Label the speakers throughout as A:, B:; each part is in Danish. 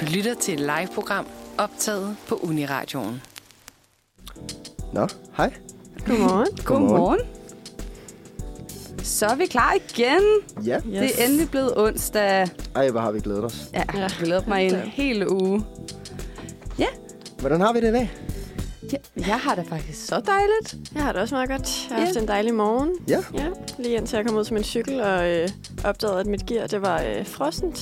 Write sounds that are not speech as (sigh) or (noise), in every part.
A: Du lytter til et live-program optaget på Uniradioen.
B: Nå, hej.
C: Godmorgen.
B: Godmorgen.
D: Godmorgen. Så er vi klar igen.
B: Ja.
D: Yes. Det er endelig blevet onsdag.
B: Ej, hvor har vi glædet os.
D: Ja, jeg glæder mig en hel uge.
B: Hvordan har vi det i dag?
D: Ja, jeg har det faktisk så dejligt.
C: Jeg har det også meget godt. Jeg har
D: Ja.
C: haft en dejlig morgen.
B: Ja.
C: Ja, lige indtil jeg kom ud til min cykel og øh, opdagede, at mit gear det var øh, frossent.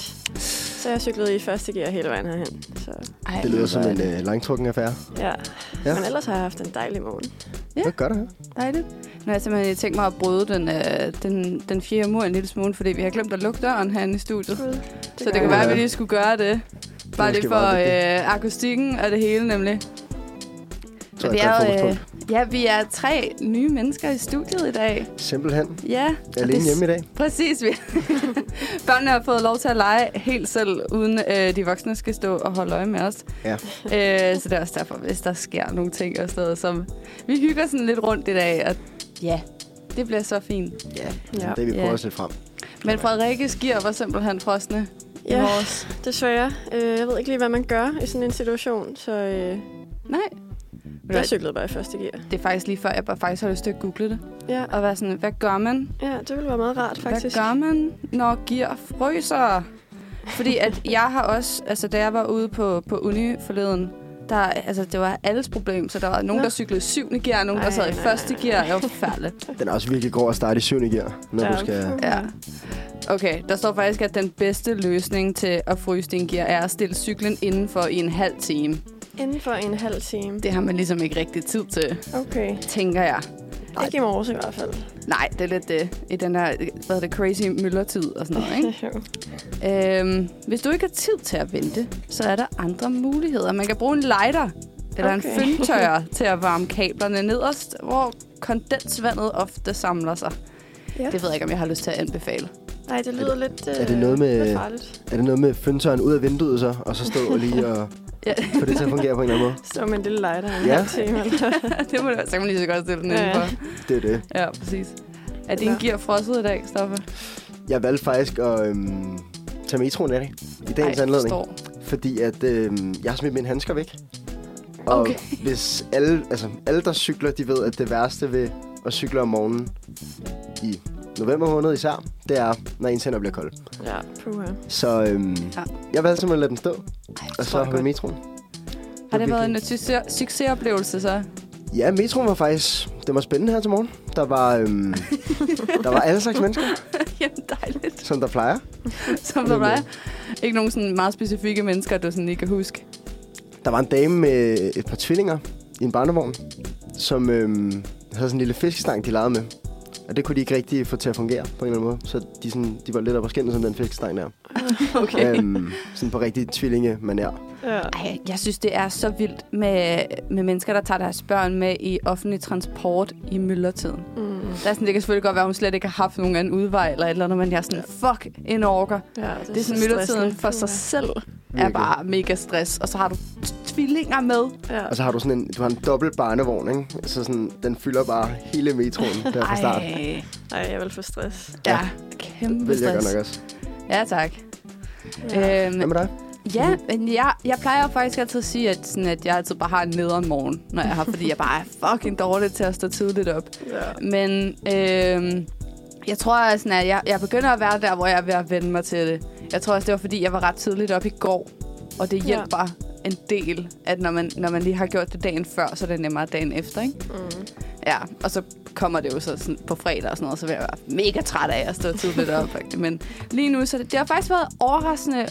C: Så jeg cyklede i første gear hele vejen herhen. Så,
D: Ej,
B: Det lyder
D: hvor
B: som
D: er
B: en øh, langtrukken affære.
C: ja.
B: Ja.
C: ja. Men ellers har jeg haft en dejlig morgen.
D: Ja.
B: Hvad gør det her?
D: Dejligt. Nu har jeg simpelthen tænkt mig at bryde den, øh, den, den fjerde mur en lille smule, fordi vi har glemt at lukke døren herinde i studiet.
C: Gud,
D: så det
C: gør
D: kan
C: jeg.
D: være, at vi lige skulle gøre det. Bare
B: måske
D: det for
B: meget
D: øh, akustikken og det hele nemlig.
B: Så
D: vi
B: et godt
D: jo, øh,
B: fokuspunkt.
D: ja, vi er tre nye mennesker i studiet i dag.
B: Simpelthen.
D: Ja. og
B: Alene
D: det-
B: hjemme i dag.
D: Præcis. Vi. (laughs) Børnene har fået lov til at lege helt selv, uden øh, de voksne skal stå og holde øje med os.
B: Ja.
D: Øh, så det er også derfor, hvis der sker nogle ting og sådan noget, som... Vi hygger sådan lidt rundt i dag, og ja, det bliver så fint.
B: Ja.
C: Ja.
B: Det vi
D: Ja.
B: prøver at se frem.
D: Men Frederikkes gear var simpelthen frosne ja. i
C: Ja,
D: morges.
C: desværre. Øh, jeg ved ikke lige, hvad man gør i sådan en situation, så øh,
D: Nej. du hvad?
C: jeg cyklede bare i første gear.
D: Det er faktisk lige før, jeg bare faktisk holdt et stykke google det.
C: Ja,
D: Og var sådan, hvad gør man?
C: ja det ville være meget rart, faktisk.
D: Hvad gør man, når gear fryser? Fordi at jeg har også, altså da jeg var ude på, på uni forleden, der, altså, det var alles problem, så der var nogen,
C: Nå.
D: der cyklede syvende gear, nogen, der
C: Ej,
D: sad i
C: nej,
D: første
C: nej,
D: gear. Det var forfærdeligt.
B: Den er også virkelig god at starte i syvende gear, når
C: (laughs) Ja.
B: du skal...
D: Ja. Okay, der står faktisk, at den bedste løsning til at fryse din gear er at stille cyklen indenfor i en halv time.
C: Inden for en halv time.
D: Det har man ligesom ikke rigtig tid til,
C: Okay.
D: tænker jeg.
C: Ikke i morges i hvert fald.
D: Nej, det er lidt det. I den der, hvad er det, crazy myllertid og sådan noget, ikke?
C: (laughs) Jo.
D: Øhm, hvis du ikke har tid til at vente, så er der andre muligheder. Man kan bruge en lighter eller okay. en
C: Okay. (laughs)
D: fyndtørrer til at varme kablerne nederst, hvor kondensvandet ofte samler sig.
C: Ja.
D: Det ved jeg ikke, om jeg har lyst til at anbefale.
C: Nej, det lyder lidt, øh,
B: er det noget med-
C: lidt farligt.
B: Er det noget med fyndtøren ud af vinduet så, og så stå lige og
D: Ja.
B: få det til at fungere på en eller anden måde?
C: Stå med en lille lighter i en
B: Ja.
C: (laughs) ja. halv time. Eller?
D: (laughs) det må du, så kan man lige så godt stille den
C: Ja, ja.
D: indenfor.
B: Det er det.
D: Ja, præcis. Er din
C: Eller-
D: gear frosset i dag, Stoffe?
B: Jeg valgte faktisk at øhm, tage metroen i dag, i dagens
D: Ej,
B: anledning.
D: forstår.
B: Fordi at øh, jeg har smidt mine handsker væk. Og
D: Okay.
B: hvis alle, altså, alle, der cykler, de ved, at det værste ved at cykle om morgenen i november måned især, det er, når ens hænder bliver kolde.
C: ja, puha.
B: Så øhm,
D: Ja.
B: ja. jeg valgte simpelthen at lade dem stå,
D: Ej,
B: og
D: tror
B: så
D: jeg
B: hoppe i
D: godt.
B: metroen.
D: Har det
B: var
D: været en øh,
B: virkelig-
D: succes- succesoplevelse, så? (laughs)
B: Ja, metroen var faktisk... Det var spændende her til morgen. Der var,
D: (laughs)
B: øhm, der var alle slags mennesker,
D: Jamen, dejligt.
B: som der plejer.
D: Som
B: Nemlig.
D: for dig. Ikke nogen sådan meget specifikke mennesker, du sådan ikke kan huske.
B: Der var en dame med et par tvillinger i en barnevogn, som øhm, havde sådan en lille fiskestang, de legede med. Og det kunne de ikke rigtig få til at fungere på en eller anden måde. Så de, sådan, de var lidt op og skændes om den fiskestang der.
D: (laughs) Okay.
B: Øhm, sådan på rigtig tvillinge manier.
C: Ja.
D: Ej, jeg synes, det er så vildt med, med mennesker, der tager deres børn med i offentlig transport i myldretiden.
C: Mm.
D: Der er sådan, det kan selvfølgelig godt være, at hun slet ikke har haft nogen anden udvej eller et eller andet, men jeg er sådan, fuck, en orker.
C: ja
D: Det er sådan, myldretiden for sig selv er
B: Virkelig.
D: bare mega stress, og så har du t- tvillinger med.
C: Ja.
B: Og så har du sådan en, du har en dobbelt barnevogn, ikke? Så sådan, den fylder bare hele metroen der fra start.
D: Ej,
C: Ej, jeg vil få stress.
D: ja, kæmpe
B: Vil jeg godt
D: stress.
B: nok også.
D: Ja, tak.
C: Ja.
B: Hvad
D: Øhm,
B: med dig?
D: ja, men jeg, jeg plejer faktisk altid at sige, at, sådan, at jeg altid bare har en nederen morgen, når jeg har, fordi jeg bare er fucking dårlig til at stå tidligt op.
C: ja.
D: Men øh, jeg tror, sådan, at jeg, jeg begynder at være der, hvor jeg er ved at vende mig til det. Jeg tror også, det var, fordi jeg var ret tidligt op i går, og det
C: Ja.
D: hjælper en del, at når man, når man lige har gjort det dagen før, så er det nemmere dagen efter, ikke?
C: Mm.
D: Ja, og så kommer det jo så sådan på fredag og sådan noget, så vil jeg være mega træt af at stå tidligt op. faktisk. Men lige nu, så det, det har faktisk været overraskende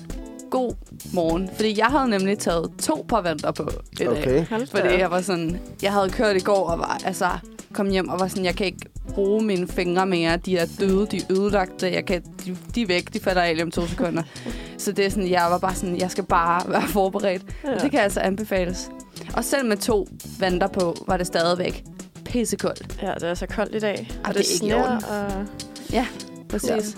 D: god morgen, fordi jeg havde nemlig taget to par vanter på i dag.
B: Okay.
C: Hold da
D: Fordi
C: op.
D: jeg var sådan, jeg havde kørt i går og var, altså, kom hjem og var sådan, jeg kan ikke bruge mine fingre mere. De er døde, de er ødelagte, jeg kan, de, de er væk, de falder af lige om to (laughs) sekunder. Så det er sådan, jeg var bare sådan, jeg skal bare (laughs) være forberedt. Ja. Og det kan altså anbefales. Og selv med to vanter på, var det stadigvæk pissekoldt.
C: ja, det er så koldt i dag. Og,
D: det
C: det,
D: er ikke i
C: sner,
D: orden.
C: og
D: Præcis.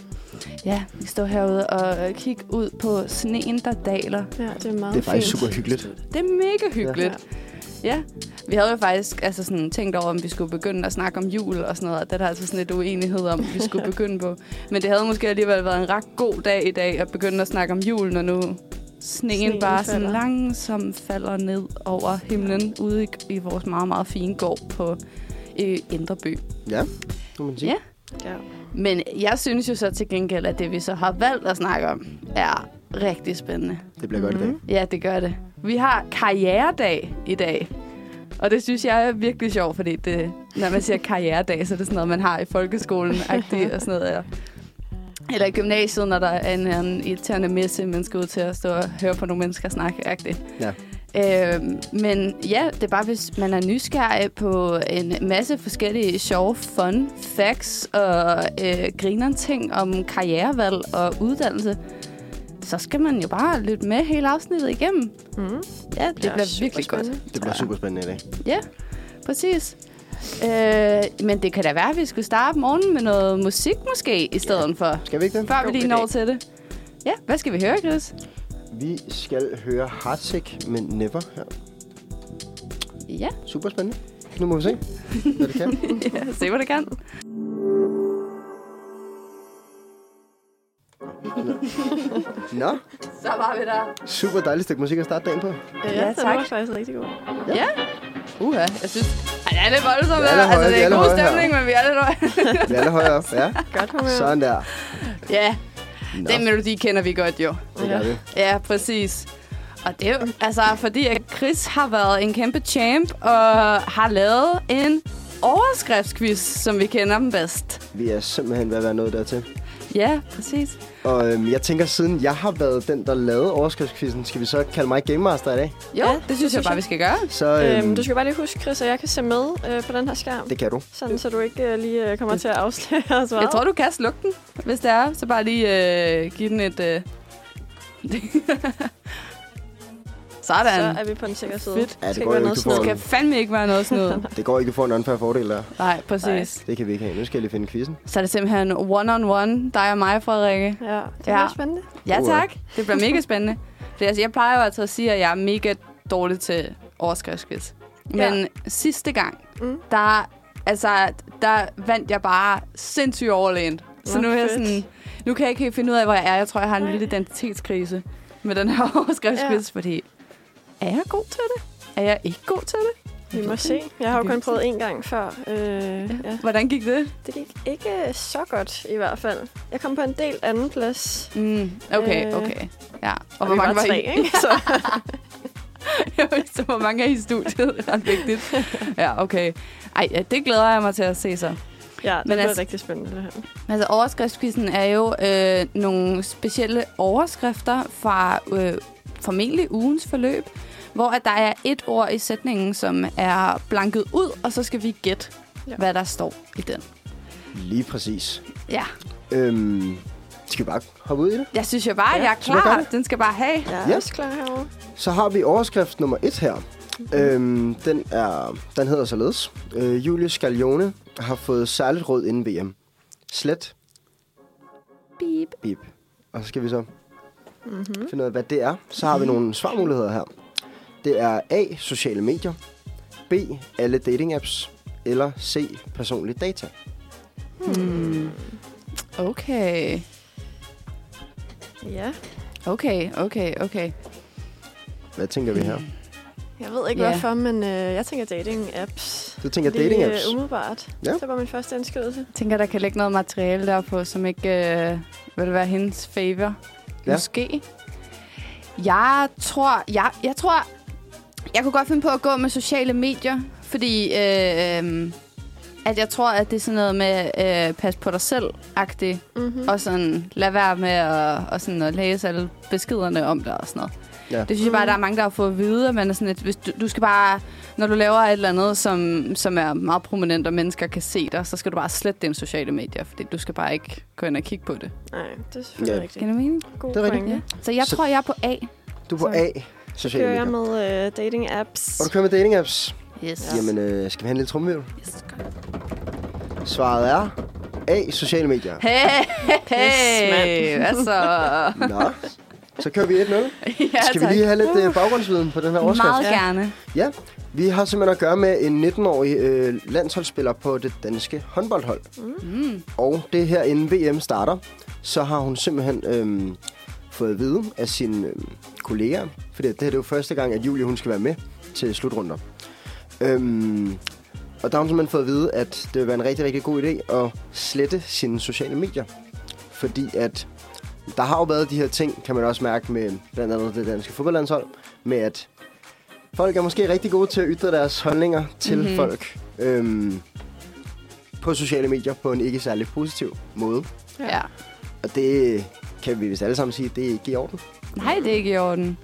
D: Ja. ja, vi står herude og øh, kigger ud på sneen, der daler.
C: ja, det er meget
B: Det er faktisk
C: fint.
B: super hyggeligt.
D: Det er mega hyggeligt. Ja, vi havde jo faktisk altså sådan, tænkt over, om vi skulle begynde at snakke om jul og sådan noget. og Det er der altså sådan lidt uenighed om, vi
C: (laughs)
D: skulle begynde på. Men det havde måske alligevel været en ret god dag i dag at begynde at snakke om jul, når nu sneen
C: Sneen
D: bare sådan
C: falder.
D: langsomt falder ned over himlen ude i, i vores meget, meget fine gård på øh, Indreby.
B: Ja, må man sige.
D: Ja.
C: Ja.
D: Men jeg synes jo så til gengæld, at det vi så har valgt at snakke om, er rigtig spændende.
B: Det bliver godt i dag.
D: Ja, det gør det. Vi har karrieredag i dag. Og det synes jeg er virkelig sjovt, fordi det, når man siger karrieredag, så er det sådan noget, man har i folkeskolen og sådan noget. Eller, eller i gymnasiet, når der er en, eller anden irriterende messe, man skal ud til at stå og høre på nogle mennesker snakke. agtigt.
B: Ja.
D: Øhm, men ja, det er bare, hvis man er nysgerrig på en masse forskellige sjove fun facts og øh, griner ting om karrierevalg og uddannelse, så skal man jo bare lytte med hele afsnittet igennem.
C: Mm.
D: Ja, det, det
C: er
D: bliver virkelig godt.
C: superspændende.
B: Det bliver super spændende i dag.
D: Præcis. Øh, men det kan da være, at vi skulle starte morgenen med noget musik måske, i stedet ja. for.
B: Skal vi ikke det?
D: Før vi
C: God
D: lige
C: idé.
D: når til det. Ja, hvad skal vi høre, Chris?
B: Vi skal høre Hartek med Never her.
D: Ja,
B: Super spændende. Nu må vi se, hvad det kan.
D: ja se hvad det kan.
B: Nå,
D: Så var vi der.
B: super dejligt stykke musik at starte dagen på.
C: Ja,
D: Ja,
C: ja, den
D: tak.
C: var faktisk rigtig god.
D: Ja. Uha, jeg synes... Ej, det er lidt voldsomt,
B: Vi er
D: det
B: lidt
D: Altså, det
B: høje,
D: er
B: vi er
D: god
B: lidt høje
D: stemning, men vi er lidt høje. (laughs)
B: Vi er alle højere op. Ja,
C: Godt humør.
B: sådan der.
D: ja,
B: Nå,
D: den melodi kender vi godt jo.
B: det gør vi.
D: Ja, præcis. Og det er jo, altså, fordi at Chris har været en kæmpe champ og har lavet en overskriftsquiz, som vi kender dem bedst.
B: Vi er simpelthen ved at være nået dertil.
D: Ja, præcis.
B: Og øhm, jeg tænker, siden jeg har været den, der lavede overskriftskvisten, skal vi så kalde mig Game Master i dag?
D: Jo, ja, det synes jeg bare, vi skal gøre.
B: Så
C: Øhm,
B: øhm,
C: du skal bare lige huske, Chris, at jeg kan se med øh, på den her skærm.
B: det kan du.
C: Sådan, så du ikke øh, lige øh, kommer til at afsløre os meget.
D: Jeg tror, du kan slukke den, hvis det er. Så bare lige øh, give den et... Øh... (laughs) Sådan.
C: Så er vi på den sikre side.
D: Fedt.
B: Ja, det
C: Skal
B: går
C: ikke være
B: jo
C: noget
B: ikke, du får
D: Det
C: snyd.
D: skal fandme ikke være noget sådan
B: Det går ikke at få en unfair fordel der.
D: (laughs) Nej, præcis.
B: Det kan vi ikke have. Nu skal jeg lige finde quizzen.
D: Så er det simpelthen one-on-one, dig og mig, Frederikke.
C: Ja, det
D: Ja.
C: er ja. spændende.
D: Ja
B: Uh.
D: tak, det bliver mega spændende. Fordi, altså, jeg plejer jo altså at sige, at jeg er mega dårlig til overskriftsquiz. Men ja.
C: Ja.
D: sidste gang, mm.
C: Mm.
D: der, altså, der vandt jeg bare sindssygt overlænt. Så
C: Nå,
D: nu, er jeg
C: fedt.
D: sådan, nu kan jeg ikke helt finde ud af, hvor jeg er. Jeg tror, jeg har en
C: Nej.
D: lille identitetskrise med den her (laughs) overskriftsquiz, ja. fordi er jeg god til det? Er jeg ikke god til det?
C: Vi må se. Jeg har jo kun prøvet én gang før. Øh, ja.
D: Hvordan gik det?
C: Det gik ikke øh, så godt, i hvert fald. Jeg kom på en del anden plads.
D: Mm, okay,
C: Øh,
D: okay. Ja. Og,
C: Og, vi var tre,
D: I?
C: ikke? Så,
D: (laughs) Jeg vidste, hvor mange er i studiet. Det er ret vigtigt. Ja, okay. Ej, ja, det glæder jeg mig til at se så.
C: ja, det
D: Men
C: Men blev
D: altså-
C: altså, rigtig spændende, det her.
D: Altså, overskriftskvisten er jo øh, nogle specielle overskrifter fra øh, formentlig ugens forløb, hvor at der er et ord i sætningen, som er blanket ud, og så skal vi gætte, ja.
C: Ja.
D: hvad der står i den.
B: Lige præcis.
D: Ja,
B: Øhm, skal vi bare hoppe ud i det?
D: jeg synes jo bare, ja,
C: Ja,
D: jeg er
B: skal vi gøre
D: klar.
B: det?
D: Den skal bare have.
C: Jeg er
B: Ja.
C: også klar herovre.
B: Så har vi overskrift nummer et her.
C: Mhm.
B: Øhm, den, er, den hedder således. Øh, Julie Scalione har fået særligt råd inden VM. Slet.
D: Beep.
B: Bip. Og så skal vi så
C: Mhm.
B: mm-hmm. finde ud af, hvad det er. Så har vi nogle svarmuligheder her. Det er A. Sociale medier. B. Alle dating apps. Eller C. Personlig data.
D: Okay,
C: Ja.
D: okay, okay, okay.
B: Hvad tænker vi her?
C: Mhm. Jeg ved ikke,
D: Ja.
C: yeah. hvorfor, men øh, jeg tænker dating-apps.
B: Du tænker
C: Lige,
B: dating
C: øh,
B: apps?
C: umiddelbart.
B: Ja.
C: Ja. Det var min første indskydelse.
D: Jeg tænker, der kan ligge noget materiale der på, som ikke øh, vil være hendes favor. Ja.
B: Ja.
D: Måske. Jeg tror, jeg, jeg tror, jeg kunne godt finde på at gå med sociale medier, fordi øh, øhm, at jeg tror, at det er sådan noget med øh, pas på dig selv-agtigt,
C: Mm-hmm.
D: og sådan lad være med at, og sådan at læse alle beskederne om dig og sådan noget.
B: Ja.
D: Det synes jeg bare, der er mange, der har fået at vide, at man er sådan et, hvis du, du skal bare, når du laver et eller andet, som, som er meget prominent, og mennesker kan se dig, så skal du bare slette dine sociale medier, fordi du skal bare ikke gå ind og kigge på det.
C: Nej, det er selvfølgelig
B: Ja.
C: ja.
D: Giver
C: rigtigt.
D: det mening?
C: God
B: Det er rigtigt.
C: pointe.
D: Ja. Så jeg
B: Så-
D: tror, jeg er på A.
B: Du er på
D: Så-
B: A.
C: Så
B: Sociale
C: kører jeg
B: medier.
C: med øh, dating-apps.
B: Og du kører med dating apps.
D: Yes.
B: Ja. Jamen, øh, skal vi have en lille trummevivel?
D: yes.
B: Svaret er A. Sociale medier.
D: Hey, hey, Altså,
C: mand.
D: hvad så?
B: Nå. Så kører vi 1-0.
D: (laughs) ja, Uh.
B: Skal vi lige have lidt øh, baggrundsviden på den her overskrift?
D: Meget gerne.
B: Ja, vi har simpelthen at gøre med en 19-årig øh, landsholdsspiller på det danske håndboldhold. Mm. Og det er her, inden VM starter, så har hun simpelthen øh, fået at vide af sine øh, kollegaer, fordi det her det er jo første gang, at Julie hun skal være med til slutrunder. Øhm, og der har hun simpelthen fået at vide, at det vil være en rigtig, rigtig god idé at slette sine sociale medier. Fordi at der har jo været de her ting, kan man også mærke med blandt andet det danske fodboldlandshold, med at folk er måske rigtig gode til at ytre deres holdninger til
D: Mhm.
B: mm-hmm. folk øhm, på sociale medier på en ikke særlig positiv måde.
D: Ja.
B: Og det kan vi vist alle sammen sige, det er ikke i orden.
D: Nej, det er ikke i orden.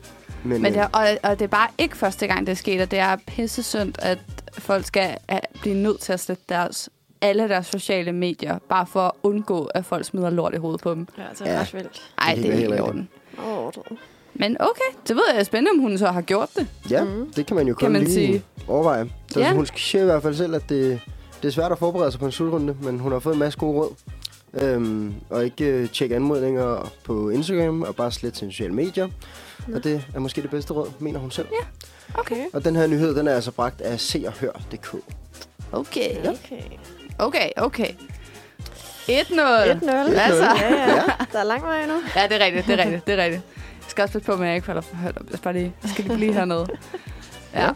B: Men,
D: Men det,
B: øh,
D: er- og, og det er bare ikke første gang, det er sket, og det er pissesyndt, at folk skal at blive nødt til at slette deres, alle deres sociale medier, bare for at undgå, at folk smider lort i hovedet på dem.
C: Ja, det er
B: Ja.
C: ret vildt.
D: Nej,
B: Det er
D: det, det er
B: helt
D: ikke i
B: rigtigt.
D: orden.
C: Overdrevet.
D: Men okay, det ved jeg. Spændende, om hun så har gjort det.
B: ja,
C: mm.
B: det kan man jo kun
D: Mhm. Kan man
B: lige
D: sige.
B: overveje. Så
D: Ja.
B: ja. hun siger i hvert fald selv, at det, det er svært at forberede sig på en slutrunde, men hun har fået en masse gode råd. Øhm, og ikke øh, tjekke anmodninger på Instagram og bare slet til sociale medier. Og det er måske det bedste råd, mener hun selv. Ja.
C: Okay.
B: Og den her nyhed, den er altså bragt af se og hør.dk.
D: Okay,
C: Okay.
D: okay, okay. 1-0.
C: 1-0.
D: Altså.
C: Ja, ja. Der er lang vej endnu.
D: Ja, det er rigtigt, det er rigtigt, det er rigtigt. Jeg skal også passe på, med at jeg ikke falder for højt op. Jeg skal bare lige, jeg skal lige blive hernede. Ja.
B: Ja.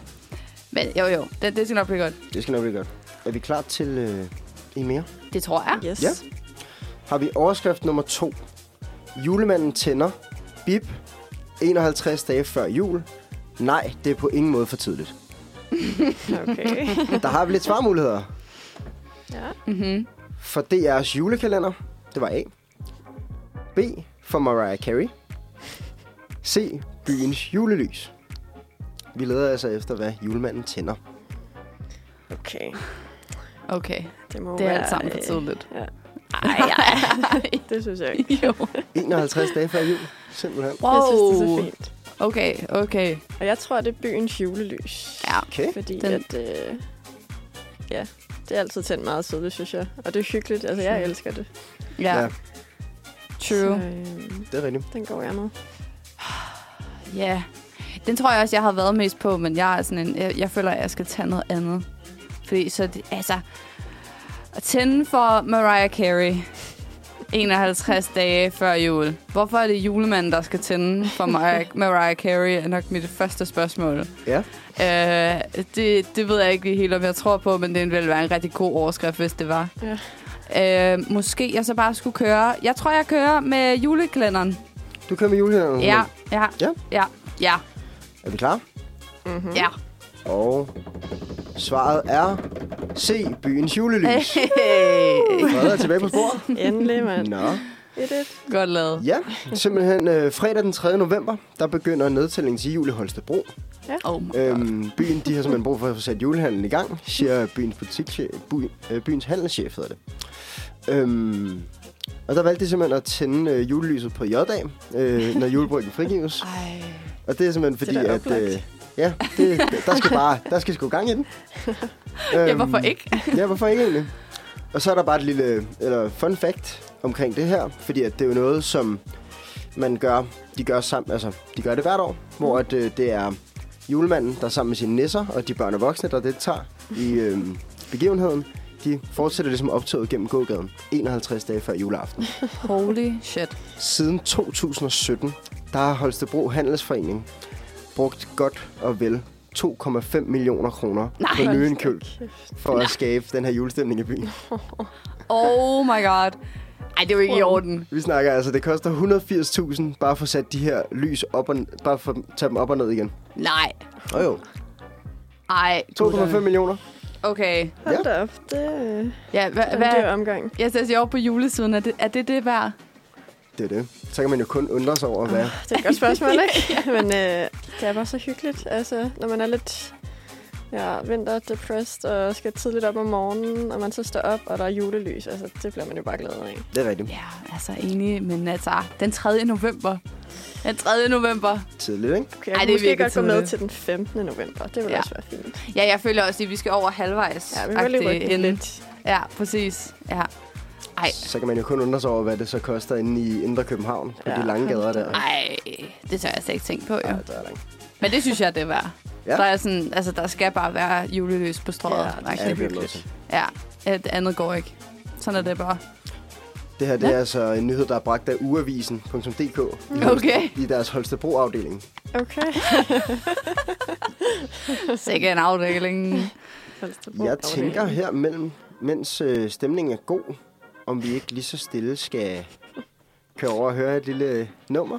D: Men jo, jo, det, det skal nok blive godt.
B: Det skal nok blive godt. Er vi klar til øh, en mere?
D: Det tror jeg.
C: Yes.
B: Ja. Har vi overskrift nummer to. Julemanden tænder. Bip. 51 dage før jul. Nej, det er på ingen måde for tidligt.
C: (laughs) Okay.
B: Der har vi lidt svarmuligheder.
C: ja.
D: Mm-hmm.
B: For DR's julekalender, det var A. B. For Mariah Carey. C. Byens julelys. Vi leder altså efter, hvad julemanden tænder.
C: Okay.
D: Okay,
C: Det må
D: det er
C: være,
D: alt sammen for
C: øh,
D: tidligt.
C: ja.
D: Ej, (laughs) ej,
C: Det synes jeg ikke.
D: (laughs) jo.
B: 51 dage før jul. Simpelthen.
D: Wow.
C: Jeg synes, det er så fint.
D: Okay, okay.
C: Og jeg tror, det er byens julelys.
D: Ja.
B: Okay.
C: Fordi
D: Den-
C: Den. at... Øh, ja, det er altid tændt meget sødt, synes jeg. Og det er hyggeligt. Altså, jeg elsker det.
D: Ja,
B: Ja.
D: true.
C: Så, øh,
B: Det er rigtigt.
C: den går jeg med.
D: Ja. Den tror jeg også, jeg har været mest på, men jeg er sådan en, jeg, jeg føler, at jeg skal tage noget andet. Fordi så, det- altså, at tænde for Mariah Carey 51 dage før jul. Hvorfor er det julemanden, der skal tænde for
C: (laughs)
D: Mariah, Mariah Carey, er nok mit første spørgsmål.
B: Ja.
D: Øh, det, det ved jeg ikke helt, om jeg tror på, men det ville være en rigtig god overskrift, hvis det var.
C: Ja.
D: Øh, måske jeg så bare skulle køre... Jeg tror, jeg kører med juleklænderen.
C: Uh-huh.
B: Du kører med julekalenderen.
D: Ja, ja,
B: Ja.
D: ja, ja,
B: Er vi klar?
C: Mm-hmm.
D: ja.
B: Og svaret er C. Byens
C: (laughs)
B: julelys.
D: Hey.
B: Frederik er tilbage på sporet.
C: Endelig, mand.
B: Nå.
C: Et, et.
D: (laughs) Godt lavet.
B: Ja, simpelthen øh, fredag den 3. november, der begynder nedtællingen til jul i Holstebro.
D: Oh my God.
B: Øhm, byen de har simpelthen brug for at få sat julehandlen i gang, siger byens, butikschef, by, øh, byens handelschef, hedder det. Øhm, og der valgte de simpelhen at tænde øh, julelyset på J-dag, øh, når julebryggen frigives.
D: Ej.
B: Og det er simpelthen fordi,
C: Det er da
B: at...
C: oplagt.
B: Øh, ja, det, der skal bare... Der skal sgu gang i den. Øhm,
D: Ja, hvorfor ikke?
B: ja, hvorfor ikke egentlig? Og så er der bare et lille eller fun fact omkring det her, fordi at det er jo noget, som man gør, de gør sammen, altså de gør det hvert år, hvor at, øh, det er julemanden, der sammen med sine nisser og de børn og voksne, der deltager i øh, begivenheden, de fortsætter ligesom optoget gennem gågaden 51 dage før juleaften.
D: Holy shit.
B: Siden 2017, der har Holstebro Handelsforening brugt godt og vel 2,5 millioner kroner på
D: Nej.
B: nyindkøb
C: Kæft.
B: for at skabe den her julestemning i byen.
D: Oh my god. Ej, det er jo ikke i orden.
B: Vi snakker altså, det koster 180.000 bare for at sætte de her lys op og, bare for at tage dem op og ned igen.
D: Nej.
B: Og jo,
D: Ej.
B: 2,5 millioner.
D: Okay.
C: Hold da op. Det, øh,
D: Ja, hvad?
C: det er
D: Hva?
C: omgang.
D: Jeg ser over på julesiden. Er det er det, det værd?
B: Det er det. Så kan man jo kun undre sig over, hvad...
C: Det er et godt spørgsmål,
D: (laughs)
C: ikke? Men øh, det er bare så hyggeligt, altså, når man er lidt ja, vinterdepressed og skal tidligt op om morgenen, og man så står op, og der er julelys. Altså, det bliver man jo bare glad af.
B: Det er rigtigt.
D: Ja, altså enig, men altså, den 3. november. Den 3. november.
B: Tidligt, ikke?
C: Okay, jeg Ej,
D: Ej, det er
C: det måske
D: virkelig
C: godt gå med
D: tidligt.
C: til den 15. november. Det vil
D: Ja.
C: ja. også være fint.
D: Ja, jeg føler også lige, at vi skal over halvvejs.
C: Ja, vi kan lige rykke den lidt.
D: Ja, præcis. Ja. Ej.
B: Så kan man jo kun undre sig over, hvad det så koster inde i Indre København på ja. de
C: Ja.
B: lange gader der.
D: Ej, det tør jeg slet ikke tænke på, jo.
B: Ja, der er langt.
D: Men det synes jeg, det er værd. Ja.
B: Ja.
D: Der, er sådan, altså, der skal bare være julelys på strøget.
C: Ja, det
D: Rigtig
B: Ja, det bliver nødt
D: hyggeligt.
B: til.
D: Ja, øh, det andet går ikke. Sådan er det bare.
B: Det Det her det er altså en nyhed, der er bragt af uavisen.dk i Holst-
D: Okay.
B: i deres Holstebro-afdeling.
C: Okay.
D: Sikke en afdeling.
B: Jeg tænker her mellem, mens øh, stemningen er god, om vi ikke lige så stille skal køre over og høre et lille øh, nummer,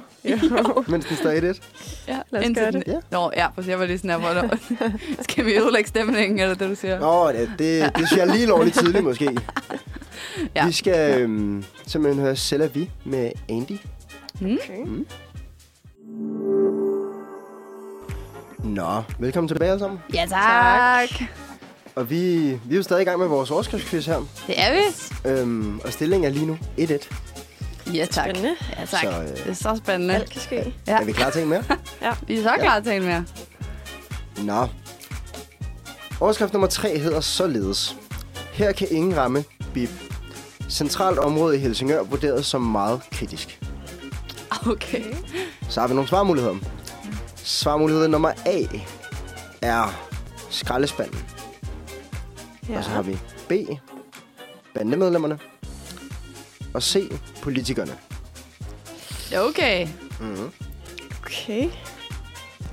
B: mens den står i det.
D: Ja,
C: lad os gøre
D: (laughs)
B: det. Ja.
D: Nå, ja, for jeg var lige sådan her, hvor Skal vi ødelægge stemningen, eller det, du siger?
B: Nå, det, det, det synes jeg er lige lovligt tidligt måske.
D: (laughs) Ja.
B: Vi skal øhm, simpelthen høre Cella Vi med Andy.
C: Okay.
B: Mm. Nå, velkommen tilbage alle sammen.
D: Ja, tak.
B: Og vi, vi er jo stadig i gang med vores årskriftsquiz her.
D: Det er vi.
B: Øhm, og stillingen er lige nu 1-1.
D: Ja, tak.
C: Spændende.
D: Ja, tak.
B: Så, øh,
D: Det er så spændende.
C: Alt kan ske.
D: Ja.
B: Er vi klar til en mere?
D: Vi er så klar til en mere.
B: Nå. Overskrift nummer 3 hedder således. Her kan ingen ramme bip. Centralt område i Helsingør vurderet som meget kritisk.
D: Okay.
B: Så har vi nogle svarmuligheder. Svarmulighed nummer A er skraldespanden. Ja.
C: Ja.
B: Og så har vi B, bandemedlemmerne. Og C, politikerne.
D: Okay.
C: Okay.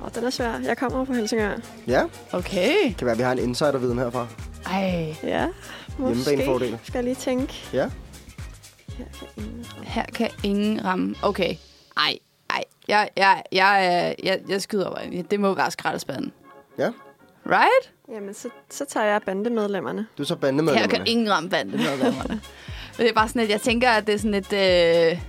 C: Åh, den er svær. Jeg kommer fra Helsingør.
B: Ja,
D: Okay.
B: kan være, at vi har en insiderviden herfra.
D: Ej,
C: Ja,
B: Hjemmebanefordel.
C: måske. Skal jeg lige tænke.
B: Ja.
C: Her kan ingen ramme.
D: her kan ingen ramme. Okay. Ej, ej. Jeg, jeg, jeg, øh, jeg, jeg skyder over. Ja, Det må være skraldespanden.
B: Ja,
D: Right?
C: Jamen, så, så tager jeg bandemedlemmerne.
B: du er så
D: Her
B: bandemedlemmerne.
D: kan ingen ramme bandemedlemmerne. Men det er bare sådan, at jeg tænker, at det er sådan et... Øh,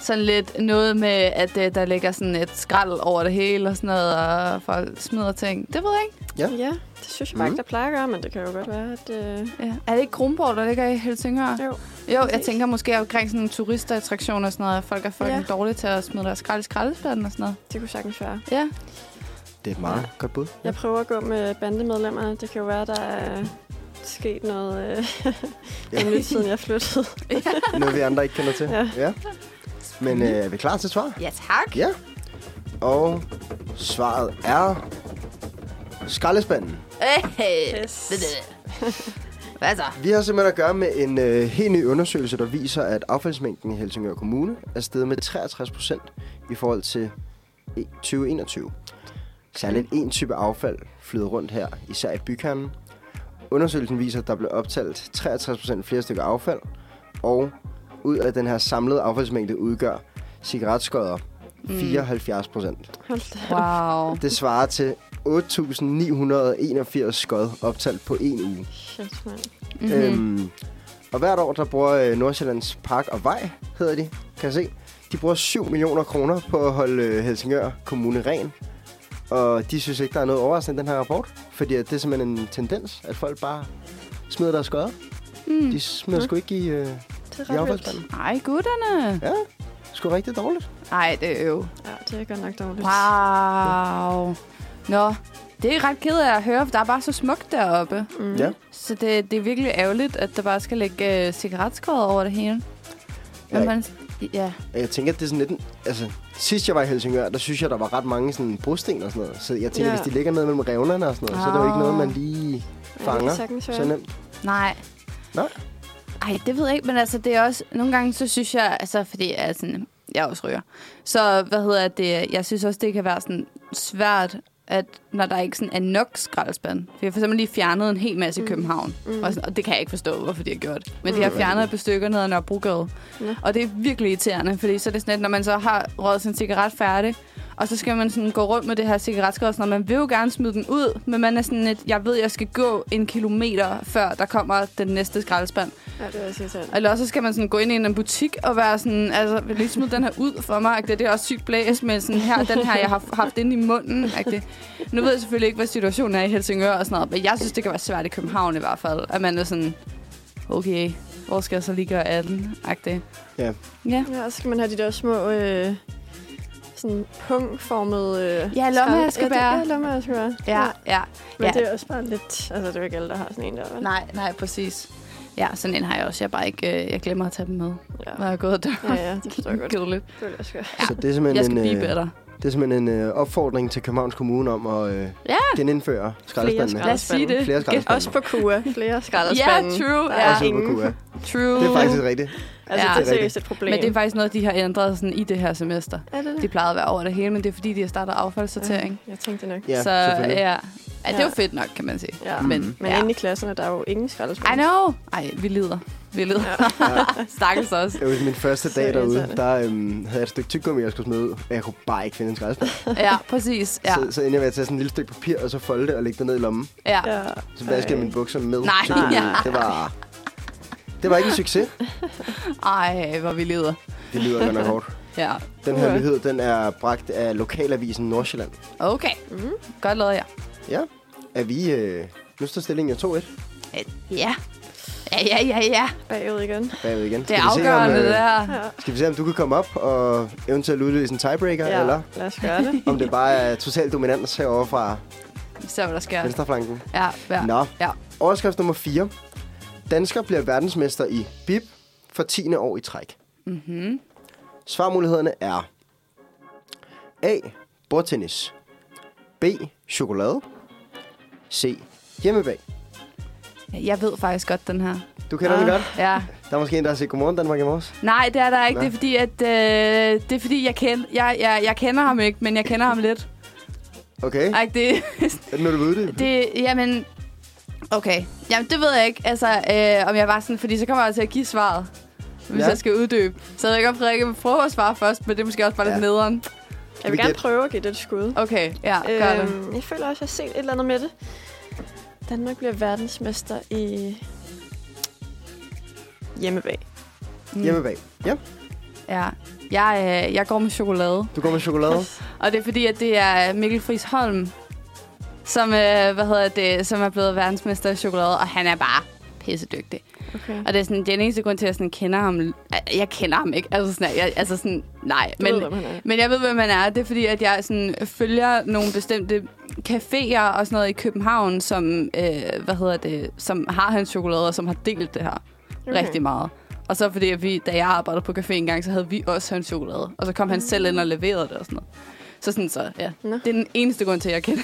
D: sådan lidt noget med, at øh, der ligger sådan et skrald over det hele og sådan noget, og folk smider ting. Det ved jeg ikke.
C: Ja, det synes jeg bare ikke, der plejer at gøre, men det kan jo godt være, at... Øh,
D: Ja. Er det ikke Kronborg, der ligger i Helsingør?
C: jo.
D: Jo, jeg
C: Præcis.
D: tænker måske omkring sådan en turistattraktion og sådan noget. at Folk er fucking
C: Ja.
D: ja. dårlige til at smide deres skrald i skraldespanden og sådan noget.
C: Det kunne sagtens være.
D: Ja.
B: Det er et meget godt bud.
C: Jeg prøver at gå med bandemedlemmerne. Det kan jo være, der er sket noget øh, (laughs)
B: Ja.
C: ja. siden jeg flyttede.
B: Noget, vi andre ikke kender til.
C: Ja.
B: ja. Men øh, er vi klar til svar?
D: Ja, tak.
B: Ja. Og svaret er... Skraldespanden.
D: Hey.
C: Yes.
D: (laughs) Hvad så?
B: Vi har simpelthen at gøre med en øh, helt ny undersøgelse, der viser, at affaldsmængden i Helsingør Kommune er steget med 63 procent i forhold til e- 2021. Særligt en type affald flyder rundt her, især i bykernen. Undersøgelsen viser, at der blev optalt 63 procent flere stykker affald, og ud af den her samlede affaldsmængde udgør cigaretskodder 74 procent.
C: Hold da.
D: Wow.
B: Det svarer til 8.981 skod optalt på en uge.
C: Shit, mand.
D: Mhm.
B: Mm-hmm. Øhm, og hvert år, der bruger øh, Nordsjællands Park og Vej, hedder de, kan jeg se, de bruger 7 millioner kroner på at holde øh, Helsingør Kommune ren. Og de synes ikke, der er noget overraskende i den her rapport, fordi at det er simpelthen en tendens, at folk bare smider deres skodder. Mm. De smider sgu ikke i, øh,
C: Det er
B: i
C: ret vildt.
B: affaldsmanden.
D: Ej, gutterne.
B: Ja, sgu rigtig dårligt.
D: Ej, det er øv.
C: Ja, det er godt nok dårligt.
D: Wow. Nå, det er jeg ret ked af at høre, for der er bare så smukt deroppe.
B: Mm. Ja.
D: Så det, det er virkelig ærgerligt, at der bare skal ligge øh, cigaretskåret over det hele. Men
B: Ja.
D: man, ja.
B: Og Jeg tænker, at det er sådan lidt... en- Altså, sidst jeg var i Helsingør, der synes jeg, der var ret mange sådan brosten og sådan noget. Så jeg tænker,
C: Ja.
B: hvis de ligger ned mellem revnerne og sådan noget, så er det jo ikke noget, man lige fanger
C: sagtens
B: så
C: være.
B: nemt.
D: Nej.
B: Nej.
D: Ej, det ved jeg ikke, men altså, det er også... Nogle gange, så synes jeg, altså, fordi jeg, er sådan, jeg er også ryger. Så, hvad hedder det? Jeg synes også, det kan være sådan svært, at når der ikke sådan er nok skraldespand. For jeg har for eksempel lige fjernet en hel masse i København. Mm. Og, sådan, og, det kan jeg ikke forstå, hvorfor de har gjort. Men de har fjernet et par stykker ned ad Nørrebrogade. Og det er virkelig irriterende, fordi så er det sådan, at når man så har røget sin cigaret færdig, og så skal man sådan gå rundt med det her cigaretskod, sådan, og man vil jo gerne smide den ud, men man er sådan et, jeg ved, jeg skal gå en kilometer, før der kommer den næste skraldespand.
C: Ja, det er også irriterende.
D: Eller også så skal man sådan gå ind i en butik og være sådan, altså, vil du lige smide den her ud for mig? Agtig? Det er også sygt blæs, men sådan her, den her, jeg har f- haft inde i munden. Agtig. Nu ved jeg selvfølgelig ikke, hvad situationen er i Helsingør og sådan noget, men jeg synes, det kan være svært i København i hvert fald, at man er sådan, okay, hvor skal jeg så lige gøre af den? Agtig.
B: Ja.
D: Ja.
C: Ja, og så skal man have de der små øh, sådan pungformede... Øh,
D: Ja, lommeaskebær.
C: skrald- Ja, det- ja, lommeaskebær.
D: Ja, ja.
C: Men
D: ja.
C: det er også bare lidt... Altså, det er jo ikke alle, der har sådan en der, vel?
D: Nej, nej, præcis. Ja, sådan en har jeg også. Jeg er bare ikke, øh, jeg glemmer at tage dem med,
C: Ja.
D: når jeg er gået der.
C: ja, ja, det forstår jeg godt.
D: (laughs) Kedeligt.
C: Det vil jeg også gøre.
B: Så det er simpelthen
D: Jeg skal
B: en,
D: blive
B: øh,
D: bedre.
B: Det Det er simpelthen en øh, opfordring til Københavns Kommune om at øh,
D: Ja,
B: genindføre skraldespandene.
D: lad os sige det.
B: Flere skraldespande.
C: Også på KUA. Flere
D: Ja,
C: skralderspanden.
D: true.
C: Der
D: Ja. Mm.
C: er
B: Også ude på
C: ingen.
B: Cuba.
D: True.
B: Det er faktisk rigtigt.
C: Altså,
D: Ja.
C: det er seriøst et problem.
D: Men det er faktisk noget, de har ændret sådan, i det her semester.
C: Er det
D: Det plejede at være over det hele, men det er fordi, de har startet affaldssortering.
C: Jeg tænkte nok.
B: Ja,
D: så
B: selvfølgelig. Mm.
D: ja. ja, det er jo
C: Ja.
D: fedt nok, kan man sige.
C: Ja.
D: Men,
C: Men
D: ja.
C: inde i klasserne, der er jo ingen
D: I
C: skraldespand.
D: know. Ej, vi lider. Vi lider. Ja. (laughs) Stakkels os.
B: Det var min første
C: Så
B: dag derude,
C: irriterende.
B: der øhm, havde jeg et stykke tyggegummi, jeg skulle smide ud, og jeg kunne bare ikke finde en skraldespand.
D: Ja, præcis.
B: Ja.
D: Ja.
B: Så, så endte jeg med at tage sådan et lille stykke papir, og så folde det og lægge det ned i lommen.
D: Ja.
C: Ja.
B: Så vaskede jeg
C: Ej.
B: mine bukser med
D: Nej.
B: tyggegummi.
C: Nej.
B: Det var... Det var ikke en succes.
D: Ej, hvor vi lider.
B: Det lyder godt nok hårdt.
D: Ja.
B: Den her
C: Uha.
B: nyhed, den er bragt af lokalavisen Nordsjælland.
D: Okay.
C: Mm.
D: Godt lavet, ja.
B: Ja, er vi... Øh, nu står stillingen jo 2-1
D: Ja. Ja, ja, ja, ja.
C: Bagud igen.
B: bagud igen.
D: Det er
B: Skal vi se, om,
D: afgørende, det
B: øh,
D: der.
C: Ja.
B: Skal vi se, om du kan komme op og eventuelt udløse en tiebreaker, ja. eller
C: lad os
B: (laughs)
C: gøre det.
B: om det bare er total dominans herovre fra
D: Vi ser, hvad der sker.
B: venstreflanken.
D: Ja, ja.
B: Nå.
D: Ja.
B: Overskrift nummer 4. Dansker bliver verdensmester i bip for 10. år i træk.
D: Mm-hmm.
B: Svarmulighederne er A. Bordtennis B. Chokolade C. Hjemmebag.
D: Jeg ved faktisk godt den her.
B: Du kender ah. den
C: Ah.
B: godt.
D: Ja.
B: (laughs) Der er måske en, der har set Godmorgen Danmark i morges.
D: Nej, det er der ikke.
B: Nå.
D: Det er fordi, at, øh, det er fordi jeg, kend, jeg, jeg, jeg kender ham ikke, men jeg kender ham lidt.
B: Okay,
D: Ej, det, (laughs)
B: er det nu, du ved det?
D: det, jamen, okay. Jamen, det ved jeg ikke, altså, øh, om jeg var sådan, fordi så kommer jeg til at give svaret, hvis
B: Ja.
D: ja. jeg skal uddybe. Så jeg ved ikke, om Frederikke vil prøve at svare først, men det er måske også bare ja.
B: Ja.
D: lidt nederen.
C: Jeg
B: vi
C: vil gerne
B: gætte?
C: prøve at give det et skud.
D: Okay, ja, gør det.
C: Øhm, jeg føler også, at jeg har set et eller andet med det. Danmark bliver verdensmester i hjemmebag.
D: Mm.
B: Hjemmebag. Ja,
D: Ja. Jeg, øh, jeg går med chokolade,
B: du går med chokolade.
D: og det er fordi, at det er Mikkel Friis Holm, som, øh, hvad hedder det, som er blevet verdensmester i chokolade, og han er bare pissedygtig.
C: Okay.
D: Og det er sådan, den eneste grund til, at jeg sådan kender ham... Jeg kender ham ikke. Altså sådan, jeg, altså sådan nej.
C: Du
D: men,
C: ved, hvem han er.
D: men jeg ved, hvem man er. Det er fordi, at jeg sådan, følger nogle bestemte caféer og sådan noget i København, som, øh, hvad hedder det, som har hans chokolade, og som har delt det her okay. rigtig meget. Og så fordi, at vi, da jeg arbejdede på café engang, så havde vi også hans chokolade. Og så kom
C: Ah.
D: han selv ind og leverede det og sådan noget. Så sådan så, ja.
C: Nå.
D: Det er den eneste grund til, at jeg kender.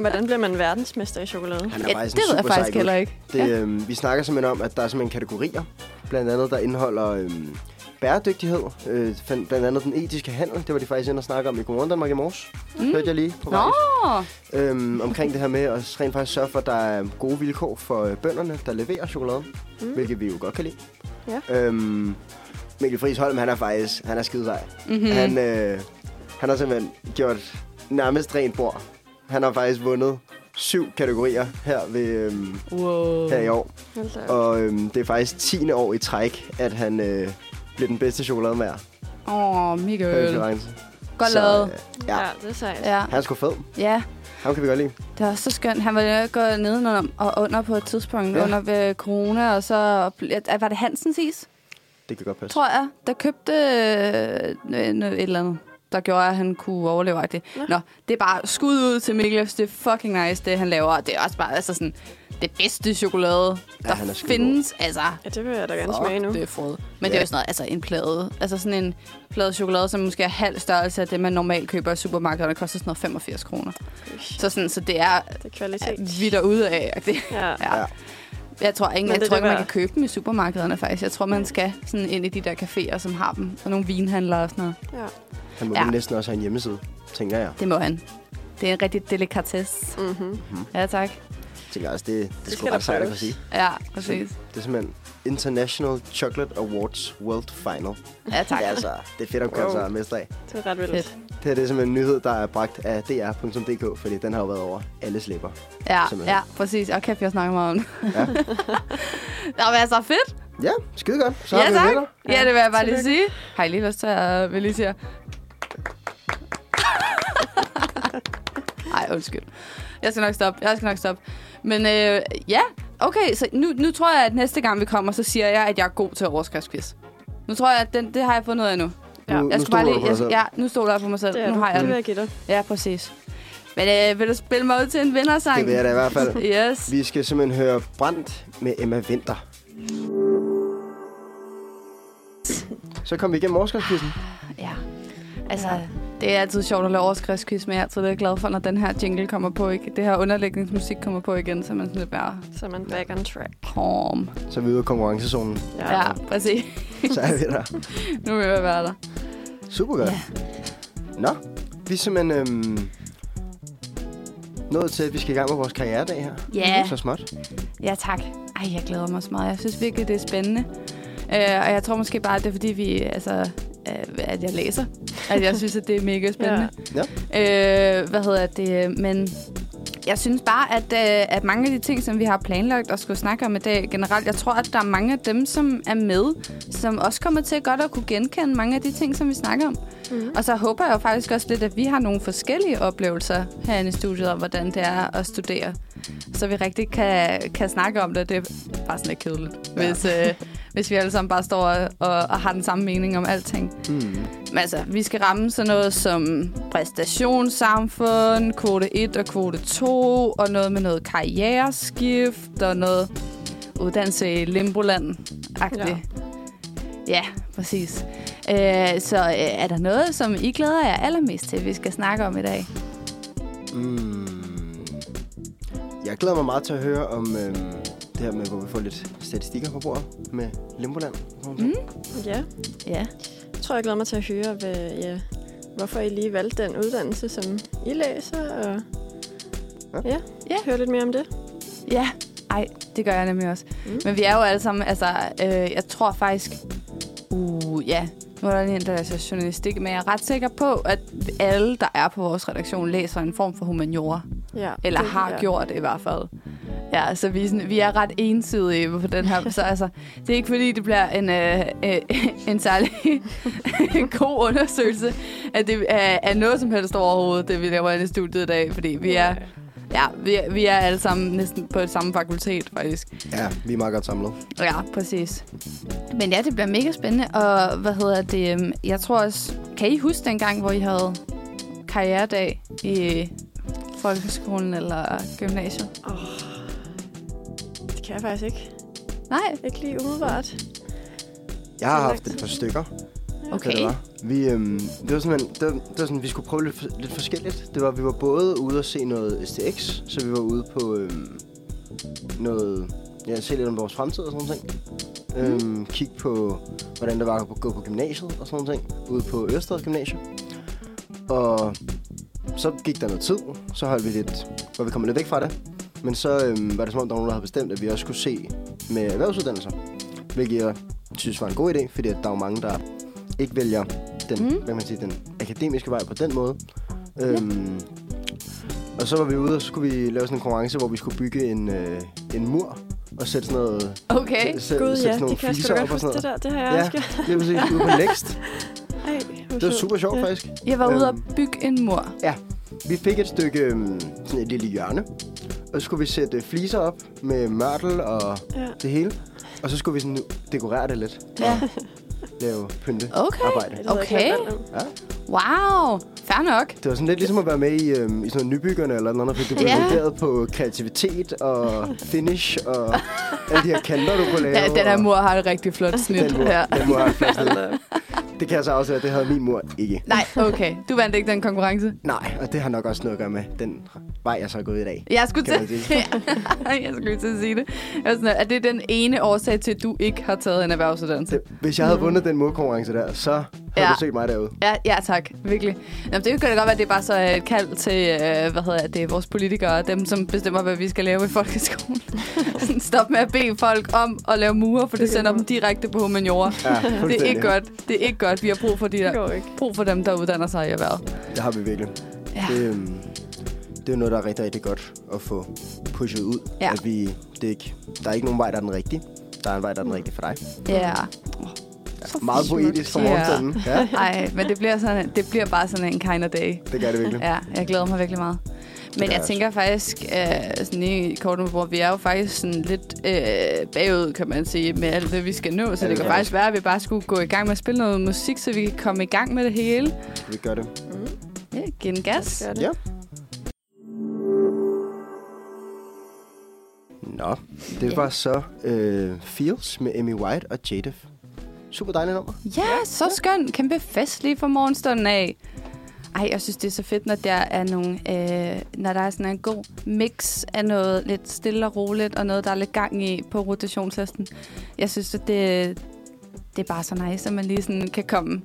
C: Hvordan bliver man verdensmester i chokolade?
B: Han er
D: Ja,
B: faktisk
D: det
B: en
D: ved jeg
B: super sej
D: faktisk
B: gut.
D: heller ikke.
B: Det, ja. øhm, vi snakker simpelthen om, at der er simpelthen kategorier, blandt andet der indeholder øhm, bæredygtighed, øh, fan- blandt andet den etiske handel, det var de faktisk inde og snakke om i Godmorgen Danmark i morges, mm. hørte jeg lige på vej.
D: Nå!
B: Øhm, omkring det her med at rent faktisk sørge for, at der er gode vilkår for øh, bønderne, der leverer chokolade, mm. hvilket vi jo godt kan lide. Ja. Øhm, Mikkel Friis Holm, han er faktisk, han er skide sej. Mm.
D: Mm-hmm.
B: Han, øh, han har simpelthen gjort nærmest rent bord. Han har faktisk vundet syv kategorier her, ved, øhm,
D: Wow.
B: her i år.
C: Hold da op.
B: Og øhm, det er faktisk 10. år i træk, at han øh, blev den bedste chokolademager
D: Åh, oh,
B: på
D: Mikkel.
B: konkurrence.
D: Godt
B: Så,
D: lavet.
B: øh, ja,
C: ja, det er sejt.
D: Ja.
B: han er sgu fed.
D: Ja,
B: Ham kan vi godt lide.
D: det var så skønt. Han var jo gået nedenom og under på et tidspunkt
B: Ja.
D: ja. under ved corona, og så ble- var det Hansens is,
B: Det kan godt passe.
D: tror jeg, der købte øh, en- et eller andet der gjorde, at han kunne overleve det. Ja. Nå, det er bare skud ud til Mikkel. Jeg synes, Det er fucking nice, det han laver. Og det er også bare altså sådan, det bedste chokolade,
B: Ja,
D: ja, der
B: han er skidegod.
D: findes. Altså,
C: Ja, det vil jeg da gerne
D: Fuck,
C: smage nu.
D: det er frød. Men det
B: Ja.
D: er jo sådan noget, altså en plade. Altså sådan en plade chokolade, som måske er halv størrelse af det, man normalt køber i supermarkedet, og det koster sådan noget 85 kroner. Så, sådan, så det er
C: Det er kvalitet.
D: vidt og ud af. Det,
C: Ja.
D: ja.
B: Ja.
D: ja. Jeg tror ikke,
C: Men
D: jeg
C: det
D: tror
C: er
D: ikke
C: det
D: man
C: værd.
D: kan købe dem i supermarkederne faktisk. Jeg tror, man skal sådan ind i de der caféer, som har dem. Og nogle vinhandlere og sådan noget.
C: ja.
B: Han må ja.
D: Ja.
B: vel næsten også have en hjemmeside, tænker jeg.
D: Det må han. Det er en rigtig delikatesse.
C: Mm-hmm.
D: Ja, tak.
B: Jeg tænker også, det, det, det
C: skal
B: skulle
C: der
B: ret sejt at kunne
C: prøves.
B: sige.
D: Ja, præcis.
B: Det er simpelthen International Chocolate Awards World Final.
D: Ja, tak.
B: Det er altså, det er fedt at
C: Wow.
B: komme sig mest af.
C: Det er ret vildt.
D: Fedt.
B: Det her det er simpelthen en nyhed, der er bragt af dr.dk, fordi den har jo været over alle slipper.
D: Ja,
B: Simpelthen.
D: ja, præcis. Og kæft, jeg snakker meget om det.
B: Ja.
D: Ja. (laughs) Nå, men altså fedt.
B: Ja, skide godt. Så har
D: Ja,
B: vi
D: tak.
B: vinder.
D: Ja, det vil jeg bare lige
C: Tillykke.
D: sige. Har I lige lyst til at vil
B: (laughs)
D: lige sige? Ej, undskyld. Jeg skal nok stoppe. Jeg skal nok stoppe. Men øh, ja, okay. Så nu, nu tror jeg, at næste gang vi kommer, så siger jeg, at jeg er god til overskriftsquiz. Nu tror jeg, at den, det har jeg fundet af nu.
B: Nu,
C: Ja.
B: nu
D: Jeg
B: stoler du på
D: jeg,
B: dig selv. Mm.
D: ja, nu stoler jeg på mig selv.
C: Det er
D: Nu
C: du.
D: har jeg
C: Det vil
D: den.
C: jeg give dig.
D: Ja, præcis. Men øh, vil du spille mig ud til en vindersang?
B: Det vil jeg da i hvert
D: (laughs)
B: fald.
D: Yes.
B: Vi skal simpelthen høre Brandt med Emma Vinter. Så kom vi igennem overskridskidsen.
D: Ja. Altså, Det er altid sjovt at lave overskriftskys, men jeg er altid lidt glad for, når den her jingle kommer på, ikke? det her underlægningsmusik kommer på igen, så er man sådan lidt bare
C: Så er man back on track.
D: calm.
B: Så er vi ude af
D: (laughs)
B: konkurrencezonen.
D: Ja, ja præcis.
B: Så er vi der.
D: Nu vil jeg være der.
B: Super godt.
D: Ja.
B: Nå, vi er simpelthen øhm, nået til, at vi skal i gang med vores karrieredag her.
D: Ja.
B: Så småt.
D: Ja, tak. Ej, jeg glæder mig så meget. Jeg synes virkelig, det er spændende. Øh, og jeg tror måske bare, at det er fordi, vi, altså, øh, at jeg læser. At jeg synes, at det er mega spændende.
B: Ja.
D: Ja. Øh, hvad hedder det? Men jeg synes bare, at, øh, at mange af de ting, som vi har planlagt og skulle snakke om i dag generelt, jeg tror, at der er mange af dem, som er med, som også kommer til godt at kunne genkende mange af de ting, som vi snakker om. Mm. Og så håber jeg jo faktisk også lidt, at vi har nogle forskellige oplevelser herinde i studiet om, hvordan det er at studere. Så vi rigtig kan, kan snakke om det. Det er bare sådan lidt kedeligt, ja. hvis, øh, hvis vi alle sammen bare står og, og, og har den samme mening om alting.
B: Mm.
D: Men altså, vi skal ramme sådan noget som præstationssamfund, kvote 1 og kvote 2, og noget med noget karriereskift, og noget uddannelse i Limboland-agtigt. Ja.
C: Ja.
D: ja, præcis. Øh, så øh, er der noget, som I glæder jer allermest til, vi skal snakke om i dag?
B: Mm. Jeg glæder mig meget til at høre om øhm, det her med, hvor vi får lidt statistikker på bordet med Limboland. Mm.
C: Ja.
D: Ja.
C: Jeg tror, jeg glæder mig til at høre, hvad, ja, hvorfor I lige valgte den uddannelse, som I læser. Og...
B: Ja.
C: Ja. ja.
D: Ja.
C: Høre lidt mere om det.
D: Ja, ej, det gør jeg nemlig også. Mm.
C: Mm.
D: Men vi er jo alle sammen, altså, øh, jeg tror faktisk, uh, ja, nu er der lige en, der læser journalistik, men jeg er ret sikker på, at alle, der er på vores redaktion, læser en form for humaniora.
C: Ja.
D: Eller
C: det,
D: har
C: ja.
D: gjort det i hvert fald. Ja, så vi, er sådan, vi er ret ensidige på den her. Så altså, det er ikke fordi, det bliver en, øh, øh, en særlig (laughs) god undersøgelse, at det er, er noget som helst overhovedet, det vi laver i studiet i dag. Fordi vi er, ja, vi, er- vi er alle sammen næsten på samme fakultet, faktisk.
B: Ja, vi er meget godt samlet.
D: Ja, præcis. Men ja, det bliver mega spændende. Og hvad hedder det? øhm, Jeg tror også... Kan I huske dengang, hvor I havde karrieredag i folkeskolen eller gymnasiet?
C: Det kan jeg faktisk ikke.
D: Nej,
C: Ikke lige umiddelbart.
B: Jeg har haft et par stykker. hvad
D: okay.
B: Det var. Vi, øhm, det var simpelthen, det var, det var sådan, vi skulle prøve lidt, for- lidt forskelligt. Det var, vi var både ude og se noget STX, så vi var ude på øhm, noget, ja, se lidt om vores fremtid og sådan noget. ting. Øhm, kigge på, hvordan det var at gå på gymnasiet og sådan noget. Ude på Ørsted Gymnasium. Og så gik der noget tid, så holdt vi lidt, hvor vi kom lidt væk fra det. Men så øhm, var det som om, der var nogen, der havde bestemt, at vi også skulle se med erhvervsuddannelser. Hvilket jeg synes var en god idé, fordi at der er jo mange, der ikke vælger den, mm. hvad kan man sige, den akademiske vej på den måde. Øhm, og så var vi ude, og så skulle vi lave sådan en konkurrence, hvor vi skulle bygge en, øh, en mur og sætte sådan noget...
D: Okay.
B: sæt- sætte
C: Gud, ja,
B: sådan nogle
C: det kan jeg sgu
B: fliser
C: da
B: op
C: godt
B: og
C: huske
B: sådan noget.
C: det der. Det har jeg
B: Ja.
C: også gjort.
B: Lige præcis, ude på Next.
C: Ej,
B: Det
C: hvor
B: var
C: sjovt.
B: super sjovt,
C: Ja.
B: faktisk.
D: Jeg var ude og
B: Øhm.
D: bygge en mur.
B: Ja, vi fik et stykke, øhm, sådan et lille hjørne, og så skulle vi sætte øh, fliser op med mørtel og
C: Ja.
B: det hele. Og så skulle vi sådan dekorere det lidt
D: Ja.
B: og lave pynte
D: Okay.
B: arbejde.
C: Det ved jeg ikke,
D: Okay.
C: hvad jeg valgte om.
B: Ja.
D: Wow. Fair nok.
B: Det var sådan lidt ligesom at være med i, øhm, i sådan noget nybyggerne eller noget andet, fordi du blev
D: Ja.
B: yeah. vurderet på kreativitet og finish og alle de her kanter, du kunne lave.
D: (laughs) Ja, den her
B: og-
D: mur har et rigtig flot snit.
B: (laughs) Den mur,
D: Ja.
B: ja. den mur har plads til. Det kan jeg så afsløre, at det havde min mor ikke.
D: Nej, okay. Du vandt ikke den konkurrence.
B: Nej, og det har nok også noget at gøre med den vej, jeg så er gået i dag.
D: Jeg skulle,
B: Kan
D: til, (laughs) jeg skulle lige til at sige det. Jeg var sådan, at det er den ene årsag til, at du ikke har taget en erhvervsuddannelse.
B: Det, hvis jeg havde vundet den murkonkurrence der, så havde
D: Mm. Ja.
B: du set mig
D: (laughs)
B: derude.
D: Ja, ja tak. Virkelig. Nå, men det kan da godt være, at det er bare så et kald til, øh, hvad hedder det, vores politikere og dem, som bestemmer, hvad vi skal lave i
B: (laughs)
D: folkeskolen. Sådan, Stop med at bede folk om at lave mure, for det sender dem direkte på humaniora.
B: Ja,
D: Det er
B: fuldstændig.
D: ikke godt. Det er ikke godt. Vi har brug for, de
C: Det
D: der,
C: går ikke.
D: brug for dem, der uddanner sig i erhvervet.
B: Det har vi virkelig.
D: Ja.
B: Det, øhm, det er jo noget, der er rigtig, rigtig godt at få pushet ud.
D: Ja.
B: At vi, det er ikke, der er ikke nogen vej, der er den rigtige. Der er en vej, der er
D: Mm.
B: den rigtige for dig.
D: Ja.
B: Meget poetisk for
D: Ja.
B: morgenstunden.
D: (laughs)
B: Ja,
D: Ej, men det bliver, sådan, det bliver bare sådan en kind of day.
B: det gør det virkelig.
D: Ja, jeg glæder mig virkelig meget.
B: gør
D: Men
B: jeg
D: jeg
B: også.
D: tænker faktisk, øh, sådan i korten på bordet, vi er jo faktisk sådan lidt øh, bagud, kan man sige, med alt det, vi skal nå. Så
B: Ja,
D: det
B: det
D: kan
B: er
D: faktisk være, at vi bare skulle gå i gang med at spille noget musik, så vi kan komme i gang med det hele.
B: Vi gør det.
D: Ja, giv den gas.
C: Gør det.
B: Ja. Nå, det
D: Ja.
B: var så øh, Fields med Emmy White og Jadef. Super dejligt nummer.
D: Ja, så skønt. Kæmpe fest lige fra morgenstunden af. Ej, jeg synes, det er så fedt, når der er nogle, øh, når der er sådan en god mix af noget lidt stille og roligt, og noget, der er lidt gang i på rotationshesten. Jeg synes, at det, det er bare så nice, at man lige sådan kan komme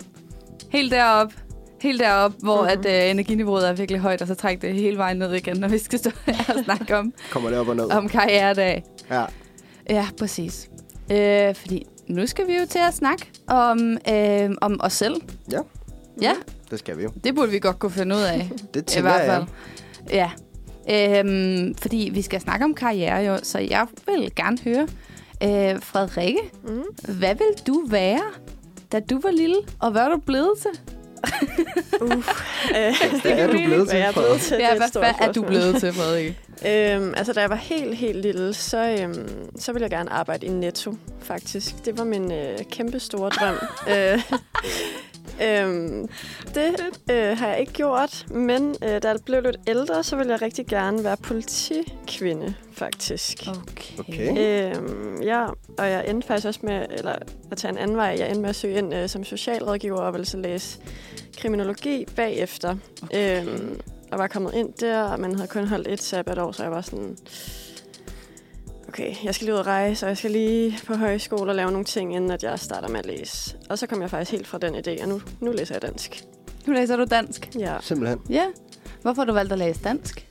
D: helt derop, helt derop, hvor
C: Mhm.
D: mm-hmm. at, øh, energiniveauet er virkelig højt, og så trække det hele vejen ned igen, når vi skal stå her og snakke om,
B: Kommer det op og ned?
D: om karrieredag.
B: Ja.
D: Ja, præcis. Øh, fordi nu skal vi jo til at snakke om, øh, om os selv.
B: Ja.
D: Ja,
B: Det skal vi jo.
D: Mm-hmm. det burde vi godt kunne finde ud (laughs) af.
B: Det
D: I
B: tænker
D: hvert fald.
B: jeg.
D: Ja. Øhm, fordi vi skal snakke om karriere jo, så jeg vil gerne høre, øh, Frederikke,
C: Mm.
D: hvad vil du være, da du var lille, og hvad er du blevet (laughs) til?
B: Hvad
C: (laughs)
B: er du blevet til,
C: Hvad jeg er blevet
B: Frederik?
C: til, det
D: Ja,
C: er et
D: hvad,
C: stort
D: hvad er du
C: spørgsmål.
D: blevet til, Frederikke?
C: Øhm, altså, da jeg var helt, helt lille, så, øhm, så ville jeg gerne arbejde i Netto, faktisk. Det var min øh, kæmpe store drøm. øh, øhm, det øh, har jeg ikke gjort, men øh, da jeg blev lidt ældre, så ville jeg rigtig gerne være politikvinde, faktisk.
D: (laughs) Okay.
B: Okay.
C: Øhm, ja, og jeg endte faktisk også med eller, at tage en anden vej. Jeg endte med at søge ind øh, som socialrådgiver og ville så læse kriminologi bagefter. Okay. Øhm, og var kommet ind der, og man havde kun holdt et sabbatår, så jeg var sådan... Okay, jeg skal lige ud og rejse, og jeg skal lige på højskole og lave nogle ting, inden at jeg starter med at læse. Og så kom jeg faktisk helt fra den idé, og nu, nu læser jeg dansk.
D: Nu læser du dansk.
C: Ja.
B: Simpelthen.
D: Ja. Hvorfor har du valgt at læse dansk?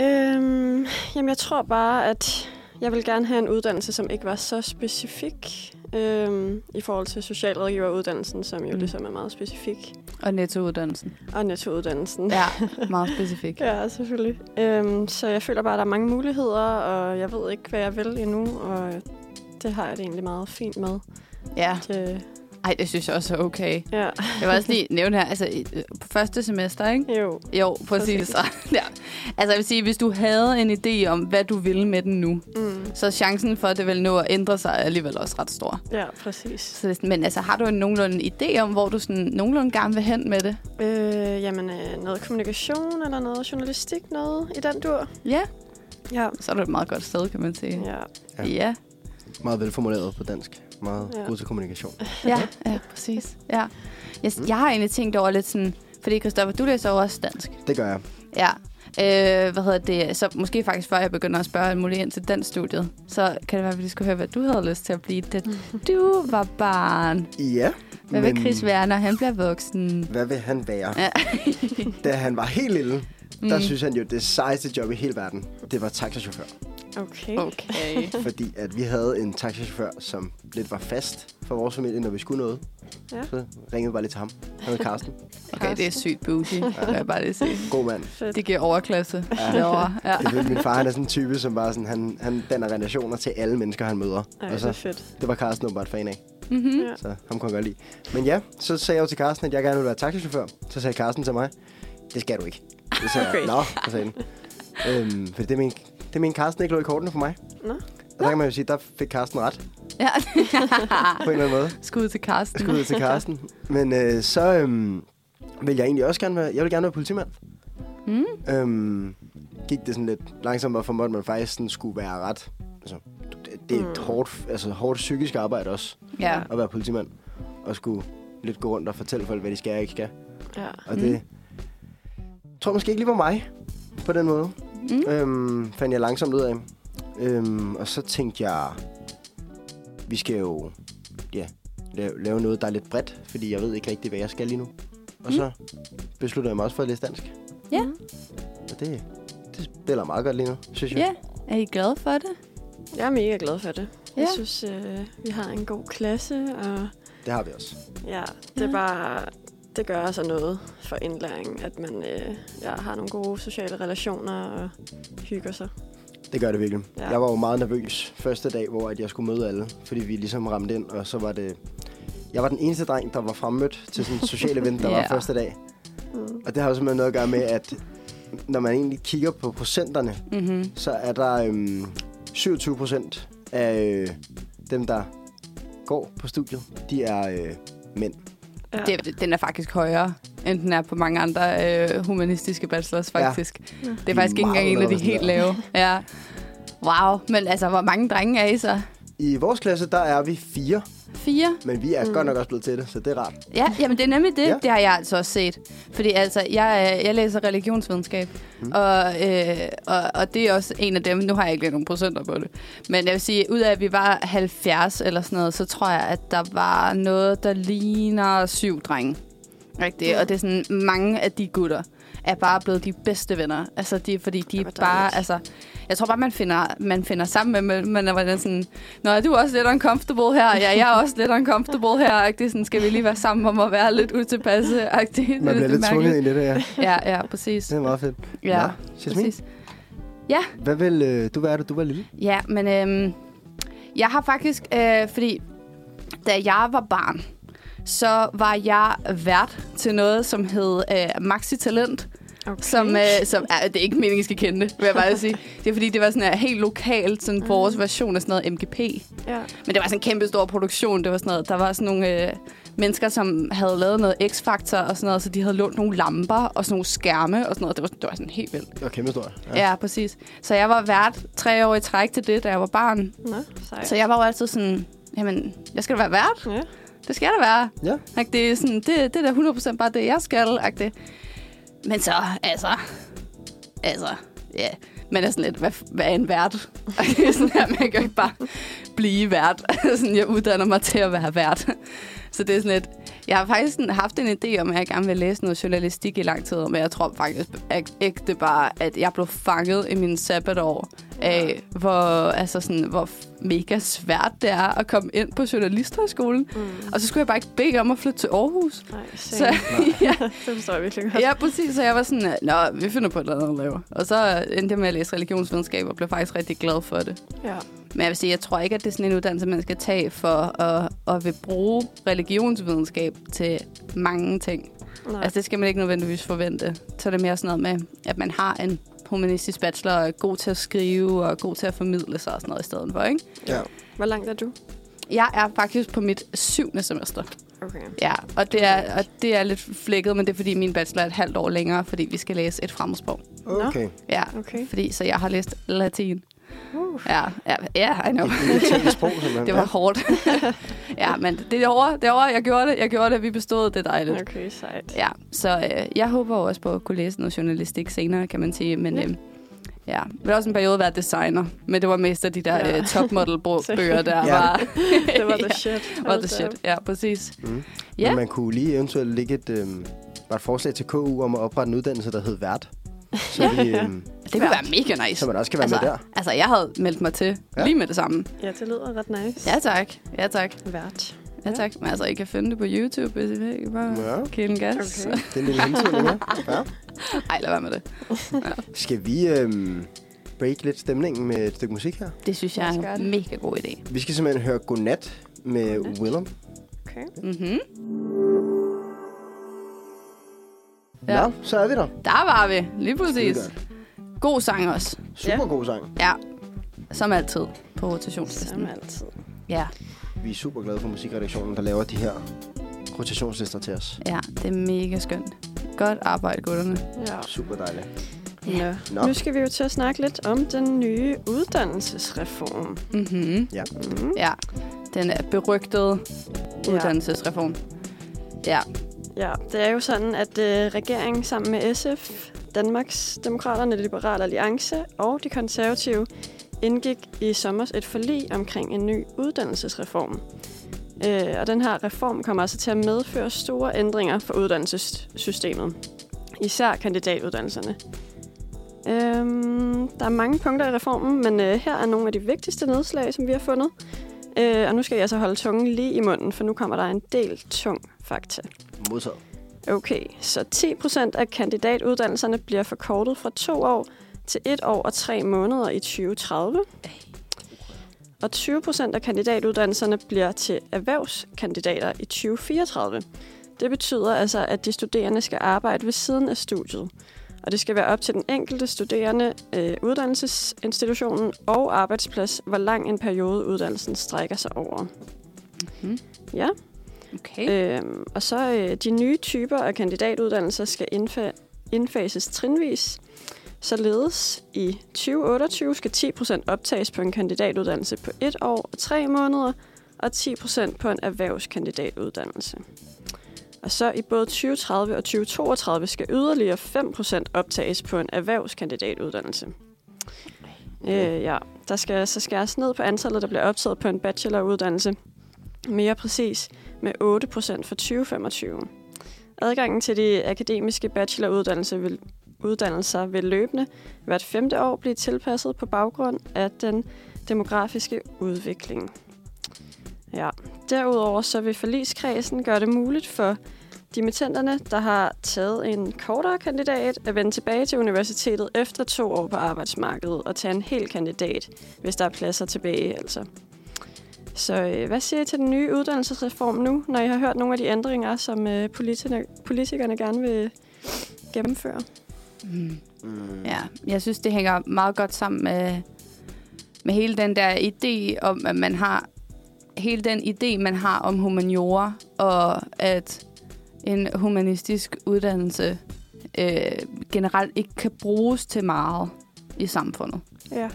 C: Øhm, jamen, jeg tror bare, at jeg vil gerne have en uddannelse, som ikke var så specifik øhm, i forhold til socialrådgiveruddannelsen, som jo
D: Mm.
C: mm. ligesom er meget specifik,
D: Og nettouddannelsen.
C: og nettouddannelsen.
D: Ja, meget (laughs)
C: (laughs)
D: specifik.
C: Ja, selvfølgelig. Øhm, så jeg føler bare, at der er mange muligheder, og jeg ved ikke, hvad jeg vil endnu, og det har jeg det egentlig meget fint med.
D: Ja.
C: Det,
D: Ej, det synes jeg også er okay.
C: ja, (laughs)
D: Jeg vil også lige nævne her, altså i- på første semester, ikke?
C: jo.
D: Jo, præcis. (laughs) ja. Altså jeg vil sige, hvis du havde en idé om, hvad du ville med den nu,
C: Mm,
D: så chancen for, at det vil nå at ændre sig, er alligevel også ret stor.
C: ja, præcis.
D: Så, det er sådan- men altså, har du en nogenlunde idé om, hvor du sådan nogenlunde gerne vil hen med det?
C: Øh, jamen, øh, noget kommunikation eller noget journalistik, noget i den dur.
D: Ja.
C: Ja.
D: Så er du et meget godt sted, kan man sige.
C: Ja,
B: Ja.
D: Ja,
B: Meget velformuleret på dansk. Meget
C: Ja.
B: god til kommunikation.
D: ja, ja præcis. Ja. Jeg, jeg har egentlig tænkt over lidt sådan, fordi Christoffer, du læser jo også dansk.
B: Det gør jeg.
D: Ja. Øh, hvad hedder det? Så måske faktisk før jeg begynder at spørge alt muligt ind til den studiet, så kan det være, at vi lige skulle høre, hvad du havde lyst til at blive, da du var barn.
B: Ja.
D: Hvad vil Chris være, når han bliver voksen?
B: Hvad vil han være?
D: Ja.
B: Da han var helt lille, der
D: Mm.
B: synes han jo, det sejeste job i hele verden, det var taxachauffør.
C: okay.
D: Okay.
C: (laughs)
B: Fordi at vi havde en taxachauffør, som lidt var fast for vores familie, når vi skulle noget.
C: Ja.
B: Så ringede vi bare lige til ham. Han hed Carsten.
D: Okay, det er sygt bougie, kan jeg bare lige sige.
B: God mand.
D: Det giver overklasse
B: Ja. (laughs)
D: derovre. Ja.
B: Jeg ved, min far han er sådan en type, som bare sådan, han, han danner relationer til alle mennesker, han møder.
C: Ej,
B: og
C: det
B: så,
C: er fedt.
B: det var Carsten åbenbart fan af,
D: Mm-hmm.
C: Ja.
B: så ham kunne jeg godt lide. Men ja, så sagde jeg jo til Carsten, at jeg gerne ville være taxichauffør. Så sagde Carsten til mig, det skal du ikke. Det sagde okay.
C: Okay.
B: jeg, nå, så sagde han. Øhm, fordi det men, det men Carsten ikke lå i kortene for mig.
C: Nå.
B: Og der kan man jo sige, der fik Carsten ret
D: Ja.
B: på en eller anden måde.
D: Skud til Karsten.
B: Skud ud til Carsten. Men øh, så øhm, vil jeg egentlig også gerne være, jeg vil gerne være politimand.
D: Mm.
B: Øhm, gik det sådan lidt langsommere for mig, at man faktisk sådan skulle være ret. Altså, det, det er et
C: Mm.
B: hårdt, altså, hårdt psykisk arbejde også,
D: Ja.
B: at være politimand. Og skulle lidt gå rundt og fortælle folk, hvad de skal og ikke skal.
C: Ja.
B: Og det tror jeg måske ikke lige var mig på den måde.
D: Mm.
B: Øhm, fandt jeg langsomt ud af. Øhm, og så tænkte jeg, vi skal jo ja, lave, lave noget, der er lidt bredt, fordi jeg ved ikke rigtig, hvad jeg skal lige nu. Og så besluttede jeg mig også for at læse dansk.
D: Mm. Ja.
B: Og det, det spiller meget godt lige nu, synes jeg.
D: Ja. Er I glade for det?
C: Jeg er mega glad for det. Ja. Jeg
D: Ja.
C: synes, øh, vi har en god klasse, og
B: Det har vi også.
C: ja, det er
D: Ja.
C: bare, det gør altså noget for indlæring, at man øh, ja, har nogle gode sociale relationer og hygger sig.
B: Det gør det virkelig.
C: Ja.
B: Ja. Jeg var jo meget nervøs første dag, hvor at jeg skulle møde alle, fordi vi ligesom ramte ind, og så var det... Jeg var den eneste dreng, der var fremmødt til sådan en social event, der
D: (laughs) Ja.
B: var første dag.
C: Mm.
B: Og det har jo simpelthen noget at gøre med, at når man egentlig kigger på procenterne,
D: Mm-hmm.
B: så er der øhm, 27 procent af øh, dem, der går på studiet, de er øh, mænd.
C: Ja.
D: Det, den er faktisk højere, end den er på mange andre øh, humanistiske bachelors,
B: Ja.
D: faktisk.
C: Ja.
D: Det er faktisk ikke
B: Meget
D: engang en af de
B: lavere,
D: helt
B: sådan
D: lave. Ja. Wow, men altså, hvor mange drenge er I så?
B: I vores klasse, der er vi fire,
D: Fire?
B: men vi er mm. godt nok også blevet til det, så det er rart.
D: Ja, jamen det er nemlig det.
B: Ja.
D: Ja. Det har jeg altså også set. Fordi altså, jeg, øh, jeg læser religionsvidenskab, mm. og, øh, og, og det er også en af dem. Nu har jeg ikke lige nogen procenter på det. Men jeg vil sige, ud af at vi var 70 eller sådan noget, så tror jeg, at der var noget, der ligner syv drenge. Rigtigt. Mm. Og det er sådan, mange af de gutter er bare blevet de bedste venner. Altså, de, fordi de er
C: hvor
D: bare,
C: dejligt.
D: altså... Jeg tror bare, man finder, man finder sammen med, men man er hvordan sådan, Nå, er du også lidt uncomfortable her? Ja, jeg er også lidt uncomfortable her. Det sådan, skal vi lige være sammen om at være lidt utilpasse? Det,
B: Man bliver lidt tvunget ind i det, ja.
D: Ja, ja, præcis.
B: Det er meget fedt.
D: Ja,
B: Nå, Jasmin,
D: præcis. Ja,
B: hvad vil øh, du være, da du var lille?
D: Ja, men øhm, jeg har faktisk, øh, fordi da jeg var barn, så var jeg vært til noget, som hed øh, Maxi Talent.
C: Okay.
D: Som, øh, som øh, det er ikke meningen, I skal kende det, vil jeg bare sige. Det er fordi, det var sådan uh, helt lokalt, sådan mm. vores version af sådan noget MGP.
C: Ja.
D: Men det var sådan en kæmpe stor produktion. Det var sådan noget, der var sådan nogle øh, mennesker, som havde lavet noget X-Factor og sådan noget, så de havde lånt nogle lamper og sådan nogle skærme og sådan noget. Det var, det var sådan helt vildt.
B: Det var kæmpe stort.
D: Ja. ja, præcis. Så jeg var vært tre år i træk til det, da jeg var barn.
C: Nå, sejt.
D: Så jeg var jo altid sådan, jamen, jeg skal da være vært.
C: Ja.
D: Det skal jeg da være.
B: ja.
D: Ikke? Det, er sådan, det, det er da 100% bare det, jeg skal. Ikke? Men så, altså... Altså, ja... Yeah. Man er sådan lidt, hvad, hvad er en vært? (laughs) Ikke? sådan her, man kan jo ikke bare blive vært. (laughs) sådan, jeg uddanner mig til at være vært. Så det er sådan lidt... Jeg har faktisk sådan haft en idé om, at jeg gerne vil læse noget journalistik i lang tid, men jeg tror faktisk at ægte bare, at jeg blev fanget i mine sabbatår af, hvor, altså sådan, hvor mega svært det er at komme ind på journalisthøjskolen.
C: Mm.
D: Og så skulle jeg bare ikke bede om at flytte til Aarhus.
C: Nej, (laughs)
D: Så,
C: så...
D: (laughs) ja,
C: det forstår jeg virkelig godt.
D: ja, præcis. Så jeg var sådan, nå, vi finder på et eller andet at lave. Og så endte jeg med at læse religionsvidenskab og blev faktisk rigtig glad for det.
C: ja.
D: Men jeg vil sige, jeg tror ikke, at det er sådan en uddannelse, man skal tage for at, at vil bruge religionsvidenskab til mange ting.
C: Nej.
D: Altså, det skal man ikke nødvendigvis forvente. Så er det mere sådan noget med, at man har en humanistisk bachelor og er god til at skrive og er god til at formidle sig og sådan noget i stedet for, ikke?
B: ja.
C: Hvor langt er du?
D: Jeg er faktisk på mit syvende semester.
C: Okay.
D: Ja, og det, er, og det er lidt flækket, men det er fordi min bachelor er et halvt år længere, fordi vi skal læse et fremmedsprog.
B: Okay.
D: Ja,
C: Okay.
D: fordi så jeg har læst latin.
C: Uh.
D: Ja, ja, ja I know.
B: Et lille ting i sprog, simpelthen.
D: (laughs) Det var
C: (laughs)
D: hårdt. ja, men det er over, det er over. Jeg gjorde det, jeg gjorde det, vi bestod, det er dejligt.
C: Okay, sejt.
D: (laughs) Ja, så øh, jeg håber jo også på at kunne læse noget journalistik senere, kan man sige. Men
C: Ja.
D: øh, ja, jeg vil også en periode være designer, men det var mest af de der
C: Ja.
D: ja. øh,
C: (laughs)
D: topmodel-bøger, der
B: Ja.
D: var,
C: Det var
D: (laughs)
C: the shit.
D: var the shit. Ja, præcis.
B: Mm.
D: Ja.
B: Men man kunne lige eventuelt lægge et, øhm, bare et forslag til KU om at oprette en uddannelse, der hed vært. Så, vi,
D: (laughs)
B: øhm,
D: Det kunne være mega nice.
B: så man også kan være
D: altså,
B: med der.
D: Altså, jeg havde meldt mig til
B: Ja.
D: ja. lige med det samme.
C: Ja, det lyder ret nice.
D: Ja tak, ja tak,
C: Vært.
D: ja tak. Men altså, I kan finde det på YouTube, hvis I vil. I kan Bare
B: Ja.
D: ja. give den gas.
C: Okay.
D: Okay.
B: Det er en lille
D: (laughs)
B: hensynning her. Ja.
D: Ej, lad være med det.
B: Skal vi øhm, break lidt stemningen med et stykke musik her?
D: Det synes jeg
C: Lad os
D: er
C: gøre
D: en
C: det.
D: mega god idé.
B: Vi skal simpelthen høre Godnat med
C: Godnat.
B: Willem.
C: Okay.
D: Mhm.
B: Ja.
D: Ja.
B: Nå, så er vi der.
D: Der var vi, lige præcis.
B: Skide
D: God sang også,
B: Super god sang.
D: ja. Som altid på
C: Som
D: rotationslisten.
C: altid.
D: Ja,
B: Vi er super glade for musikredaktionen, der laver de her rotationslister til os.
D: ja, det er mega skønt. Godt arbejde, gutterne.
C: Ja.
B: Super dejligt.
C: Nå.
B: Nå.
C: Nu skal vi jo til at snakke lidt om den nye uddannelsesreform.
D: Mhm.
B: Ja.
C: Mm.
D: Ja, den er berygtede uddannelsesreform. Ja,
C: Ja, det er jo sådan, at øh, regeringen sammen med SF, Danmarks Demokraterne, Liberal Alliance og de konservative indgik i sommer et forlig omkring en ny uddannelsesreform. Øh, og den her reform kommer altså til at medføre store ændringer for uddannelsessystemet. Især kandidatuddannelserne. Øhm, der er mange punkter i reformen, men øh, her er nogle af de vigtigste nedslag, som vi har fundet. Øh, og nu skal jeg så holde tungen lige i munden, for nu kommer der en del tung fakta.
B: Modtaget.
C: Okay, så 10 procent af kandidatuddannelserne bliver forkortet fra to år til et år og tre måneder i 2030. Og 20 procent af kandidatuddannelserne bliver til erhvervskandidater i 2034. Det betyder altså, at de studerende skal arbejde ved siden af studiet. Og det skal være op til den enkelte studerende, øh, uddannelsesinstitutionen og arbejdsplads, hvor lang en periode uddannelsen strækker sig over.
D: Mhm.
C: Ja.
D: okay.
C: Øhm, og så øh, de nye typer af kandidatuddannelser skal indfa- indfases trinvis. Således i 2028 skal 10% optages på en kandidatuddannelse på et år og tre måneder, og 10% på en erhvervskandidatuddannelse. Og så i både 2030 og 2032 skal yderligere 5% optages på en erhvervskandidatuddannelse. Øh, ja, der skal så skæres ned på antallet, der bliver optaget på en bacheloruddannelse. Mere præcis med 8% for 2025. Adgangen til de akademiske bacheloruddannelser vil, uddannelser vil løbende hvert femte år blive tilpasset på baggrund af den demografiske udvikling. Ja. Derudover så vil forligskredsen gøre det muligt for dimittenterne, der har taget en kortere kandidat, at vende tilbage til universitetet efter to år på arbejdsmarkedet og tage en hel kandidat, hvis der er pladser tilbage altså. Så øh, hvad siger I til den nye uddannelsesreform nu, når I har hørt nogle af de ændringer, som øh, politikerne, politikerne gerne vil gennemføre?
D: Mm.
B: Mm.
D: Ja, jeg synes, det hænger meget godt sammen med, med hele den der idé om, at man har hele den idé, man har om humaniora, og at en humanistisk uddannelse øh, generelt ikke kan bruges til meget i samfundet.
C: Ja.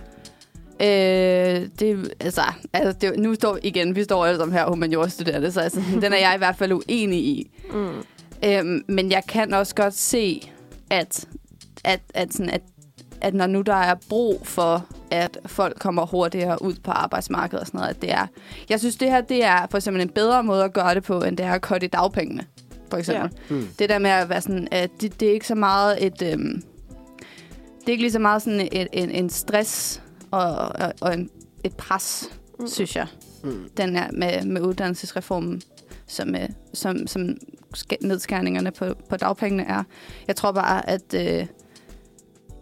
D: Øh, det, altså, altså det, nu står igen, vi står alle sammen her humaniorstuderende, så altså, den er jeg i hvert fald uenig i.
C: Mm.
D: Øhm, men jeg kan også godt se, at, at, at, sådan, at, at når nu der er brug for, at folk kommer hurtigere ud på arbejdsmarkedet og sådan noget, at det er... Jeg synes, det her det er for eksempel en bedre måde at gøre det på, end det er at korte i dagpengene, for eksempel. Ja.
B: Mm.
D: Det der med at være sådan, at det, det er ikke så meget et... Øhm, det er ikke lige så meget sådan et, en, en stress og, og, og en, et pres, mm. synes jeg
B: Mm.
D: den er med, med uddannelsesreformen, som, øh, som, som ska- nedskærningerne på, på dagpengene er. Jeg tror bare, at... Øh,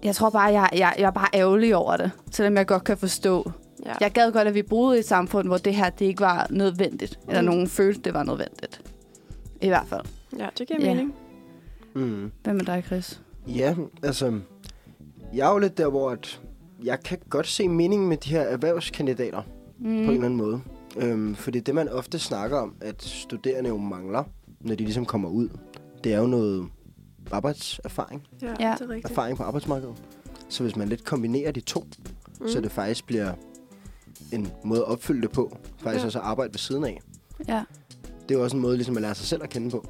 D: jeg tror bare, jeg, jeg, jeg er bare ærgerlig over det, selvom jeg godt kan forstå.
C: Ja.
D: Jeg gad godt, at vi boede i et samfund, hvor det her det ikke var nødvendigt, mm. eller
C: Mm.
D: nogen følte, det var nødvendigt. I hvert fald.
C: ja, det giver
D: Ja.
C: mening.
B: Mm.
D: Hvad med dig, Chris?
B: Ja, altså, jeg er jo lidt der, hvor at jeg kan godt se meningen med de her erhvervskandidater.
D: Mm.
B: på en eller anden måde. Øhm, fordi det, man ofte snakker om, at studerende jo mangler, når de ligesom kommer ud, det er jo noget arbejdserfaring.
C: Ja,
D: Ja.
C: det er rigtigt.
B: Erfaring på arbejdsmarkedet. Så hvis man lidt kombinerer de to, mm.
C: Mm.
B: så det faktisk bliver en måde at opfylde det på. Faktisk
C: Ja.
B: ja. også at arbejde ved siden af.
D: Ja.
B: Det er jo også en måde ligesom at lære sig selv at kende på.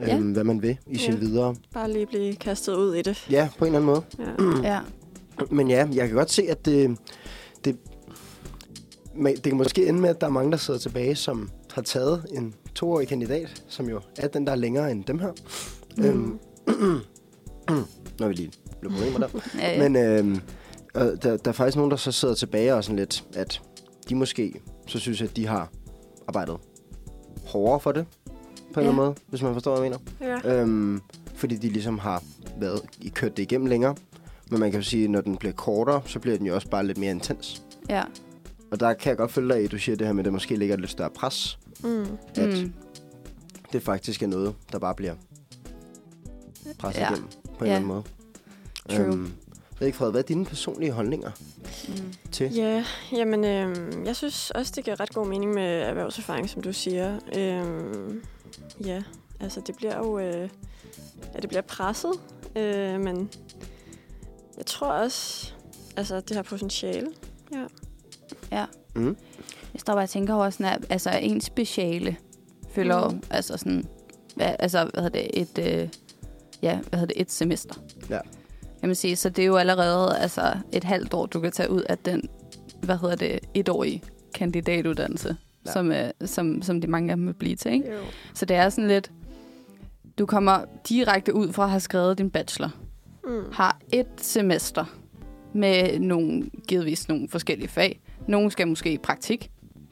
D: Ja.
B: Øhm, hvad man vil i sin
C: Ja.
B: videre.
C: Bare lige blive kastet ud i det.
B: Ja, på en eller anden måde.
C: Ja.
D: ja.
B: Men ja, jeg kan godt se, at det, det, men det kan måske ende med, at der er mange, der sidder tilbage, som har taget en toårig kandidat, som jo er den, der er længere end dem her. Mm. Øhm, (clears throat) når vi lige blev problemer der.
D: ja, ja.
B: Men øhm, og der, der er faktisk nogen, der så sidder tilbage og sådan lidt, at de måske så synes, at de har arbejdet hårdere for det, på en eller
D: Ja.
B: anden måde, hvis man forstår, hvad jeg mener.
C: Ja.
B: Øhm, fordi de ligesom har været, I kørt det igennem længere. Men man kan jo sige, at når den bliver kortere, så bliver den jo også bare lidt mere intens.
D: ja.
B: Og der kan jeg godt følge dig i, at du siger det her med, at der måske ligger et lidt større pres.
C: Mm.
B: At
D: Mm.
B: det faktisk er noget, der bare bliver presset
D: Ja.
B: ja. igennem på en
D: Ja.
B: eller anden måde.
D: True.
B: jeg ved ikke, Fred, hvad er dine personlige holdninger
D: Mm.
B: til?
C: Ja, jamen, øh, jeg synes også, det giver ret god mening med erhvervserfaring, som du siger. Øh, ja, altså det bliver jo, øh, ja, det bliver presset, øh, men jeg tror også, altså det har potentiale.
B: Mm.
D: Jeg står bare og tænker over, sådan, at altså, en speciale følger mm.
C: Mm.
D: altså sådan, hva- altså, hvad hedder det, et, øh, ja, hvad hedder det, et semester.
B: Ja.
D: Kan man sige, så det er jo allerede altså, et halvt år, du kan tage ud af den, hvad hedder det, etårige kandidatuddannelse, ja.
B: Ja.
D: som, øh, som, som de mange af dem vil blive til. Ikke?
C: Jo.
D: Så det er sådan lidt, du kommer direkte ud fra at have skrevet din bachelor,
C: Mm.
D: har et semester med nogle, givetvis nogle forskellige fag. Nogle skal måske i praktik.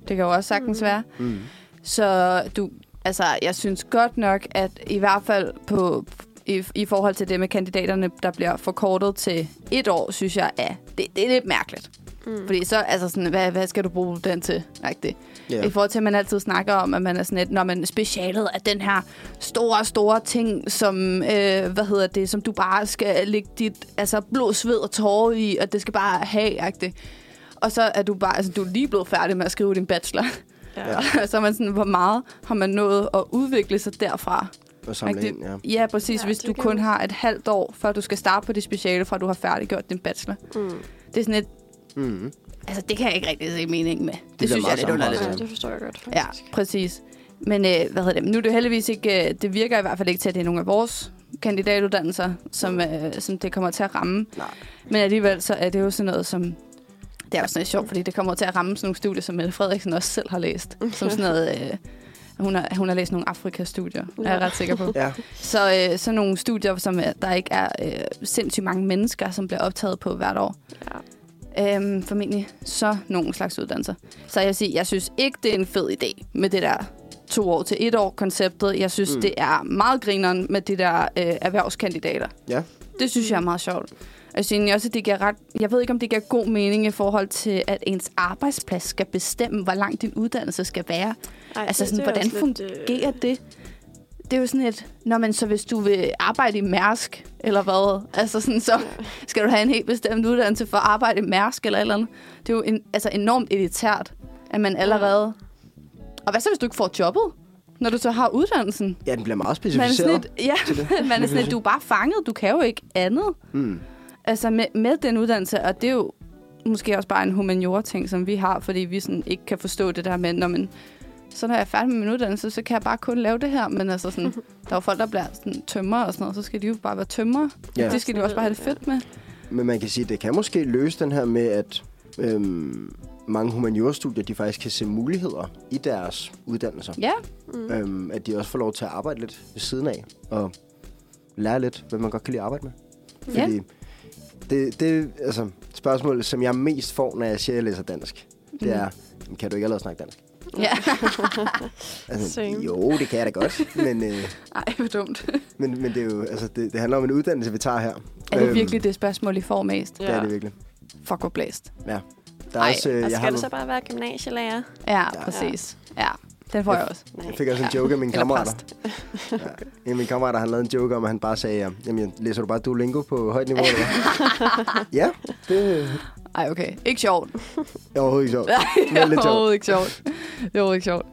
D: Det kan jo også sagtens
C: Mhm.
D: være.
B: Mm.
D: Så du, altså, jeg synes godt nok, at i hvert fald på, i, i forhold til det med kandidaterne, der bliver forkortet til et år, synes jeg, at det, det er lidt mærkeligt.
C: Mm.
D: Fordi så, altså sådan, hvad, hvad skal du bruge den til? Rigtigt.
B: Ja.
D: I forhold til, at man altid snakker om, at man er sådan et, når man specialet er den her store, store ting, som, øh, hvad hedder det, som du bare skal lægge dit altså, blod, sved og tårer i, og det skal bare have, agtigt. Og så er du bare, altså du er lige blevet færdig med at skrive din bachelor.
C: Ja.
B: Ja.
D: (laughs) så er man sådan, hvor meget har man nået at udvikle sig derfra?
B: Og samle
D: Rigtigt.
B: ind, ja.
D: Ja, præcis. Ja,
C: Ja,
D: hvis
C: det
D: du
C: giver
D: kun
C: mening.
D: har et halvt år, før du skal starte på det speciale, fra du har færdiggjort din bachelor.
C: Mm.
D: Det er sådan et,
B: Mm.
D: altså det kan jeg ikke rigtig se mening med. Det,
B: bliver
D: synes jeg er
B: meget
D: lidt underligt.
C: Mm. Ja,
B: sammenholdet.
C: det forstår jeg godt.
D: Ja, præcis. Men øh, hvad hedder det? Nu er det heldigvis ikke, øh, det virker i hvert fald ikke til, at det er nogen af vores kandidatuddannelser, som, øh, som det kommer til at ramme.
B: Nej.
D: Men alligevel så er det jo sådan noget som... Det er jo sådan lidt sjovt, fordi det kommer til at ramme sådan nogle studier, som Mette Frederiksen også selv har læst. Som sådan noget... Øh, hun har, hun har læst nogle Afrika-studier, er jeg ret sikker på.
B: Ja.
D: Så øh, sådan nogle studier, som øh, der ikke er øh, sindssygt mange mennesker, som bliver optaget på hvert år.
C: Ja.
D: Øhm, formentlig så nogle slags uddannelser. Så jeg vil sige, jeg synes ikke, det er en fed idé med det der to år til et år konceptet. Jeg synes,
B: Mm.
D: mm. det er meget grineren med de der øh, erhvervskandidater.
B: Ja.
D: Det synes jeg er meget sjovt. Og Jeg, synes egentlig også, at det giver ret, jeg ved ikke, om det giver god mening i forhold til, at ens arbejdsplads skal bestemme, hvor lang din uddannelse skal være.
C: Ej,
D: Altså,
C: det- det
D: sådan,
C: er
D: hvordan
C: også lidt, øh,
D: fungerer det? Det er jo sådan et, når man så hvis du vil arbejde i Mærsk, eller hvad, altså sådan, så skal du have en helt bestemt uddannelse for at arbejde i Mærsk, eller et eller andet. Det er jo en, altså enormt elitært, at man allerede... Og hvad så, hvis du ikke får jobbet, når du så har uddannelsen?
B: ja, den bliver meget
D: Man er
B: specificeret.
D: sådan lidt, ja, (laughs) man er sådan lidt, du er bare fanget, du kan jo ikke andet.
B: Mm.
D: Altså med, med den uddannelse, og det er jo måske også bare en humaniora-ting, som vi har, fordi vi sådan ikke kan forstå det der med, når man, så når jeg er færdig med min uddannelse, så kan jeg bare kun lave det her. Men altså sådan, der er jo folk, der bliver sådan tømmer og sådan noget, så skal de jo bare være tømmer.
B: Ja.
D: Ja. Det skal de jo også bare have det fedt med.
B: Men man kan sige, at det kan måske løse den her med, at øhm, mange humaniorstudier, de faktisk kan se muligheder i deres uddannelser.
D: Ja,
B: Mm. Øhm, at de også får lov til at arbejde lidt ved siden af, og lære lidt, hvad man godt kan lide at arbejde med.
D: Ja.
B: Fordi det, det altså, spørgsmålet, som jeg mest får, når jeg siger, at jeg læser dansk, det er, "Jamen, kan du ikke allerede snakke dansk?
D: ja. (laughs)
B: Altså,
C: Same.
B: jo, det kan jeg da godt, men, øh,
D: Ej, hvor dumt. (laughs)
B: men, men det, er jo, altså, det, det handler om en uddannelse, vi tager her.
D: Er det virkelig det spørgsmål, I får mest?
B: Ja. Det er det virkelig.
D: Fuck, hvor blæst.
B: Ja. Der er
D: Ej,
B: også, øh,
C: Og
B: jeg, har
C: altså, skal du
B: nogle,
C: så bare være gymnasielærer?
D: Ja, præcis. Ja, den får jeg også.
B: jeg fik også en joke af mine
D: Eller
B: kammerater.
D: præst.
B: Ja. En af mine kammerater, han lavede en joke om, at han bare sagde, ja, jamen, læser du bare Duolingo på højt niveau? Eller?
C: (laughs)
B: hvad?" ja, det
D: Ej, okay. Ikke sjovt.
B: er overhovedet ikke sjovt.
D: Nej,
B: lidt
D: (laughs) det
B: sjovt.
D: er overhovedet ikke sjovt. Det er overhovedet ikke sjovt.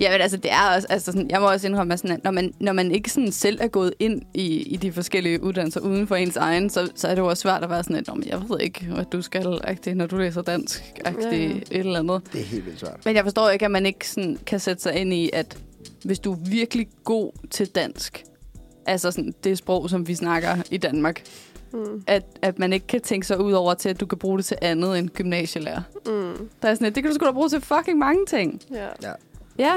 D: Ja, men altså, det er også, altså sådan, jeg må også indrømme, at sådan, at når man, når man ikke sådan selv er gået ind i, i de forskellige uddannelser uden for ens egen, så, så er det jo også svært at være sådan, at "Nå, men jeg ved ikke, hvad du skal, agtig, når du læser dansk, agtig,
C: Ja, ja.
D: et eller andet.
B: Det er helt vildt svært.
D: Men jeg forstår ikke, at man ikke sådan kan sætte sig ind i, at hvis du er virkelig god til dansk, altså sådan det sprog, som vi snakker i Danmark,
C: Mm.
D: at, at man ikke kan tænke sig ud over til, at du kan bruge det til andet end gymnasielærer.
C: Mm.
D: Der er sådan, et, det kan du sgu da bruge til fucking mange ting.
C: Ja.
D: Ja.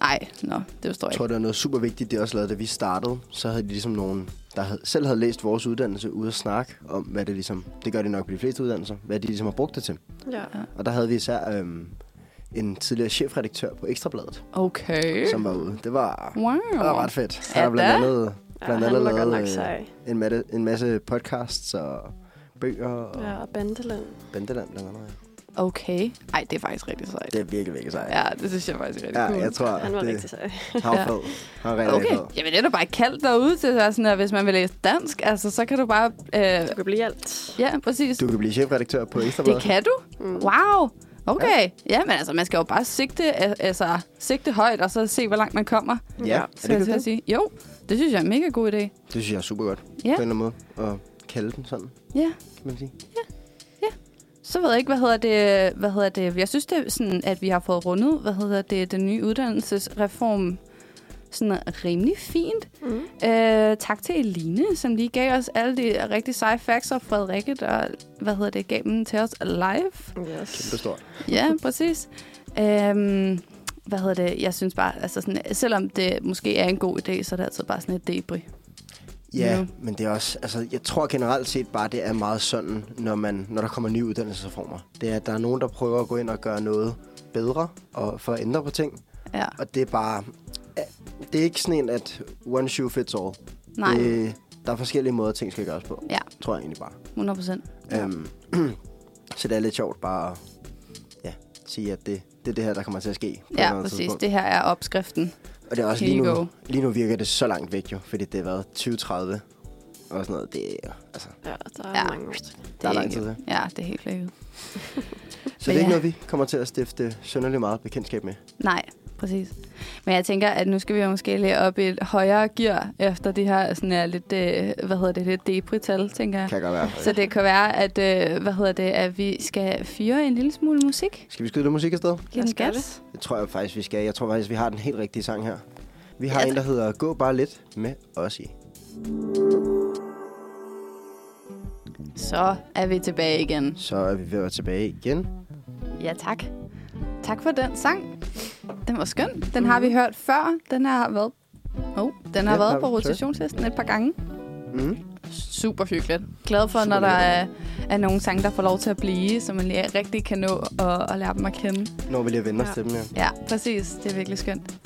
D: Nej, nå, det forstår jeg
B: Jeg
D: ikke.
B: tror, det er noget super vigtigt, det også lavede, da vi startede. Så havde de ligesom nogen, der havde, selv havde læst vores uddannelse, ude at snakke om, hvad det ligesom, det gør det nok på de fleste uddannelser, hvad de ligesom har brugt det til.
C: Ja.
B: Og der havde vi især øhm, en tidligere chefredaktør på Ekstrabladet,
C: Øh.
D: Okay.
B: som var ude. Det var,
D: Wow.
B: det var ret fedt. Han
D: Ja,
B: har blandt
D: da.
B: andet, blandt
C: ja,
B: andet
C: han var godt
B: lavet
C: nok
B: øh,
C: sej.
B: en, matte, en masse podcasts og bøger øh, og
C: Ja, og Bandeland.
B: Bandeland blandt andet. ja.
D: Okay. Ej, det er faktisk rigtig sejt.
B: Det er virkelig, virkelig sejt.
D: Ja, det synes jeg faktisk er rigtig
B: Ja,
D: cool.
B: jeg tror,
C: Han var
B: det
C: rigtig sej.
B: Han var fed. Han var rigtig
D: Okay,
B: fed.
D: jamen det er da bare kaldt derude til, så er sådan, at hvis man vil læse dansk, altså, så kan du bare... Øh,
C: Du kan blive alt.
D: ja, præcis.
B: Du kan blive chefredaktør på
D: Det
B: Ekstrabladet.
D: kan du?
C: Mm.
D: Wow. Okay. Ja, men altså, man skal jo bare sigte, al- altså, sigte højt, og så se, hvor langt man kommer.
B: Ja,
C: Ja.
B: er
D: Så jeg
B: det,
D: til at
B: det?
D: sige. Jo, det synes jeg er en mega god idé.
B: det synes jeg er super godt. På
D: Ja,
B: en eller anden måde. At kalde den sådan,
D: ja.
B: kan man sige.
D: Så ved jeg ikke, hvad hedder det, hvad hedder det, jeg synes det er sådan, at vi har fået rundet, hvad hedder det, den nye uddannelsesreform sådan rimelig fint.
C: Mm.
D: Øh, tak til Eline, som lige gav os alle de rigtig seje facts, og Frederikke, der, hvad hedder det, gav dem til os
B: (laughs)
D: live.
C: Yes.
B: Kæmpe stort.
D: Ja, præcis. Øhm, hvad hedder det, jeg synes bare, altså sådan, selvom det måske er en god idé, så er det altid bare sådan et debris.
B: Ja,
D: Ja.
B: men det er også, altså jeg tror generelt set bare, det er meget sådan, når, man, når der kommer nye uddannelsesreformer. Det er, at der er nogen, der prøver at gå ind og gøre noget bedre og for at ændre på ting.
D: Ja,
B: Og det er bare, ja, det er ikke sådan en, at one shoe fits all.
D: nej,
B: Det, der er forskellige måder, ting skal gøres på.
D: Ja.
B: Tror jeg egentlig bare.
D: 100 procent.
B: Ja. Øhm, (clears throat) så det er lidt sjovt bare at ja, sige, at det, det er det her, der kommer til at ske. på et eller
D: Ja,
B: andet
D: præcis.
B: tidspunkt.
D: Det her er opskriften.
B: Og det er også
D: Here
B: lige
D: you
B: nu,
D: go.
B: lige nu virker det så langt væk jo, fordi det har været 2030 og sådan noget. Det, er- altså,
C: Ja, der er
D: Ja.
C: ja. mange år.
D: Det
B: der er
D: er
B: lang
D: ikke-
B: tid til.
D: Ja, det er helt flækket.
B: Så det er ikke
D: ja.
B: noget, vi kommer til at stifte synderligt meget bekendtskab med.
D: Nej, præcis. Men jeg tænker, at nu skal vi jo måske lige op i et højere gear, efter de her sådan er lidt, øh, hvad hedder det, lidt deprital, tænker jeg.
B: Kan godt være.
D: Så det kan være, at, øh, hvad hedder det, at vi skal fyre en lille smule musik.
B: Skal vi skyde det musik afsted?
D: Give
C: Lad
D: den
C: os gøre
D: gas.
B: Det tror jeg faktisk, vi skal. Jeg tror faktisk, vi har den helt rigtige sang her. Vi har
D: Ja,
B: en, der hedder Gå bare lidt med os i.
D: Så er vi tilbage igen.
B: Så er vi ved at være tilbage igen.
D: Ja, tak. Tak for den sang. Mhm. Den var skøn. Den har vi hørt før. Den har været, oh, den har
B: Ja,
D: ja, været
B: tak.
D: på
B: Tak.
D: rotationslisten et par gange.
B: Mm.
D: Super hyggeligt. Glad for,
B: Super
D: når der er,
B: lækkert.
D: er nogle sange, der får lov til at blive, så man lige rigtig kan nå at, at lære dem at kende.
B: Når vi lige vender os
C: Ja.
B: til dem, ja.
D: Ja, præcis. Det er virkelig skønt.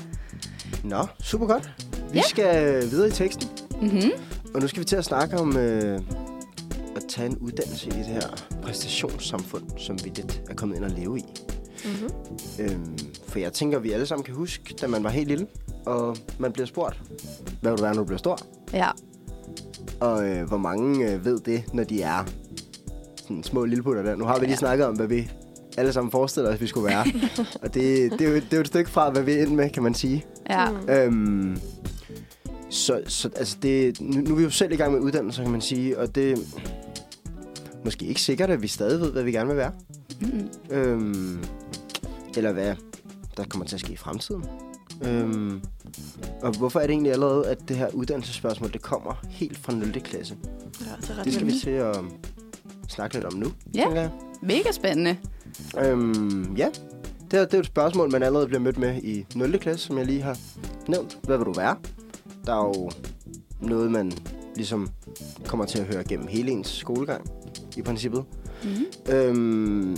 B: Nå, super godt. Vi
D: Ja.
B: skal videre i teksten,
D: Mm-hmm.
B: og nu skal vi til at snakke om øh, at tage en uddannelse i det her præstationssamfund, som vi lidt er kommet ind og leve i.
C: Mm-hmm.
B: Øhm, for jeg tænker, at vi alle sammen kan huske, da man var helt lille, og man bliver spurgt, hvad vil du være, når du bliver stor?
D: Ja,
B: Og øh, hvor mange øh, ved det, når de er sådan små lilleputter der. Nu har vi lige ja.
D: Ja.
B: snakket om, hvad vi alle sammen forestiller os, vi skulle være. og det, det, er jo, det er jo et stykke fra, hvad vi er ind med, kan man sige.
D: ja.
C: Mm.
B: Øhm, så så altså det, nu, nu er vi jo selv i gang med uddannelser, kan man sige. Og det er måske ikke sikkert, at vi stadig ved, hvad vi gerne vil være.
D: Mm-hmm.
B: Øhm, eller hvad der kommer til at ske i fremtiden. Øhm, og hvorfor er det egentlig allerede, at det her uddannelsesspørgsmål, det kommer helt fra 0. klasse?
C: Ja, det er ret
B: Det skal
C: vildt.
B: vi til at snakke lidt om nu,
D: Ja.
B: tænker jeg.
D: Mega spændende.
B: Øhm, ja, det, er, det er jo et spørgsmål, man allerede bliver mødt med i 0. klasse, som jeg lige har nævnt. Hvad vil du være? Der er jo noget, man ligesom kommer til at høre gennem hele ens skolegang, i princippet.
D: Mm-hmm.
B: Øhm,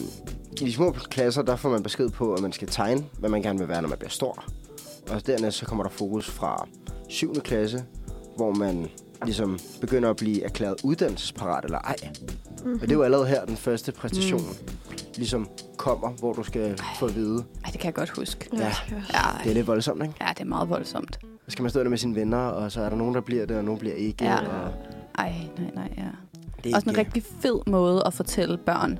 B: I de små klasser, der får man besked på, at man skal tegne, hvad man gerne vil være, når man bliver stor. Og dernæst så kommer der fokus fra 7. klasse, hvor man ligesom begynder at blive erklæret uddannelsesparat eller ej. Mm-hmm. Og det er jo allerede her, den første præstation mm. ligesom kommer, hvor du skal få at vide.
D: Ej, det kan jeg godt huske.
B: Ja, det
D: Ja,
B: er lidt voldsomt, ikke?
D: ja det er meget voldsomt.
B: Så skal man stå der med sine venner, og så er der nogen, der bliver det, og nogen bliver ikke.
D: Ja.
B: Og
D: Ej, nej, nej, ja.
B: det er
D: Også en
B: ikke-
D: rigtig fed måde at fortælle børn.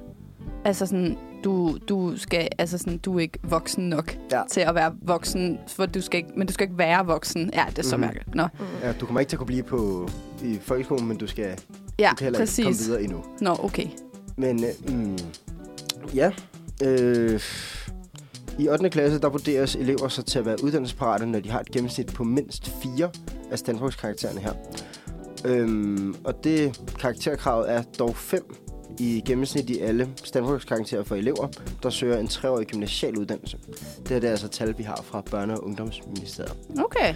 D: Altså sådan, du, du, skal, altså sådan, du er ikke voksen nok
B: Ja.
D: ja. til at være voksen, for du skal ikke, men du skal ikke være voksen. Ja, det er så
B: Mhm.
D: mm-hmm. mærkeligt. Nå.
B: Ja, du kommer ikke til at kunne blive på i folkeskolen, men du skal ja,
D: Ja,
B: du kan heller ikke komme
D: præcis.
B: videre endnu.
D: Nå, okay.
B: Men øh, mm, ja, øh, i 8. klasse, der vurderes elever så til at være uddannelsesparate, når de har et gennemsnit på mindst 4 af standpunktskaraktererne her. Øhm, og det karakterkravet er dog 5 i gennemsnit i alle standpunktskarakterer for elever, der søger en 3-årig gymnasial uddannelse. Det her det er altså tal, vi har fra Børne- og Ungdomsministeriet.
D: Okay.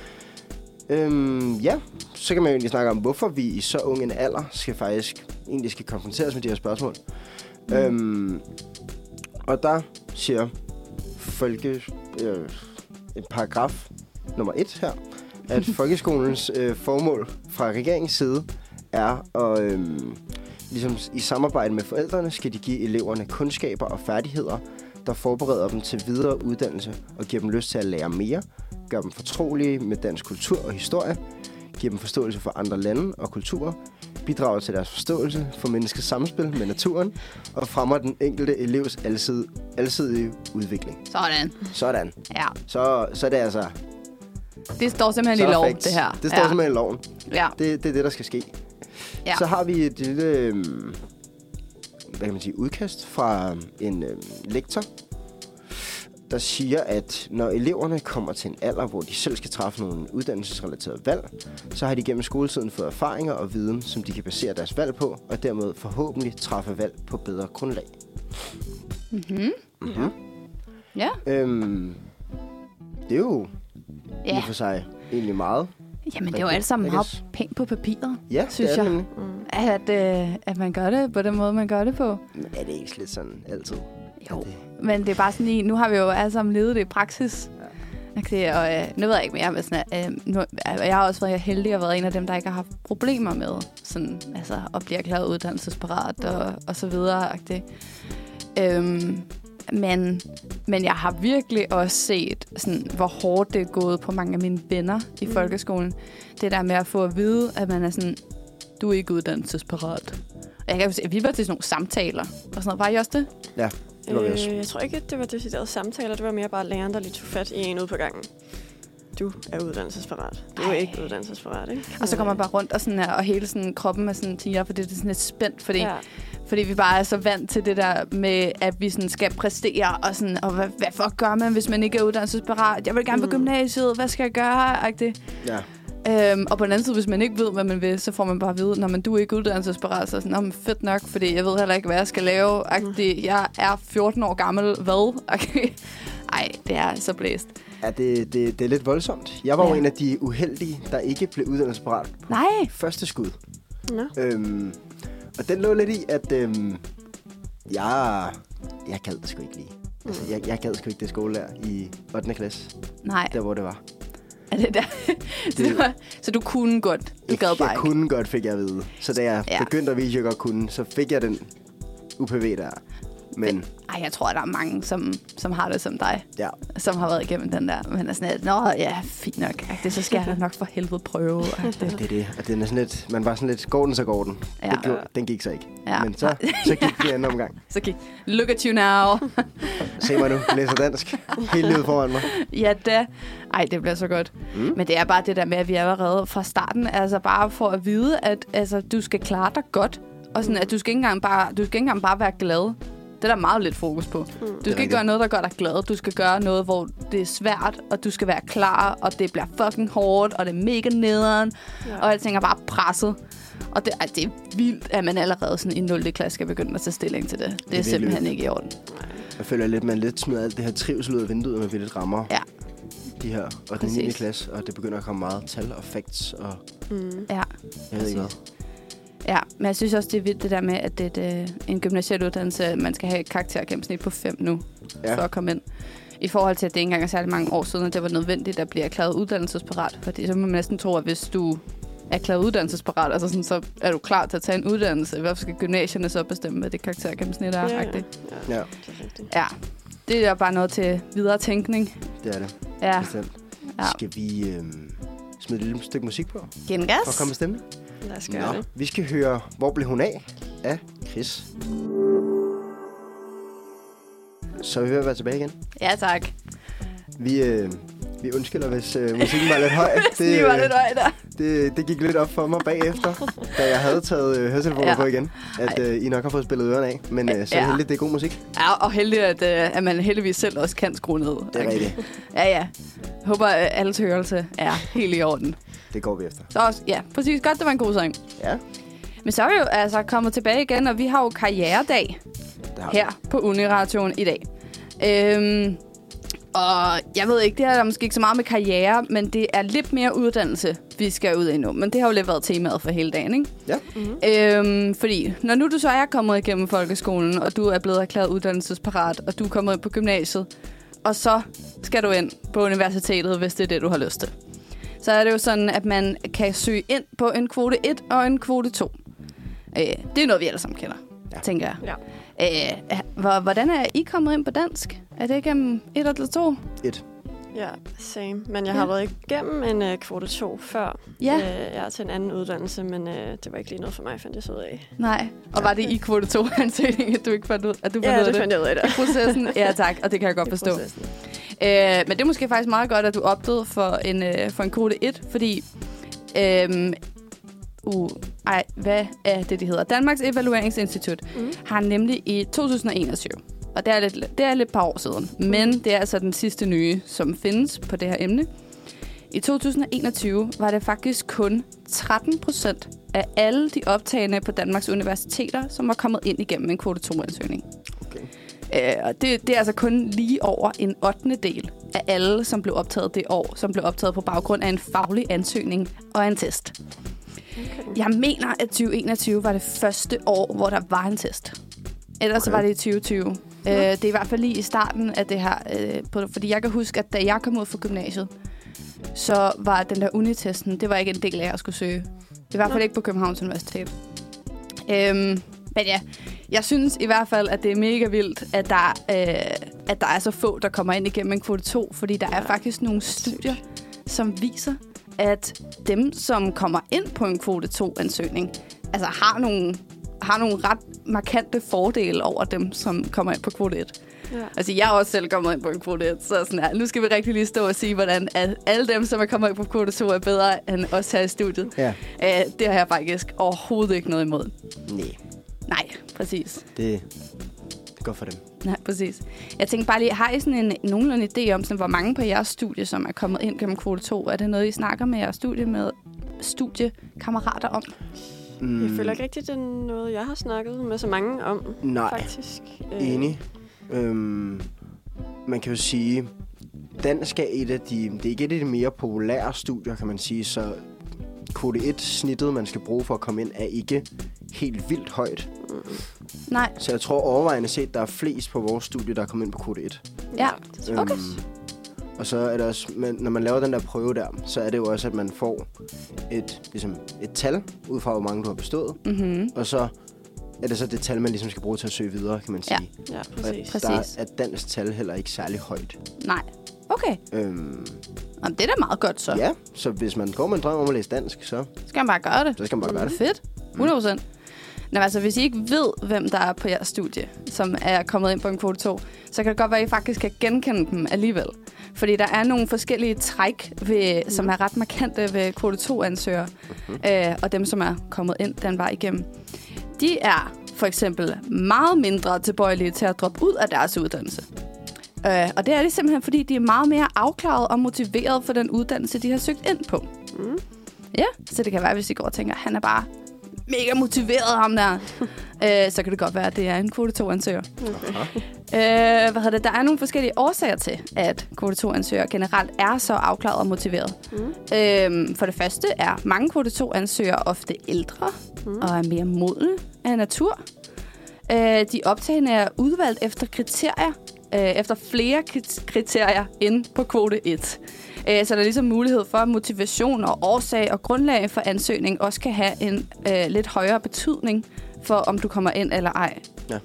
B: Øhm, ja, så kan man jo egentlig snakke om, hvorfor vi i så ung en alder skal faktisk egentlig skal konfronteres med de her spørgsmål. Mm. Øhm, og der siger folke, øh, en paragraf nummer 1 her, at folkeskolens øh, formål fra regeringens side er at øhm, ligesom i samarbejde med forældrene skal de give eleverne kundskaber og færdigheder, der forbereder dem til videre uddannelse og giver dem lyst til at lære mere, gør dem fortrolige med dansk kultur og historie, giver dem forståelse for andre lande og kulturer, bidrager til deres forståelse for menneskets samspil med naturen og fremmer den enkelte elevs alsid, alsidige udvikling.
D: Sådan.
B: Sådan.
D: Ja.
B: Så, så er det altså...
D: Det står simpelthen
B: så er
D: i
B: der
D: lov,
B: facts.
D: det her.
B: Det står
D: ja.
B: ja. simpelthen i loven.
D: Ja.
B: Det, det er det, der skal ske.
D: Ja.
B: Så har vi et lille øhm, hvad kan man sige, udkast fra en øhm, lektor, der siger, at når eleverne kommer til en alder, hvor de selv skal træffe nogle uddannelsesrelaterede valg, så har de gennem skoletiden fået erfaringer og viden, som de kan basere deres valg på, og dermed forhåbentlig træffe valg på bedre grundlag.
D: Mm-hmm.
B: Mhm.
D: Ja.
B: Øhm, det er jo ja. i
D: Ja.
B: og for sig egentlig meget.
D: Jamen, det er jo alt sammen
B: Jeg
D: meget
B: kan
D: pænt på papiret.
B: Ja,
D: Synes
B: det er det
D: jeg.
B: nemlig.
D: At, øh, at man gør det på den måde, man gør det på.
B: Men er det ikke lidt sådan altid? Er
D: Jo.
B: det-
D: Men det er bare sådan i, nu har vi jo alle sammen levet det i praksis. Okay, og øh, nu ved jeg ikke mere, men sådan, at, øh, nu, og jeg har også været heldig at være en af dem, der ikke har haft problemer med sådan, altså, at blive erklæret uddannelsesparat og, og så videre. og Det. Øhm, men, men jeg har virkelig også set, sådan, hvor hårdt det er gået på mange af mine venner i mm. folkeskolen. Det der med at få at vide, at man er sådan, du er ikke uddannelsesparat. Og jeg kan huske, at vi var til sådan nogle samtaler og sådan noget. Var I også det?
B: Ja. Det var vi også.
C: Øh, jeg tror ikke, at det var deciderede samtaler. Det var mere bare læreren, der lige tog fat i en ude på gangen. Du er uddannelsesparat. Du er
D: Ej.
C: ikke uddannelsesparat, ikke? Øh,
D: Og så kommer man bare rundt og, sådan her, og hele sådan, kroppen er sådan, tænker, fordi det er sådan lidt spændt, fordi, ja.
C: Ja.
D: fordi vi bare er så vant til det der med, at vi sådan skal præstere, og, sådan, og hvad, hvad for gør man, hvis man ikke er uddannelsesparat? Jeg vil gerne på
C: Mm.
D: gymnasiet, hvad skal jeg gøre? Agtigt.
B: Ja.
D: Øhm, og på den anden side, hvis man ikke ved, hvad man vil, så får man bare at vide, når man du er ikke uddannelsesparat, så er sådan, "Nå, men fedt nok, fordi jeg ved heller ikke, hvad jeg skal lave. Agtig, jeg er 14 år gammel, hvad? Okay. (laughs) Ej, det er så blæst.
B: Ja, det, det, det er lidt voldsomt. Jeg var ja. jo
D: Ja.
B: en af de uheldige, der ikke blev uddannelsesparat på
D: Nej.
B: første skud.
C: Nå.
B: Øhm, og den lå lidt i, at øhm, jeg, jeg gad det sgu ikke lige. Altså, jeg, jeg gad sgu ikke det skolelærer i 8. klasse,
D: Nej,
B: der hvor det var.
D: (laughs) er det der? det var, så du kunne godt. Du gad bare
B: jeg
D: ikke.
B: kunne godt, fik jeg at vide. Så da jeg
D: Ja.
B: ja. begyndte at vise, at jeg godt kunne, så fik jeg den UPV der. Men
D: Ej, jeg tror, der er mange, som, som har det som dig,
B: ja,
D: som har været igennem den der. Men er sådan lidt, nå ja, fint nok. Agtig, så skal jeg da nok for helvede prøve. Agtigt.
B: det er det. Og den er sådan lidt, man var sådan lidt, går den, så går den.
D: Ja.
B: Ja. Det gjorde, den gik så ikke.
D: Ja.
B: Men så, så gik det anden omgang.
D: Så gik, look at you now.
B: Se mig nu, læser dansk. Helt livet foran mig.
D: Ja da. Ej, det bliver så godt. Mm. Men det er bare det der med, at vi allerede fra starten, altså bare for at vide, at altså, du skal klare dig godt. Og sådan, at du skal ikke engang bare, du skal ikke engang bare være glad. Det Mm. er der meget lidt fokus på. Du skal
B: rigtigt.
D: ikke gøre noget, der gør dig glad. Du skal gøre noget, hvor det er svært, og du skal være klar, og det bliver fucking hårdt, og det er mega nederen. Ja. Og jeg tænker bare presset. Og det, ej, det er vildt, at man allerede sådan i 0. klasse skal begynde at tage stilling til det. Det er, det er
B: virkelig
D: simpelthen
B: vildt.
D: ikke i orden.
B: Jeg føler lidt, man lidt smider alt det her trivsel ud af vinduet, når vi lidt rammer
D: Ja.
B: de her og den
D: Præcis.
B: 9. klasse, og det begynder at komme meget tal og facts og
D: Ja.
B: jeg ved ikke hvad.
D: Ja, men jeg synes også, det er vildt det der med, at det er et, øh, en gymnasiel uddannelse, at man skal have et karaktergennemsnit på 5 nu, ja.
B: Ja.
D: for at komme ind. I forhold til, at det ikke engang er særlig mange år siden, at det var nødvendigt at blive erklæret uddannelsesparat. Fordi så må man næsten tro, at hvis du er erklæret uddannelsesparat, altså sådan, så er du klar til at tage en uddannelse. Hvorfor skal gymnasierne så bestemme, hvad det karaktergennemsnit er?
C: Ja, ja.
B: Ja,
D: Ja, ja.
C: Det er rigtigt.
D: ja, det er bare noget til videre tænkning.
B: det er det.
D: Ja,
B: Bestemt.
D: Ja.
B: Skal vi øhm, smide et lille stykke musik på for at
D: gengas.
B: komme i stemning?
C: Lad os gøre det.
B: vi skal høre Hvor blev hun af? af Chris. Så er vi ved at være tilbage igen.
D: Ja, tak.
B: Vi, øh, vi undskylder, hvis øh, musikken var lidt høj.
D: (laughs) Det var
B: øh,
D: lidt øje der.
B: det, det gik lidt op for mig bagefter, da jeg havde taget øh, høretelefoner
D: Ja.
B: ja. på igen, at øh, I nok har fået spillet ørerne af. Men øh, så
D: Ja.
B: ja. heldigt, det er god musik.
D: Ja, og heldig, at, øh, at man heldigvis selv også kan skrue ned.
B: Det er rigtigt.
D: Ja, ja. Håber, at alles hørelse er helt i orden.
B: Det går vi efter.
D: Så også, ja, præcis. Godt, det var en god sang.
B: Ja,
D: Men så er vi jo altså kommet tilbage igen, og vi har jo karrieredag
B: det har vi.
D: her på Uniradioen i dag. Øhm, og jeg ved ikke, det har måske ikke så meget med karriere, men det er lidt mere uddannelse, vi skal ud i nu. Men det har jo lidt været temaet for hele dagen, ikke?
B: Ja,
D: Øhm, fordi når nu du så er kommet igennem folkeskolen, og du er blevet erklæret uddannelsesparat, og du er kommet ind på gymnasiet, og så skal du ind på universitetet, hvis det er det, du har lyst til. Så er det jo sådan, at man kan søge ind på en kvote 1 og en kvote 2. Øh, det er noget, vi alle sammen kender, ja.
B: Ja.
D: tænker jeg.
C: Ja.
D: Øh, h- hvordan er I kommet ind på dansk? Er det igennem 1 eller 2?
B: et.
C: Ja, same. Men jeg har
D: Ja.
C: været igennem en uh, kvote 2 før.
D: Ja.
C: Øh, jeg er til en anden uddannelse, men uh, det var ikke lige noget for mig, fandt jeg så ud af.
D: Nej. Og var det i kvote (laughs) 2-ansøgningen, at du ikke fandt ud, at du fandt
C: Ja,
D: ud af
C: det fandt jeg ud af
D: (laughs)
C: der.
D: Processen? Ja, tak. Og det kan jeg godt
C: I
D: forstå.
C: processen.
D: Øh, men det er måske faktisk meget godt, at du opdagede for en, øh, for en kvote 1, fordi... Øh, uh, ej, hvad er det, det hedder? Danmarks Evalueringsinstitut mm. har nemlig i 2021, og det er, lidt, det er lidt par år siden, men det er altså den sidste nye, som findes på det her emne. I 2021 var det faktisk kun 13 procent af alle de optagende på Danmarks universiteter, som var kommet ind igennem en kvote 2-ansøgning.
B: Okay.
D: Øh, og det, det er altså kun lige over en 8. del af alle, som blev optaget det år, som blev optaget på baggrund af en faglig ansøgning og en test. Okay. (laughs) Jeg mener, at 2021 var det første år, hvor der var en test. Ellers okay.
B: Okay.
D: var det i 2020. Øh, det er i hvert fald lige i starten af det her. Øh, på, fordi jeg kan huske, at da jeg kom ud fra gymnasiet, så var den der unitesten, det var ikke en del af, at jeg skulle søge. I hvert fald ikke på Københavns Universitet. Øhm, men ja, jeg synes i hvert fald, at det er mega vildt, at der, øh, at der er så få, der kommer ind igennem en kvote 2, fordi der ja. er faktisk nogle studier, som viser, at dem, som kommer ind på en kvote 2-ansøgning, altså har nogle har nogle ret markante fordele over dem, som kommer ind på kvote 1.
C: Ja.
D: Altså, jeg er også selv kommet ind på en kvote 1, så sådan her, nu skal vi rigtig lige stå og sige, hvordan at alle dem, som er kommet ind på kvote 2, er bedre end os her i studiet.
B: Ja.
D: Øh, det har jeg faktisk overhovedet ikke noget imod.
B: Nej,
D: Nej, præcis.
B: det, det er godt for dem.
D: Nej, præcis. Jeg tænkte bare lige, har I sådan en nogenlunde idé om, sådan, hvor mange på jeres studie, som er kommet ind gennem kvote 2? Er det noget, I snakker med jeres studie med studiekammerater om?
B: Mm,
C: Jeg føler ikke rigtigt, det er noget, jeg har snakket med så mange om,
B: Nej.
C: faktisk. Øh,
B: Enig. Øhm, man kan jo sige, dansk er et af de, det er ikke et af de mere populære studier, kan man sige, så kvote 1-snittet, man skal bruge for at komme ind, er ikke helt vildt højt.
D: Nej.
B: Så jeg tror overvejende set, der er flest på vores studie, der er kommet ind på kvote 1.
D: Ja.
C: det tror jeg.
D: Okay.
B: og så er det også, men når man laver den der prøve der, så er det jo også, at man får et, ligesom et tal, ud fra hvor mange du har bestået,
D: Mm-hmm.
B: og så er det så det tal, man ligesom skal bruge til at søge videre, kan man
D: Ja.
B: sige.
C: Ja,
B: Og
C: præcis.
D: Præcis.
B: Der er dansk tal heller ikke særlig højt.
D: Nej. Okay.
B: Øhm,
D: Jamen, det er da meget godt, så.
B: ja, så hvis man går med en drøm om at læse dansk, så,
D: Så skal man bare gøre det.
B: så skal man bare gøre det.
D: Fedt. 100 procent. Nå, altså, hvis I ikke ved, hvem der er på jeres studie, som er kommet ind på en kvote 2, så kan det godt være, at I faktisk kan genkende dem alligevel. Fordi der er nogle forskellige træk, ved, som er ret markante ved kvote 2-ansøgere, øh, og dem, som er kommet ind den vej igennem. De er for eksempel meget mindre tilbøjelige til at droppe ud af deres uddannelse. Øh, og det er de simpelthen, fordi de er meget mere afklaret og motiveret for den uddannelse, de har søgt ind på. Ja, så det kan være, hvis I går og tænker, han er bare mega motiveret, ham (laughs) der. øh, så kan det godt være, at det er en kvote 2-ansøger. Okay. Øh, hvad hedder det? Der er nogle forskellige årsager til, at kvote 2-ansøgere generelt er så afklaret og motiveret. Mm. Øh, for det første er mange kvote 2-ansøgere ofte ældre mm. og er mere modne af natur. Øh, de optagende er udvalgt efter kriterier, øh, efter flere krit- kriterier end på kvote 1. Øh, så der er ligesom mulighed for, at motivation og årsag og grundlag for ansøgning også kan have en øh, lidt højere betydning for, om du kommer ind eller ej.
B: Ja.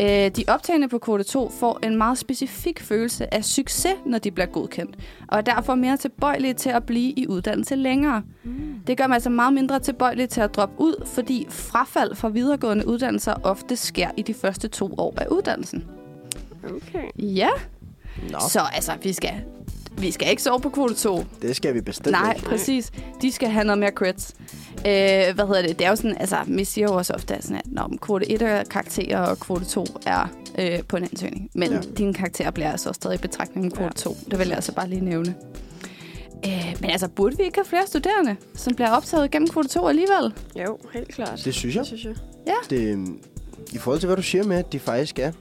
D: Øh, de optagende på kvote 2 får en meget specifik følelse af succes, når de bliver godkendt, og er derfor mere tilbøjelige til at blive i uddannelse længere. Mm. Det gør mig altså meget mindre tilbøjelig til at droppe ud, fordi frafald fra videregående uddannelser ofte sker i de første to år af uddannelsen.
C: Okay.
D: Ja,
B: Nå,
D: så altså, vi skal, vi skal ikke sove på kvote 2.
B: det skal vi bestemt
D: Nej,
B: ikke.
D: præcis. De skal have noget mere creds. Øh, hvad hedder det? Det er jo sådan, altså, vi siger jo også ofte, at sådan, at når kvote 1 er karakterer, og kvote 2 er øh, på en ansøgning. Men ja. dine karakterer bliver altså stadig i betragtning af kvote ja. 2. Det vil jeg altså bare lige nævne. Øh, men altså, burde vi ikke have flere studerende, som bliver optaget gennem kvote 2 alligevel?
C: Jo, helt klart.
B: Det synes jeg.
C: Det synes jeg.
B: Det, øhm, I forhold til, hvad du siger med, at de faktisk er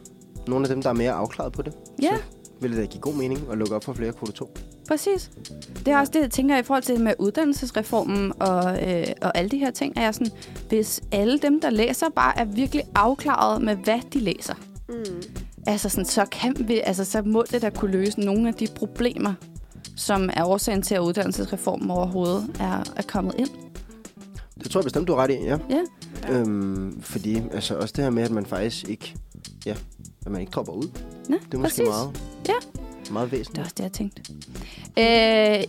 B: nogle af dem, der er mere afklaret på det,
D: Ja,
B: vil det da give god mening at lukke op for flere kvote 2.
D: præcis. Det er også det, jeg tænker i forhold til med uddannelsesreformen og, øh, og alle de her ting. Er jeg sådan, hvis alle dem, der læser, bare er virkelig afklaret med, hvad de læser,
C: Mm.
D: Altså, sådan, så, kan vi, altså, så må det da kunne løse nogle af de problemer, som er årsagen til, at uddannelsesreformen overhovedet er, er kommet ind.
B: Det tror jeg bestemt, du er ret i, ja.
D: Ja.
B: Øhm, fordi altså, også det her med, at man faktisk ikke, ja, at man ikke dropper ud, det
D: Nå,
B: er måske meget,
D: Ja.
B: meget
D: Det er
B: væsentligt.
D: også det, jeg tænkte. Øh,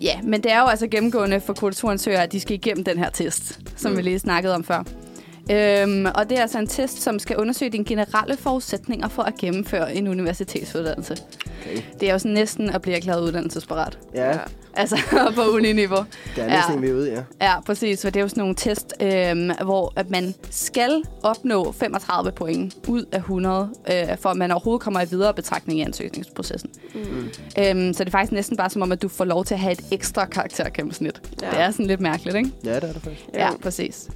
D: ja, men det er jo altså gennemgående for kulturansøgere, at de skal igennem den her test, som mm. vi lige snakkede om før. Øhm, og det er altså en test, som skal undersøge dine generelle forudsætninger for at gennemføre en universitetsuddannelse.
B: Okay.
D: Det er jo sådan næsten at blive erklæret uddannelsesparat.
B: Ja,
D: Altså (laughs) på uni-niveau.
B: der er
D: Ja.
B: næsten ja. vi er ude, ja.
D: Ja, præcis, for det er jo sådan nogle test, øh, hvor at man skal opnå 35 point ud af 100, øh, for at man overhovedet kommer i videre betragtning i ansøgningsprocessen. Mm. Øh, så det er faktisk næsten bare som om, at du får lov til at have et ekstra karaktergennemsnit. Ja.
C: Ja.
D: Det er sådan lidt mærkeligt, ikke?
B: Ja, det er det faktisk.
C: Jo.
D: Ja, præcis.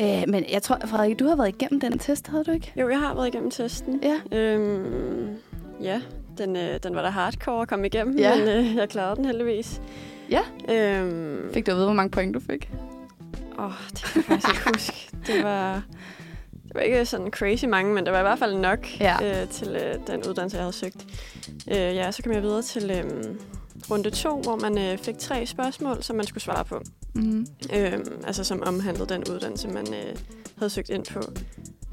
D: Øh, men jeg tror, Frederik, du har været igennem den test, havde du ikke?
C: Jo, jeg har været igennem testen.
D: Ja.
C: Øhm, ja, den, øh, den var da hardcore at komme igennem,
D: Ja.
C: ja. men øh, jeg klarede den heldigvis.
D: Ja.
C: Øhm,
D: Fik du at vide, hvor mange point du fik?
C: åh, det kan jeg faktisk ikke huske. Det var, det var ikke sådan crazy mange, men det var i hvert fald nok
D: Ja.
C: øh, til øh, den uddannelse, jeg havde søgt. Øh, ja, så kom jeg videre til øh, runde to, hvor man øh, fik tre spørgsmål, som man skulle svare på.
D: Mm.
C: øh, altså som omhandlede den uddannelse, man øh, havde søgt ind på.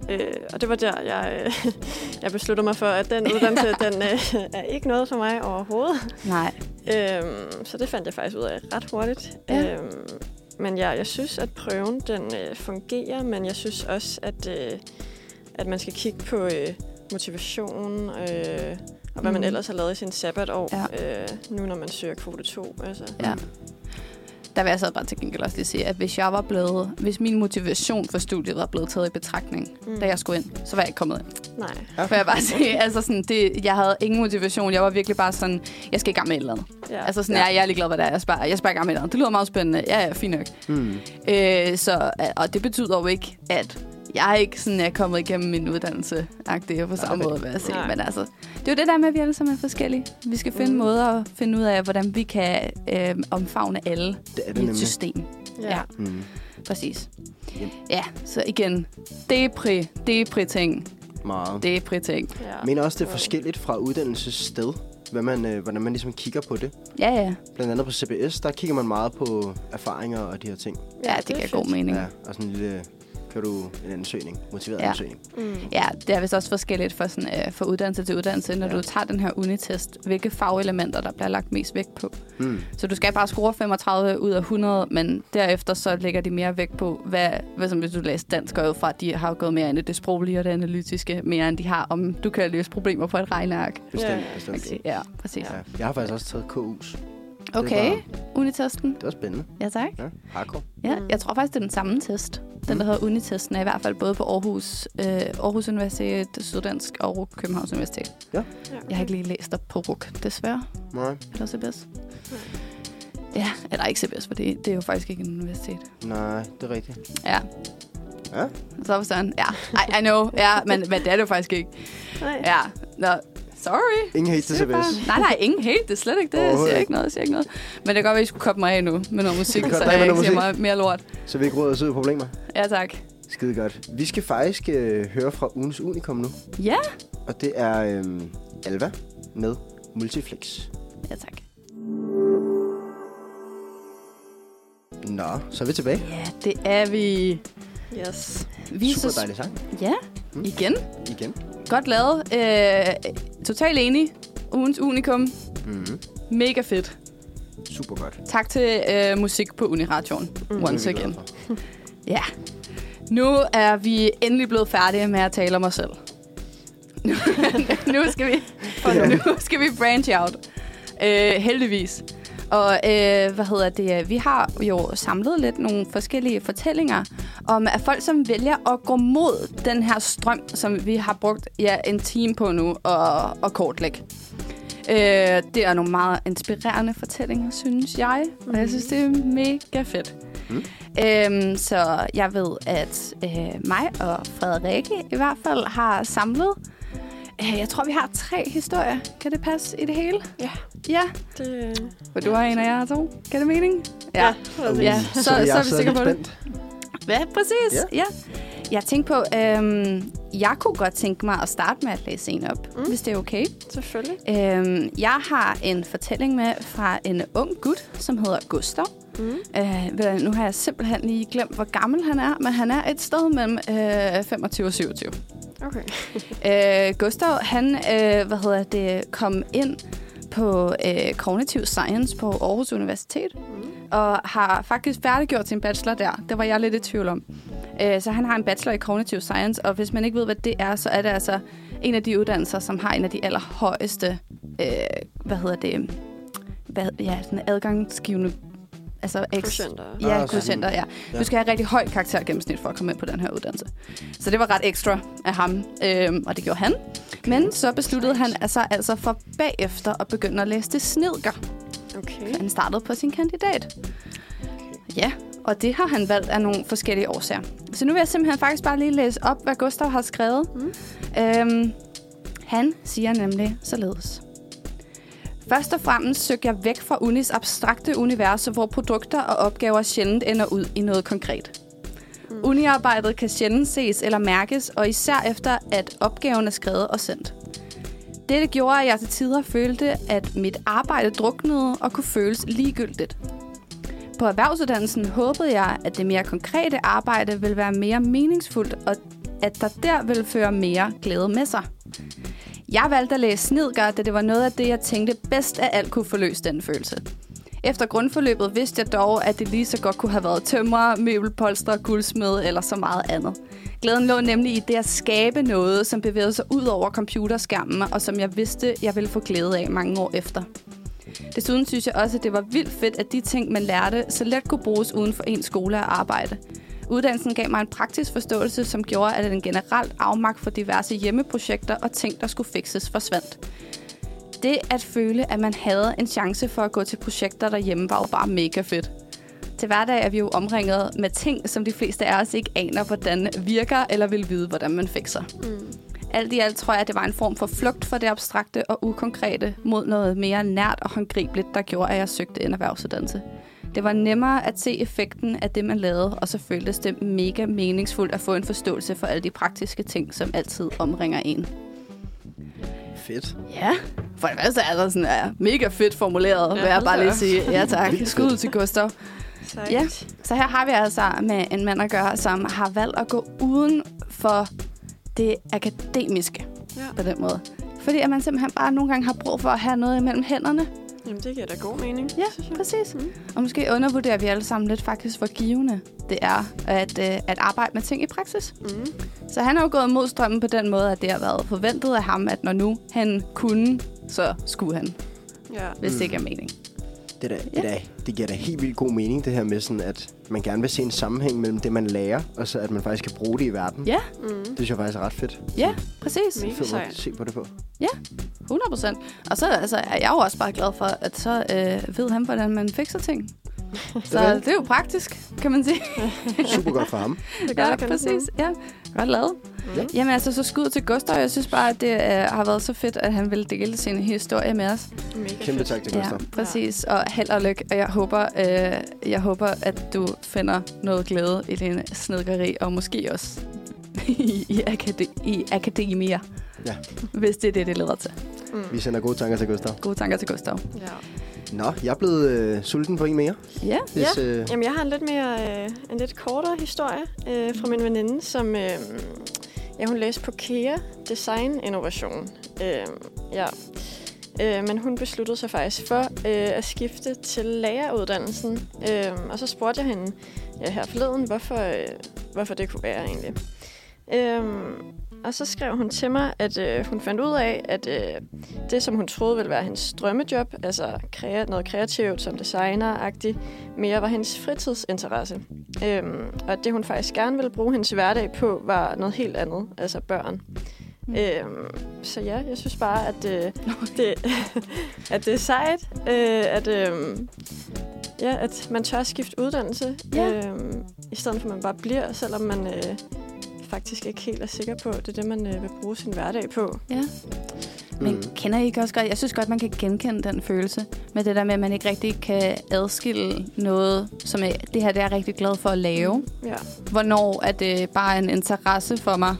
C: Øh, og det var der, jeg, øh, (laughs) jeg besluttede mig for, at den uddannelse, den øh, er ikke noget for mig overhovedet.
D: Nej.
C: Øhm, Øh, så det fandt jeg faktisk ud af ret hurtigt.
D: Ja.
C: Øh, Men ja, jeg synes, at prøven den øh, fungerer, men jeg synes også, at, øh, at man skal kigge på øh, motivationen øh, og hvad mm.
D: Mhm.
C: man ellers har lavet i sin sabbatår, ja. øh, nu når man søger kvote 2. Altså.
D: Ja. Der vil jeg så bare til gengæld også lige sige, at hvis jeg var blevet, hvis min motivation for studiet var blevet taget i betragtning, mm. da jeg skulle ind, så var jeg ikke kommet ind.
C: Nej.
D: For jeg bare sige, altså sådan, det, jeg havde ingen motivation. Jeg var virkelig bare sådan, jeg skal i gang med et eller andet.
C: Ja.
D: Altså sådan, ja. jeg, jeg er ligeglad, hvad det er. Jeg sparer, jeg sparer i gang med et eller andet. Det lyder meget spændende. Ja, ja, fint nok.
B: Mm.
D: Øh, så, og det betyder jo ikke, at jeg ikke sådan er kommet igennem min uddannelse agtig på samme
B: det-
D: måde, vil jeg sige.
C: Nej.
D: Men altså, det er jo det der med, at vi alle sammen er forskellige. Vi skal finde mm.
C: Mm.
D: måder at finde ud af, hvordan vi kan øh, omfavne alle
B: Det er det
D: i et
B: nemlig.
D: system.
C: ja.
B: Mm.
D: Præcis.
B: Yep.
D: Ja, så igen, depri, depri-ting,
B: Meget.
D: depri-ting.
C: ja.
B: Jeg mener også, det er
C: Ja.
B: forskelligt fra uddannelsessted, hvad man, øh, hvordan man ligesom kigger på det.
D: Ja, ja.
B: Blandt andet på CBS, der kigger man meget på erfaringer og de her ting.
D: Ja, det,
C: er
D: det giver
C: fedt.
D: god mening.
B: Ja, og sådan en lille, kører du en ansøgning, motiveret
D: Ja.
B: ja. ansøgning.
C: Mm.
D: Ja, det er vist også forskelligt fra, sådan, øh, fra uddannelse til uddannelse, når ja.
B: Ja.
D: du tager den her unitest, hvilke fagelementer, der bliver lagt mest vægt på.
B: Mm.
D: Så du skal bare score 35 ud af 100, men derefter så lægger de mere vægt på, hvad, hvad som hvis du læser dansk, og fra, at de har jo gået mere ind i det sproglige og det analytiske, mere end de har, om du kan løse problemer på et regneark.
B: Bestemt,
C: Ja.
B: bestemt.
D: Okay. Ja, præcis.
B: Ja. Jeg har faktisk også taget KU's.
D: Okay,
B: Det
D: unitesten.
B: Det var spændende.
D: Ja, tak.
B: Ja, hardcore.
D: Ja,
C: Mm.
D: jeg tror faktisk, det er den samme test. Den,
B: Mm.
D: der hedder Unitesten, er i hvert fald både på Aarhus, øh, Aarhus Universitet, Syddansk og Københavns Universitet.
C: Ja.
D: Jeg har ikke lige læst op på RUK, desværre.
B: Nej.
D: Er der
B: Mm.
D: CBS? Ja, er der ikke CBS, for det, det er jo faktisk ikke en universitet.
B: Nej, det er
D: (laughs)
B: rigtigt.
D: Ja.
B: Ja.
D: Så er vi sådan, ja, I, I know, ja, men, men det er det jo faktisk ikke.
C: Nej.
D: Ja, nå, sorry.
B: Ingen hate til
D: Det er
B: CBS.
D: bare- Nej, nej, ingen hate, det er slet ikke det. Jeg siger
B: Overhovedet
D: ikke noget, jeg siger ikke noget. Men det kan godt være, at I skulle koppe mig af nu med noget musik,
B: Godt,
D: så
B: der er
D: jeg
B: med
D: ikke
B: noget
D: siger
B: musik.
D: meget mere lort.
B: Så vi ikke råder os ud i problemer.
D: Ja, tak.
B: Skide godt. Vi skal faktisk øh, høre fra ugens unikum nu.
D: Ja,
B: Og det er øh, Alva med Multiflex.
D: ja tak.
B: Nå, så er vi tilbage.
D: Ja, det er vi.
C: Yes.
D: vi er
B: Super
D: så-
B: dejlig sang.
D: Ja,
B: Mm.
D: igen.
B: Igen.
D: Godt lavet. Øh, totalt enig. Ugens unikum.
B: Mm-hmm.
D: Mega fedt.
B: Super godt.
D: Tak til øh, musik på Uniradioen. Mm. Once
B: Det er vi glade
D: again.
B: for.
D: Ja. Nu er vi endelig blevet færdige med at tale om os selv. Nu- (laughs) nu, skal vi, nu skal vi branch out. Øh, heldigvis. Og øh, hvad hedder det? Vi har jo samlet lidt nogle forskellige fortællinger om at folk, som vælger at gå mod den her strøm, som vi har brugt ja, en time på nu og, og kortlægge. Øh, det er nogle meget inspirerende fortællinger, synes jeg. Og jeg synes, det er mega fedt. Øhm, så jeg ved, at øh, mig og Frederikke i hvert fald har samlet... Øh, jeg tror, vi har tre historier. Kan det passe i det hele?
C: Ja.
D: Ja.
C: Det,
D: For du har en, og jeg har to. Kan det mening? Ja.
C: præcis.
D: Altså, Ja,
B: Uh,
D: så- så er vi
B: sidder
D: sikre
B: lidt
D: på det.
B: spændt.
D: Ja, præcis. Ja.
B: Ja.
D: ja. Jeg tænkte på, øhm, jeg kunne godt tænke mig at starte med at læse en op, mm. hvis det er okay.
C: Selvfølgelig.
D: Øhm, jeg har en fortælling med fra en ung gut, som hedder Gustav. Mm. Øh, ved du, nu har jeg simpelthen lige glemt, hvor gammel han er, men han er et sted mellem øh, 25 og 27.
C: Okay.
D: Øh, Gustav, han øh, hvad hedder det, kom ind på øh, Cognitive Science på Aarhus Universitet, mm. og har faktisk færdiggjort sin bachelor der. Det var jeg lidt i tvivl om. Øh, så han har en bachelor i Cognitive Science, og hvis man ikke ved, hvad det er, så er det altså en af de uddannelser, som har en af de allerhøjeste, øh, hvad hedder det, hvad, ja, sådan adgangsgivende altså ex-
C: Procenter.
D: Ja,
B: Ah,
D: ah, kurscenter, ja. Du skal have rigtig høj karaktergennemsnit for at komme ind på den her uddannelse. Så det var ret ekstra af ham, øhm, og det gjorde han. Men så besluttede han altså, altså for bagefter at begynde at læse til snedker.
C: Okay.
D: Mm. Han startede på sin kandidat. Ja, og det har han valgt af nogle forskellige årsager. Så nu vil jeg simpelthen faktisk bare lige læse op, hvad Gustav har skrevet. Mm. Øhm, han siger nemlig således. Først og fremmest søgte jeg væk fra Unis abstrakte univers, hvor produkter og opgaver sjældent ender ud i noget konkret. Uniarbejdet kan sjældent ses eller mærkes, og især efter, at opgaven er skrevet og sendt. Dette gjorde, at jeg til tider følte, at mit arbejde druknede og kunne føles ligegyldigt. På erhvervsuddannelsen håbede jeg, at det mere konkrete arbejde ville være mere meningsfuldt, og at der der ville føre mere glæde med sig. Jeg valgte at læse snedgør, da det var noget af det, jeg tænkte bedst af alt kunne forløse den følelse. Efter grundforløbet vidste jeg dog, at det lige så godt kunne have været tømrer, møbelpolster, guldsmed eller så meget andet. Glæden lå nemlig i det at skabe noget, som bevægede sig ud over computerskærmen, og som jeg vidste, jeg ville få glæde af mange år efter. Desuden synes jeg også, at det var vildt fedt, at de ting, man lærte, så let kunne bruges uden for ens skole og arbejde. Uddannelsen gav mig en praktisk forståelse, som gjorde, at den generelt afmagt for diverse hjemmeprojekter og ting, der skulle fikses, forsvandt. Det at føle, at man havde en chance for at gå til projekter derhjemme, var jo bare mega fedt. Til hverdag er vi jo omringet med ting, som de fleste af os ikke aner, hvordan virker eller vil vide, hvordan man fikser.
C: Mm.
D: Alt i alt tror jeg, at det var en form for flugt fra det abstrakte og ukonkrete mod noget mere nært og håndgribeligt, der gjorde, at jeg søgte en erhvervsuddannelse. Det var nemmere at se effekten af det, man lavede, og så føltes det mega meningsfuldt at få en forståelse for alle de praktiske ting, som altid omringer en.
B: Fedt.
D: Ja, for det første er der sådan er mega fedt formuleret, ja, vil jeg bare lige sige. Ja tak,
B: Vildt fedt.
D: skud til Gustav.
C: Sejt.
D: Ja. Så her har vi altså med en mand at gøre, som har valgt at gå uden for det akademiske
C: ja.
D: på den måde. Fordi at man simpelthen bare nogle gange har brug for at have noget imellem hænderne.
C: Jamen, det giver da god mening.
D: Ja,
C: synes jeg.
D: præcis.
C: Mm.
D: Og måske undervurderer vi alle sammen lidt faktisk, hvor givende det er at, øh, at arbejde med ting i praksis.
C: Mm.
D: Så han har jo gået mod strømmen på den måde, at det har været forventet af ham, at når nu han kunne, så skulle han,
C: Ja.
D: hvis mm.
B: Mm.
D: det ikke er mening.
B: Det, der, det,
D: Ja.
B: der, det giver da helt vildt god mening, det her med sådan, at man gerne vil se en sammenhæng mellem det, man lærer, og så at man faktisk kan bruge det i verden.
D: Ja,
C: Mm.
B: Det synes jeg faktisk er ret fedt.
D: ja, præcis.
C: Mega
B: Fed måde
C: sejt.
B: at se på det på.
D: 100 procent. Og så altså, er jeg jo også bare glad for, at så øh, ved han, hvordan man fikser
C: (laughs)
D: ting. Så
B: er-
D: det er jo praktisk, kan man sige.
B: Super godt
D: (laughs)
B: for ham.
C: Det
D: Ja,
C: jeg kender sådan
D: præcis. Ja, godt lavet.
B: Ja.
D: Mm. Jamen altså, så skud til Gustav. Jeg synes bare, at det øh, har været så fedt, at han ville dele sin historie med os.
C: nogle. Mega
B: Kæmpe
C: fedt.
B: tak til Gustav.
D: præcis. Og held og lykke. Og jeg håber, øh, jeg håber, at du finder noget glæde i din snedkeri, og måske også i, i, akade- i akademia.
B: Ja.
D: Hvis det er det, det leder til.
C: Mm.
B: Vi sender gode tanker til Gustav.
D: Gode tanker til Gustav.
C: Ja.
B: Nå, jeg er blevet øh, sulten på en mere.
D: Ja.
B: Hvis, øh,
C: Jamen, jeg har en lidt, mere, øh, en lidt kortere historie øh, fra min veninde, som øh, ja, hun læste på KEA Design Innovation. Øh, ja. øh, men hun besluttede sig faktisk for øh, at skifte til læreruddannelsen. Øh, og så spurgte jeg hende ja, her forleden, hvorfor, øh, hvorfor det kunne være egentlig. Øh, og så skrev hun til mig, at øh, hun fandt ud af, at øh, det, som hun troede ville være hendes drømmejob, altså krea- noget kreativt som designer-agtigt, mere var hendes fritidsinteresse. Øhm, og at det, hun faktisk gerne ville bruge hendes hverdag på, var noget helt andet, altså børn.
D: Mm.
C: Mm. Øhm, så ja, jeg synes bare, at, øh, det, (laughs) at det er sejt, øh, at, øh, ja, at man tør skifte uddannelse,
D: Ja.
C: øh, i stedet for at man bare bliver, selvom man øh, faktisk ikke helt er sikker på, det er det, man øh, vil bruge sin hverdag på.
D: Ja. Men
B: Mm.
D: kender I ikke også godt? Jeg synes godt, man kan genkende den følelse. Med det der med, at man ikke rigtig kan adskille noget, som er, det her det er jeg rigtig glad for at lave.
C: Ja.
D: Hvornår er det bare en interesse for mig?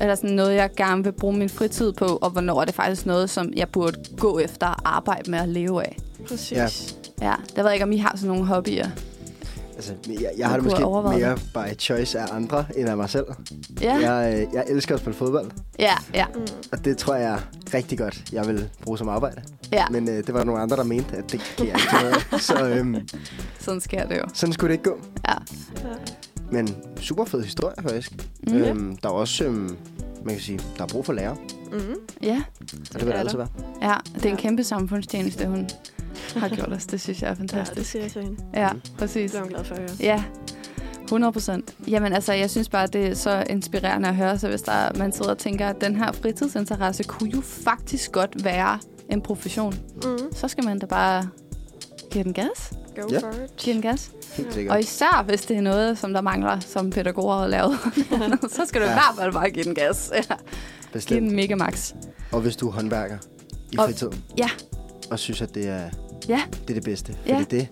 D: Eller sådan noget, jeg gerne vil bruge min fritid på? Og hvornår er det faktisk noget, som jeg burde gå efter og arbejde med at leve af?
C: Præcis.
B: Ja.
D: Ja, der ved jeg ikke, om I har sådan nogle hobbyer.
B: altså, jeg, jeg har det
D: kunne
B: måske
D: have overvejet
B: mere by choice af andre, end af mig selv.
D: Ja, ja,
B: Jeg, øh, jeg elsker at spille fodbold,
D: ja, ja.
C: Mm.
B: og det tror jeg rigtig godt, jeg vil bruge som arbejde.
D: ja.
B: Men øh, det var nogle andre, der mente, at det kan jeg ikke. finde ud af. Så øhm,
D: Sådan sker det jo.
B: sådan skulle det ikke gå.
D: Ja.
C: Ja.
B: Men super fed historie, faktisk.
D: Mm.
B: Mm. Øhm, der er også, øhm, man kan sige, der er brug for lærer.
C: Mm.
D: Ja,
B: Og det vil
C: er
B: der altid
C: der.
B: være.
D: ja. Det er en kæmpe samfundstjeneste, hun har gjort os. Det synes jeg er
C: ja, det
D: fantastisk.
C: siger jeg til hende.
D: Ja,
B: Mhm.
D: præcis.
C: Det er hun glad for at høre.
D: Ja, 100 procent. Jamen altså, jeg synes bare, det er så inspirerende at høre, så hvis der, er- man sidder og tænker, at den her fritidsinteresse kunne jo faktisk godt være en profession,
C: Mm.
D: så skal man da bare give den gas.
C: Go
B: Ja.
C: for it.
D: Give den gas.
B: Helt sikkert.
D: Og især hvis det er noget, som der mangler som pædagoger at lave,
B: (laughs)
D: så skal du i
B: Ja.
D: hvert fald bare give den gas. Ja. Give
B: Bestemt.
D: den mega max.
B: Og hvis du er håndværker i
D: Og-
B: fritiden,
D: Ja,
B: og synes, at det er
D: ja,
B: det, er det bedste. Fordi
D: Ja.
B: det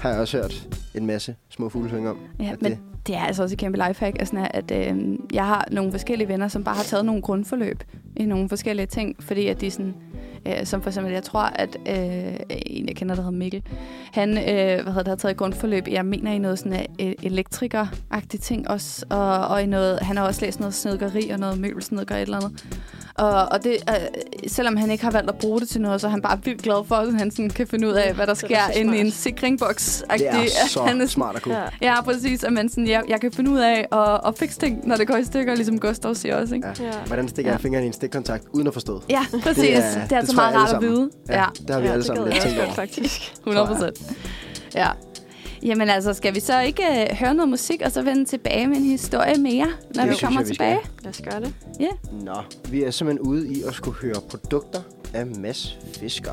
B: har jeg også hørt en masse små fuglesynge om.
D: Ja,
B: at
D: men
B: det,
D: det. det er altså også et kæmpe lifehack, altså, sådan, at øh, jeg har nogle forskellige venner, som bare har taget nogle grundforløb i nogle forskellige ting, fordi at de sådan, øh, som for eksempel, jeg tror, at øh, en, jeg kender, der hedder Mikkel, han øh, hvad hedder det, har taget et grundforløb, jeg mener i noget sådan øh, elektriker-agtig ting også, og, og i noget, han har også læst noget snedkeri og noget møbelsnedker og et eller andet. Og, og det, øh, selvom han ikke har valgt at bruge det til noget, så er han bare vildt glad for, at han sådan kan finde ud af, hvad der
C: Det er da
D: sker
C: så
D: inde i en
C: smart.
D: sikringboks.
B: Det er så
D: han er sådan-
B: smart og cool.
C: Ja.
D: Ja, præcis. At man sådan, ja, jeg kan finde ud af at, at fikse ting, når det går i stykker, ligesom Gustav siger også. Ikke?
B: Ja.
C: Ja.
B: Hvordan stikker jeg
D: Ja.
B: fingeren i en stikkontakt uden at forstå? det?
D: Ja, præcis.
B: Det
D: Det
B: er-
D: er, det
B: det
D: er altså
B: tror jeg
D: meget rart
B: alle
D: at vide. Ja,
B: Det har vi
C: Ja,
B: alle
C: det
B: sammen
C: gad
B: lidt
C: jeg
B: tænkt
C: også
B: over.
C: godt, faktisk.
D: 100 procent. Ja. Jamen altså, skal vi så ikke øh, høre noget musik, og så vende tilbage med en historie mere,
B: Det
D: når vi
B: synes
D: kommer
B: jeg, vi
D: tilbage?
C: Lad os gøre det.
B: Nå, vi er simpelthen ude i at skulle høre produkter af Mads Fisker.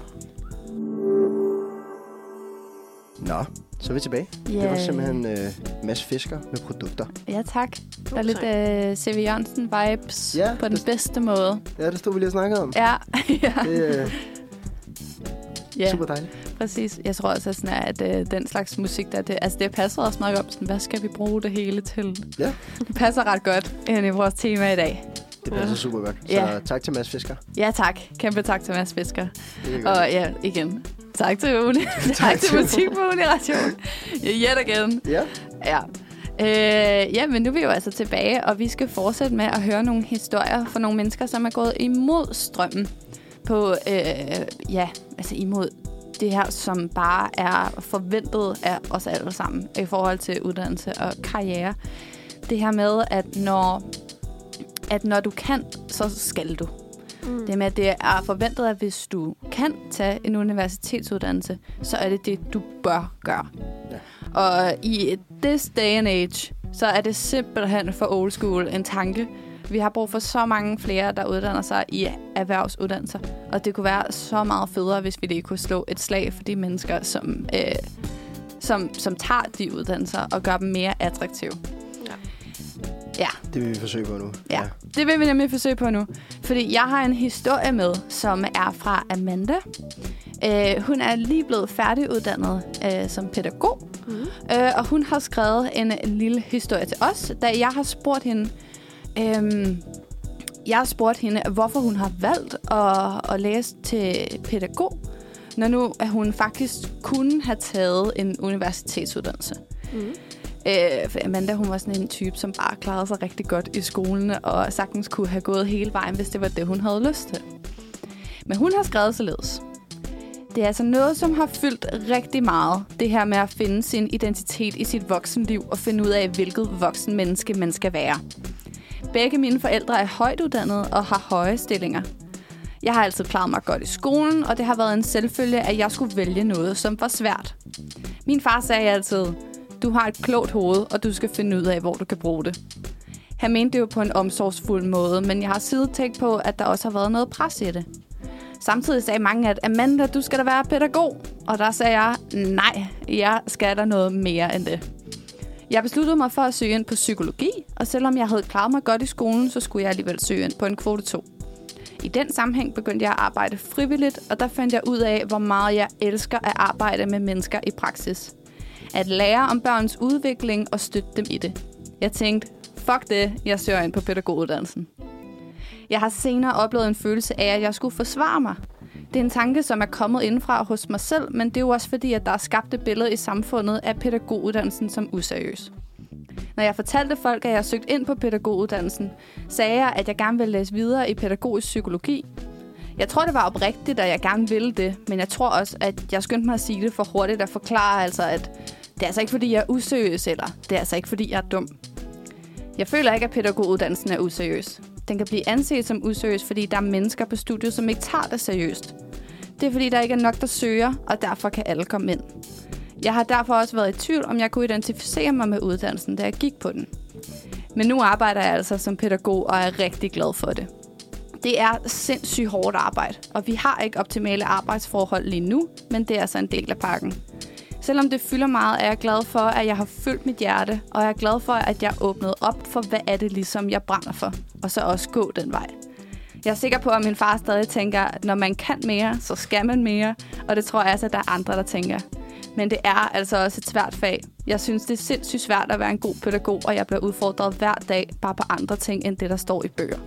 B: Nå, så er vi tilbage. Det var
D: Yeah.
B: simpelthen øh, Mads Fisker med produkter.
D: Ja, tak. Der er
C: God
D: lidt øh, C.V. Jørgensen-vibes
B: Ja,
D: ja, på den
B: det-
D: bedste måde.
B: Ja, det stod vi lige og snakkede om.
D: Ja, (laughs) ja,
B: Det er øh,
D: ja
B: super dejligt.
D: præcis. Jeg tror også, at, sådan, er, at øh, den slags musik, der, det, altså, det passer også meget godt. Sådan, hvad skal vi bruge det hele til?
B: Ja.
D: Det passer ret godt ind i vores tema i dag.
B: Det passer super godt. Så
D: Ja.
B: tak til Mads Fisker.
D: Ja, tak. Kæmpe tak til Mads Fisker.
B: Det er godt.
D: Og ja, igen. Tak til,
B: (laughs)
D: Uni. tak til Musik på Uniration. Yet again.
B: Ja,
D: Ja. Øh, ja, men nu er vi jo altså tilbage, og vi skal fortsætte med at høre nogle historier fra nogle mennesker, som er gået imod strømmen på, øh, ja, altså imod det her, som bare er forventet af os alle sammen i forhold til uddannelse og karriere. Det her med, at når, at når du kan, så skal du. Mm. Det med, at det er forventet, at hvis du kan tage en universitetsuddannelse, så er det det, du bør gøre. Og i this day and age, så er det simpelthen for old school en tanke. Vi har brug for så mange flere, der uddanner sig i erhvervsuddannelser. Og det kunne være så meget federe, hvis vi lige kunne slå et slag for de mennesker, som, øh, som, som tager de uddannelser og gør dem mere attraktive.
C: Ja.
D: Ja,
B: det vil vi forsøge på nu.
D: ja. Det vil vi nemlig forsøge på nu. Fordi jeg har en historie med, som er fra Amanda. Øh, hun er lige blevet færdiguddannet øh, som pædagog. Øh, og hun har skrevet en lille historie til os, da jeg har spurgt hende, øhm, jeg har spurgt hende, hvorfor hun har valgt at, at læse til pædagog, når nu at hun faktisk kunne have taget en universitetsuddannelse.
C: Mm.
D: Øh, for Amanda, hun var sådan en type, som bare klarede sig rigtig godt i skolen, og sagtens kunne have gået hele vejen, hvis det var det, hun havde lyst til. Men hun har skrevet således. Det er altså noget, som har fyldt rigtig meget. Det her med at finde sin identitet i sit voksenliv og finde ud af, hvilket voksen menneske man skal være. Begge mine forældre er højt uddannede og har høje stillinger. Jeg har altid klaret mig godt i skolen, og det har været en selvfølge, at jeg skulle vælge noget, som var svært. Min far sagde altid, du har et klogt hoved, og du skal finde ud af, hvor du kan bruge det. Han mente det jo på en omsorgsfuld måde, men jeg har siden tænkt på, at der også har været noget pres i det. Samtidig sagde mange, at Amanda, du skal da være pædagog. Og der sagde jeg, nej, jeg skal der noget mere end det. Jeg besluttede mig for at søge ind på psykologi, og selvom jeg havde klaret mig godt i skolen, så skulle jeg alligevel søge ind på en kvote 2. I den sammenhæng begyndte jeg at arbejde frivilligt, og der fandt jeg ud af, hvor meget jeg elsker at arbejde med mennesker i praksis. At lære om børns udvikling og støtte dem i det. Jeg tænkte, fuck det, jeg søger ind på pædagoguddannelsen. Jeg har senere oplevet en følelse af, at jeg skulle forsvare mig. Det er en tanke, som er kommet indfra hos mig selv, men det er jo også fordi, at der er skabt et billede i samfundet af pædagoguddannelsen som useriøs. Når jeg fortalte folk, at jeg søgte ind på pædagoguddannelsen, sagde jeg, at jeg gerne ville læse videre i pædagogisk psykologi. Jeg tror, det var oprigtigt, at jeg gerne ville det, men jeg tror også, at jeg skyndte mig at sige det for hurtigt og forklare, altså, at det er altså ikke, fordi jeg er useriøs, eller det er altså ikke, fordi jeg er dum. Jeg føler ikke, at pædagoguddannelsen er useriøs. Den kan blive anset som useriøs, fordi der er mennesker på studiet, som ikke tager det seriøst. Det er fordi, der ikke er nok, der søger, og derfor kan alle komme ind. Jeg har derfor også været i tvivl, om jeg kunne identificere mig med uddannelsen, da jeg gik på den. Men nu arbejder jeg altså som pædagog og er rigtig glad for det. Det er sindssygt hårdt arbejde, og vi har ikke optimale arbejdsforhold lige nu, men det er altså en del af pakken. Selvom det fylder meget, er jeg glad for, at jeg har fyldt mit hjerte, og jeg er glad for, at jeg åbnede op for, hvad er det ligesom, jeg brænder for, og så også gå den vej. Jeg er sikker på, at min far stadig tænker, at når man kan mere, så skal man mere, og det tror jeg også, at der er andre, der tænker. Men det er altså også et svært fag. Jeg synes, det er sindssygt svært at være en god pædagog, og jeg bliver udfordret hver dag bare på andre ting, end det, der står i bøger.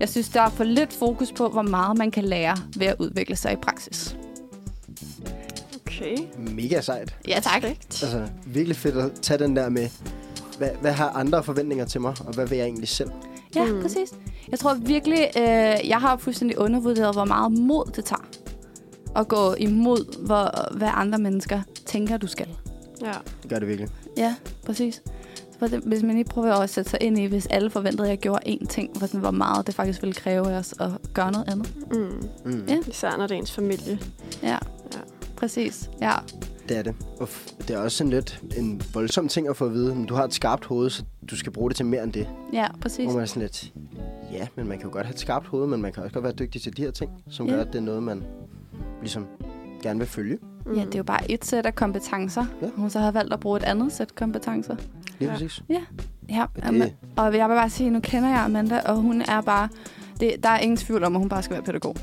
D: Jeg synes, der er for lidt fokus på, hvor meget man kan lære ved at udvikle sig i praksis.
C: Okay.
B: Mega sejt.
D: Ja, tak.
C: Perfekt.
B: Altså, virkelig fedt at tage den der med, hvad, hvad har andre forventninger til mig, og hvad vil jeg egentlig selv?
D: Ja,
C: Mm.
D: mm. præcis. Jeg tror virkelig, øh, jeg har fuldstændig undervurderet, hvor meget mod det tager. At gå imod, hvor, hvad andre mennesker tænker, du skal.
C: Ja.
B: Det gør det virkelig.
D: Ja, præcis. Så for det- Hvis man lige prøver at sætte sig ind i, hvis alle forventede, at jeg gjorde én ting, hvor, sådan, hvor meget det faktisk ville kræve af os at gøre noget andet.
C: Mm.
B: Mm.
D: Ja.
C: Især når det er ens familie.
D: Ja,
C: Ja.
D: ja. præcis. Ja.
B: Det er det. Og f- det er også sådan lidt en voldsom ting at få at vide. Men du har et skarpt hoved, så du skal bruge det til mere end det.
D: ja, præcis.
B: Hvor man er sådan lidt, ja, men man kan jo godt have et skarpt hoved, men man kan også godt være dygtig til de her ting, som
D: Ja.
B: gør, at det er noget, man ligesom gerne vil følge.
C: Mm.
D: Ja, det er jo bare et sæt af kompetencer.
B: Ja.
D: Ja. Hun så har valgt at bruge et andet sæt kompetencer.
B: Lige
C: Ja.
B: ja. præcis.
D: Ja,
B: Og
D: Ama-
B: det,
D: Og jeg vil bare sige, nu kender jeg Amanda, og hun er bare... Det, der er ingen tvivl om, at hun bare skal være pædagog.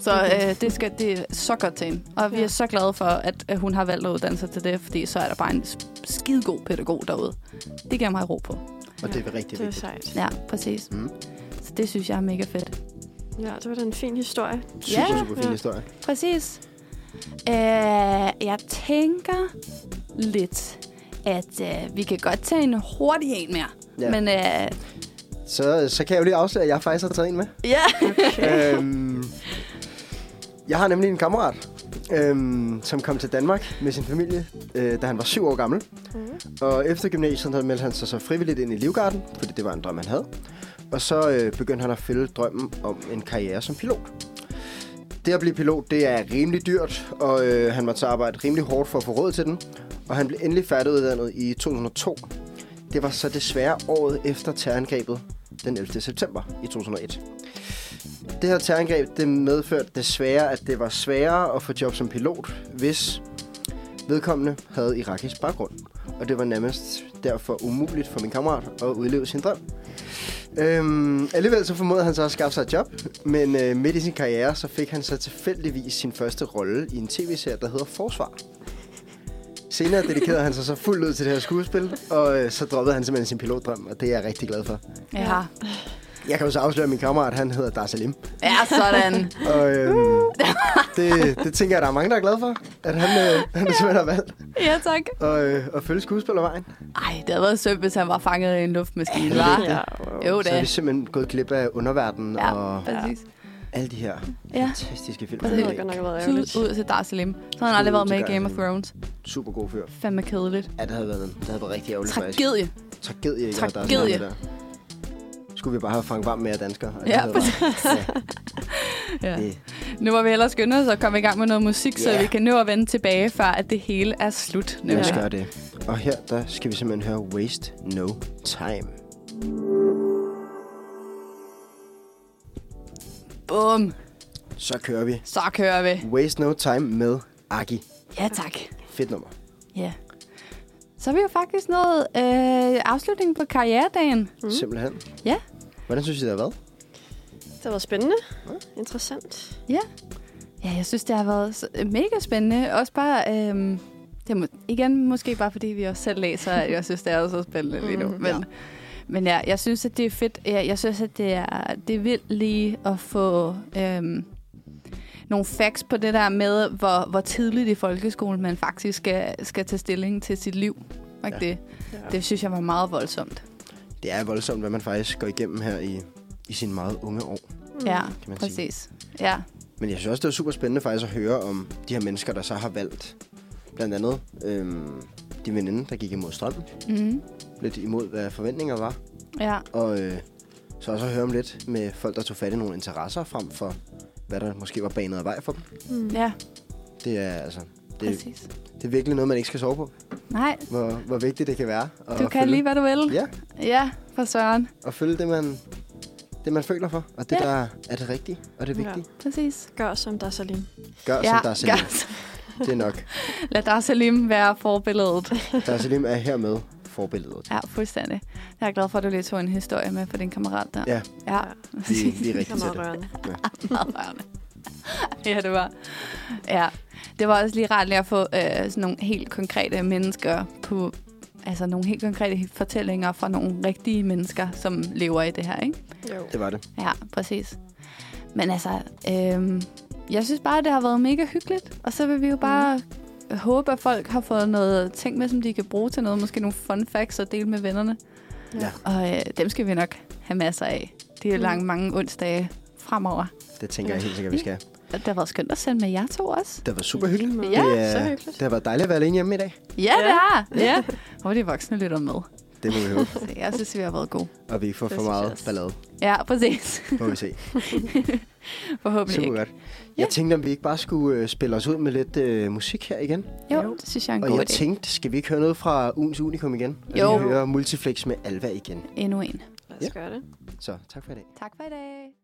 D: Så
C: Okay.
D: øh, det, skal, det er så godt til hende. Og vi
C: Ja.
D: er så glade for, at, at hun har valgt at uddanne sig til det, fordi så er der bare en s- skidegod pædagog derude. Det giver mig ro på.
B: og det er rigtig
C: det er
B: vigtigt.
C: sejt.
D: Ja, præcis.
B: Mm.
D: Så det synes jeg er mega fedt.
C: Ja, det var da en fin historie.
B: Synes jeg er super fin
C: Ja.
B: historie.
D: Præcis. Øh, jeg tænker lidt, at øh, vi kan godt tage en hurtig en mere.
B: Ja.
D: Ja. Men øh,
B: Så, så kan jeg jo lige afsløre, at jeg faktisk har taget en med.
D: ja.
B: øhm, jeg har nemlig en kammerat, øhm, som kom til Danmark med sin familie, øh, da han var syv år gammel.
C: Mm.
B: Og efter gymnasiet havde meldte han sig så frivilligt ind i Livgarden, fordi det var en drøm, han havde. Og så øh, begyndte han at følge drømmen om en karriere som pilot. Det at blive pilot, det er rimelig dyrt, og øh, han måtte så arbejde rimelig hårdt for at få råd til den. Og han blev endelig færdiguddannet i 2002. Det var så desværre året efter terrorangrebet den 11. september i 2001. Det her terrorangreb, det medførte desværre, at det var sværere at få job som pilot, hvis vedkommende havde irakisk baggrund og det var nærmest derfor umuligt for min kammerat at udleve sin drøm. Øhm, alligevel så formåede han så at skaffe sig et job, men øh, midt i sin karriere, så fik han så tilfældigvis sin første rolle i en tv-serie, der hedder Forsvar. Senere dedikerede han sig så fuldt ud til det her skuespil, og øh, så droppede han simpelthen sin pilotdrøm, og det er jeg rigtig glad for.
D: (laughs) ja.
B: Jeg kan jo så afsløre, at min kammerat, han hedder Darsalim,
D: Ja, sådan.
B: og
D: (laughs)
B: øhm, det, det tænker jeg, der er mange, der er glade for, at han, øh, han simpelthen har valgt
D: ja, tak.
B: at, øh, at følge skuespillervejen.
D: Ej, det havde været sødt, hvis han var fanget i en luftmaskine,
B: Ja,
D: var?
B: det er
C: Ja, wow.
D: Jo,
B: Så er vi
D: det.
B: simpelthen gået glip af underverdenen
D: Ja,
B: og
D: præcis.
B: alle de her
D: Ja.
B: fantastiske film.
D: Det
C: Det
D: er
C: har godt nok været
D: Tud
C: ærgerligt.
D: ud til Darsalim. Så har han aldrig
B: Tud
D: været
B: til
D: med i Game of
B: Darsalim.
D: Thrones.
B: Super god fyr.
D: Fandme kedeligt.
B: Ja, det havde været, det havde været rigtig ærgerligt faktisk.
D: Tragedie.
B: Tragedie. ikke? at der er sådan
D: Tragedie.
B: noget Der. Skulle vi bare have fanget varm mere danskere. og det
D: Ja,
B: havde været-
D: Ja.
B: det-
D: Nu må vi hellere skynde os og komme i gang med noget musik, så
B: Ja.
D: vi kan nå at vende tilbage, før at det hele er slut.
B: Lad os
D: nemlig.
B: gøre det. Og her, der skal vi simpelthen høre Waste No Time.
D: Bum.
B: Så kører vi.
D: Så kører vi.
B: Waste No Time med Aki.
D: Ja, tak.
B: Fedt nummer.
D: Ja. Så er vi jo faktisk nået øh, afslutningen på karrieredagen.
B: Mm. Simpelthen.
D: Ja.
B: Hvordan synes I, det har været?
C: Det har været spændende. Interessant.
D: Ja. Ja, jeg synes, det har været så- mega spændende. Også bare, øhm, det er må, igen måske bare fordi vi også selv læser, at jeg synes, det er så spændende lige nu. Men,
B: ja.
D: Mm, ja. men ja, jeg synes, at det er fedt. Jeg, jeg synes, at det er, det er vildt lige at få øhm, nogle facts på det der med, hvor, hvor tidligt i folkeskolen man faktisk skal, skal tage stilling til sit liv. Ja.
B: Ja.
D: Det,
C: Ja.
D: det synes jeg var meget voldsomt.
B: Det er voldsomt, hvad man faktisk går igennem her i, i sine meget unge år.
D: Mm. Ja,
B: Kan man sige.
D: præcis. Ja.
B: Men jeg synes også, det er super spændende faktisk at høre om de her mennesker, der så har valgt blandt andet øhm, de veninde, der gik imod strømmen.
D: Mm.
B: Lidt imod, hvad forventninger var.
D: Ja.
B: Og øh, så også at høre om lidt med folk, der tog fat i nogle interesser frem for, hvad der måske var banet af vej for dem.
C: Mm.
D: ja,
B: Det er altså... Det,
D: præcis.
B: det er virkelig noget, man ikke skal sove på.
D: Nej,
B: Hvor, hvor vigtigt det kan være. At
D: du kan
B: følge,
D: lige, hvad du vil.
B: Ja,
D: Ja, for søren.
B: og følge det, man, det, man føler for. Og det,
D: Ja.
B: ja. der er det rigtige, og det
C: Ja.
B: vigtige.
D: Præcis.
C: Gør som der er så lige.
B: Gør, ja, som der er Salim.
D: gør så-
B: Det er nok.
D: Lad dig Salim være forbilledet.
B: Der er Salim er hermed forbilledet.
D: Ja, fuldstændig. Jeg er glad for, at du lige tog en historie med for din kammerat der.
B: Ja,
D: ja. (laughs)
B: vi, vi er
C: Det er
B: rigtig til
C: meget
B: det.
C: rørende.
D: meget rørende. (laughs) ja, det var. Ja, det var også lige rart lige at få øh, sådan nogle helt konkrete mennesker på altså nogle helt konkrete fortællinger fra nogle rigtige mennesker, som lever i det her, ikke?
C: Jo.
B: Det var det.
D: Ja, præcis. Men altså, øhm, jeg synes bare, det har været mega hyggeligt. Og så vil vi jo bare mm. håbe, at folk har fået noget ting med, som de kan bruge til noget. Måske nogle fun facts at dele med vennerne.
B: Ja.
D: Og øh, dem skal vi nok have masser af. Det er
C: Mm.
D: lange, mange onsdage fremover.
B: Det tænker jeg helt sikkert, vi skal.
D: Og det har været skønt at sende med jer to også.
B: Det var super hyggeligt.
C: Lige
D: Ja,
C: meget.
B: det, er-
C: så hyggeligt.
B: Det har været dejligt at være alene hjemme i dag.
D: Ja, det har. Ja. Og de voksne lytter med.
B: Det må vi håbe.
D: Så jeg synes, vi har været gode.
B: Og vi ikke får
C: Det
B: for
C: synes jeg
B: meget
C: også.
B: ballade.
D: Ja, præcis.
B: Må vi se.
D: Forhåbentlig
B: Super
D: ikke.
B: godt. Jeg tænkte, om vi ikke bare skulle øh, spille os ud med lidt øh, musik her igen.
D: Jo, det synes jeg er en
B: Og
D: god
B: jeg
D: idé.
B: tænkte, skal vi ikke høre noget fra ugens Unikum igen? Og
D: Jo.
B: lige høre Multiflex med Alva igen.
D: Endnu en.
C: Lad os gøre det.
B: Så tak for i dag.
D: Tak for i dag.